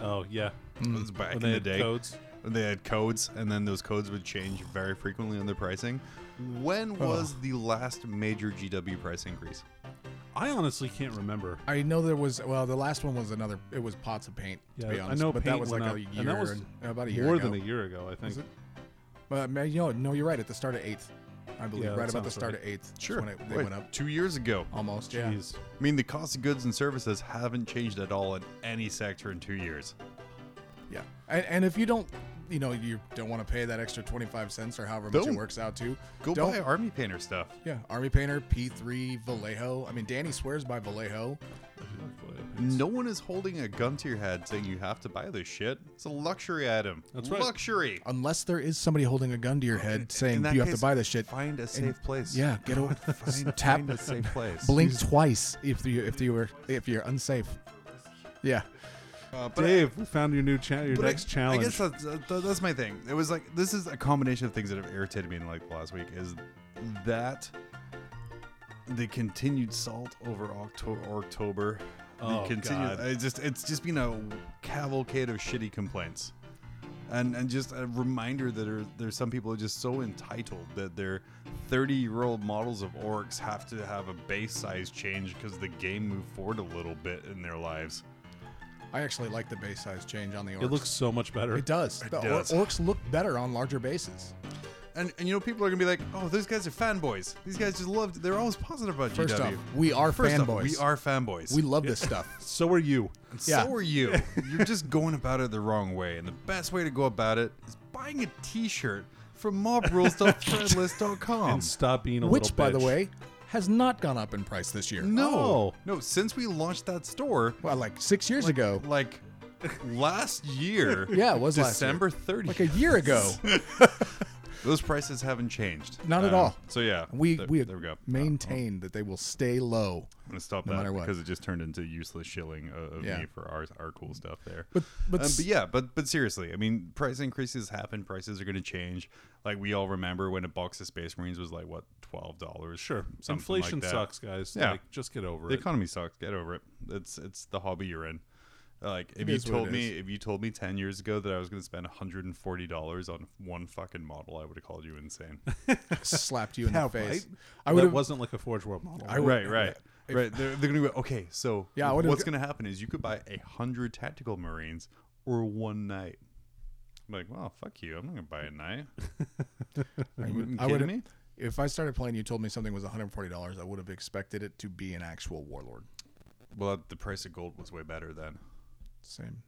S2: oh yeah.
S3: Mm.
S1: it was back in
S2: When they
S1: the
S2: had
S1: day
S2: codes.
S1: when they had codes and then those codes would change very frequently on the pricing when
S2: Oh.
S1: was the last major gw price increase
S2: I honestly can't remember.
S3: I know there was. Well, the last one was another. It was pots of paint. To
S2: Yeah,
S3: be
S2: I
S3: honest,
S2: know
S3: but that
S2: paint
S3: was like
S2: went
S3: a
S2: up,
S3: year,
S2: and that was
S3: and- about a year.
S2: More
S3: ago.
S2: than a year ago, I think.
S3: it? But uh, man, you know, no, you're right. At the start of eighth, I believe.
S2: Yeah, that
S3: right about the
S2: sounds
S3: start
S2: right.
S3: of eighth. is
S1: sure
S3: When it, they
S1: Wait,
S3: went up
S1: two years ago
S3: almost. Yeah.
S2: Jeez.
S1: I mean, the cost of goods and services haven't changed at all in any sector in two years.
S3: Yeah. And, and if you don't, you know, you don't want to pay that extra 25 cents or however much
S1: Don't.
S3: it works out to,
S1: Go
S3: don't.
S1: buy army painter stuff.
S3: Yeah. Army Painter, P3, Vallejo. I mean, Danny swears by Vallejo.
S1: No one is holding a gun to your head saying you have to buy this shit. It's a luxury item. That's
S2: right.
S1: Luxury.
S3: Unless there is somebody holding a gun to your head saying you have to buy this shit.
S1: Find a safe place.
S3: Yeah, get over.
S1: Find,
S3: tap-
S1: find a safe place.
S3: Blink twice if you if you were if you're unsafe. Yeah.
S1: Uh, but I-
S2: Dave, we found your new cha- your
S1: but I-
S2: next challenge.
S1: I guess that's, uh, th- that's my thing. It was like this is a combination of things that have irritated me in like the last week is that the continued salt over Octo- October. The
S2: Oh,
S1: continued-
S2: God.
S1: It's just it's just been a cavalcade of shitty complaints. And, and just a reminder that there, there's some people who are just so entitled that their 30 year old models of orcs have to have a base size change because the game moved forward a little bit in their lives.
S3: I actually like the base size change on the orcs.
S2: it looks so much better.
S3: It does. the or-
S1: does.
S3: orcs look better on larger bases.
S1: And, and you know, people are gonna be like, "Oh, those guys are fanboys. These guys just loved. They're always positive about
S3: First
S1: GW."
S3: off, we are
S1: First off,
S3: fanboys.
S1: we are fanboys.
S3: We love this stuff.
S2: So are you.
S1: And
S3: yeah.
S1: So are you. You're just going about it the wrong way. And the best way to go about it is buying a T-shirt from MobRules.threadless.com.
S2: and stop being a
S3: Which,
S2: little
S3: by the
S2: bitch.
S3: way, has not gone up in price this year.
S1: no,
S2: Oh.
S1: no. Since we launched that store,
S3: Well, like six years ago.
S1: like last year,
S3: Yeah, it was last year.
S1: December thirtieth.
S3: Like a year ago.
S1: Those prices haven't changed.
S3: Not at
S1: Um,
S3: all.
S1: So yeah,
S3: We
S1: there,
S3: we,
S1: there we go.
S3: maintain that they will stay low.
S1: I'm gonna stop
S3: No
S1: that
S3: matter what.
S1: because it just turned into useless shilling of, of
S3: Yeah.
S1: me for our our cool stuff there.
S3: But- but
S1: Um,
S3: s-
S1: yeah, but but seriously, I mean, price increases happen. Prices are gonna change. Like we all remember when a box of Space Marines was like what twelve dollars.
S2: Sure.
S1: something like
S2: Inflation
S1: that.
S2: sucks, guys.
S1: Yeah.
S2: Like, just get over
S1: The
S2: it.
S1: economy sucks. Get over it. It's it's the hobby you're in. Like if you
S3: is what
S1: told
S3: it
S1: me if you told me ten years ago that I was gonna spend hundred and forty dollars on one fucking model, I would have called you insane.
S3: Slapped you in the face. I
S2: that
S3: would have.
S2: wasn't like a Forge World model.
S3: I would-
S1: right, right, right. They're, they're gonna go. Okay, so
S3: Yeah, I would've-
S1: what's gonna happen is you could buy a hundred tactical marines or one night. I'm like, well, fuck you. I'm not gonna buy a night. Are you
S3: I
S1: kidding
S3: would
S1: me?
S3: If I started playing, you told me something was one hundred forty dollars. I would have expected it to be an actual warlord.
S1: Well, the price of gold was way better then.
S3: Same.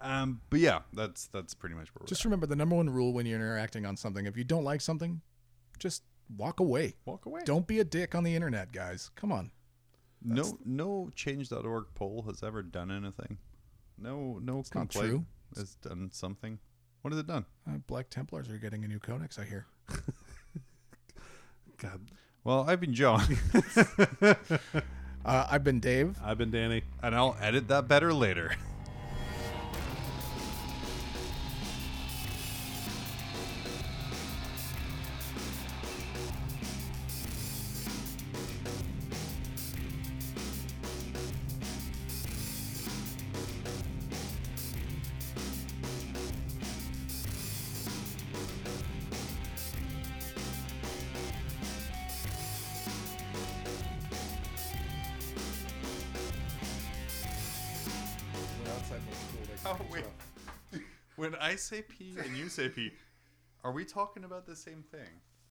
S1: Um, but yeah, that's that's pretty much where we're
S3: Just
S1: just
S3: remember the number one rule when you're interacting on something. If you don't like something, just walk away.
S1: walk away.
S3: Don't be a dick on the internet, guys. Come on.
S1: no no change.org poll has ever done anything. No no
S3: not
S1: complaint
S3: true.
S1: has done something. What has it done?
S3: Uh, Black Templars are getting a new codex, I hear.
S2: God.
S1: Well, I've been John,
S3: Uh, I've been Dave.
S2: I've been Danny.
S1: and I'll edit that better later. Oh, wait. When I say pee and you say pee, are we talking about the same thing?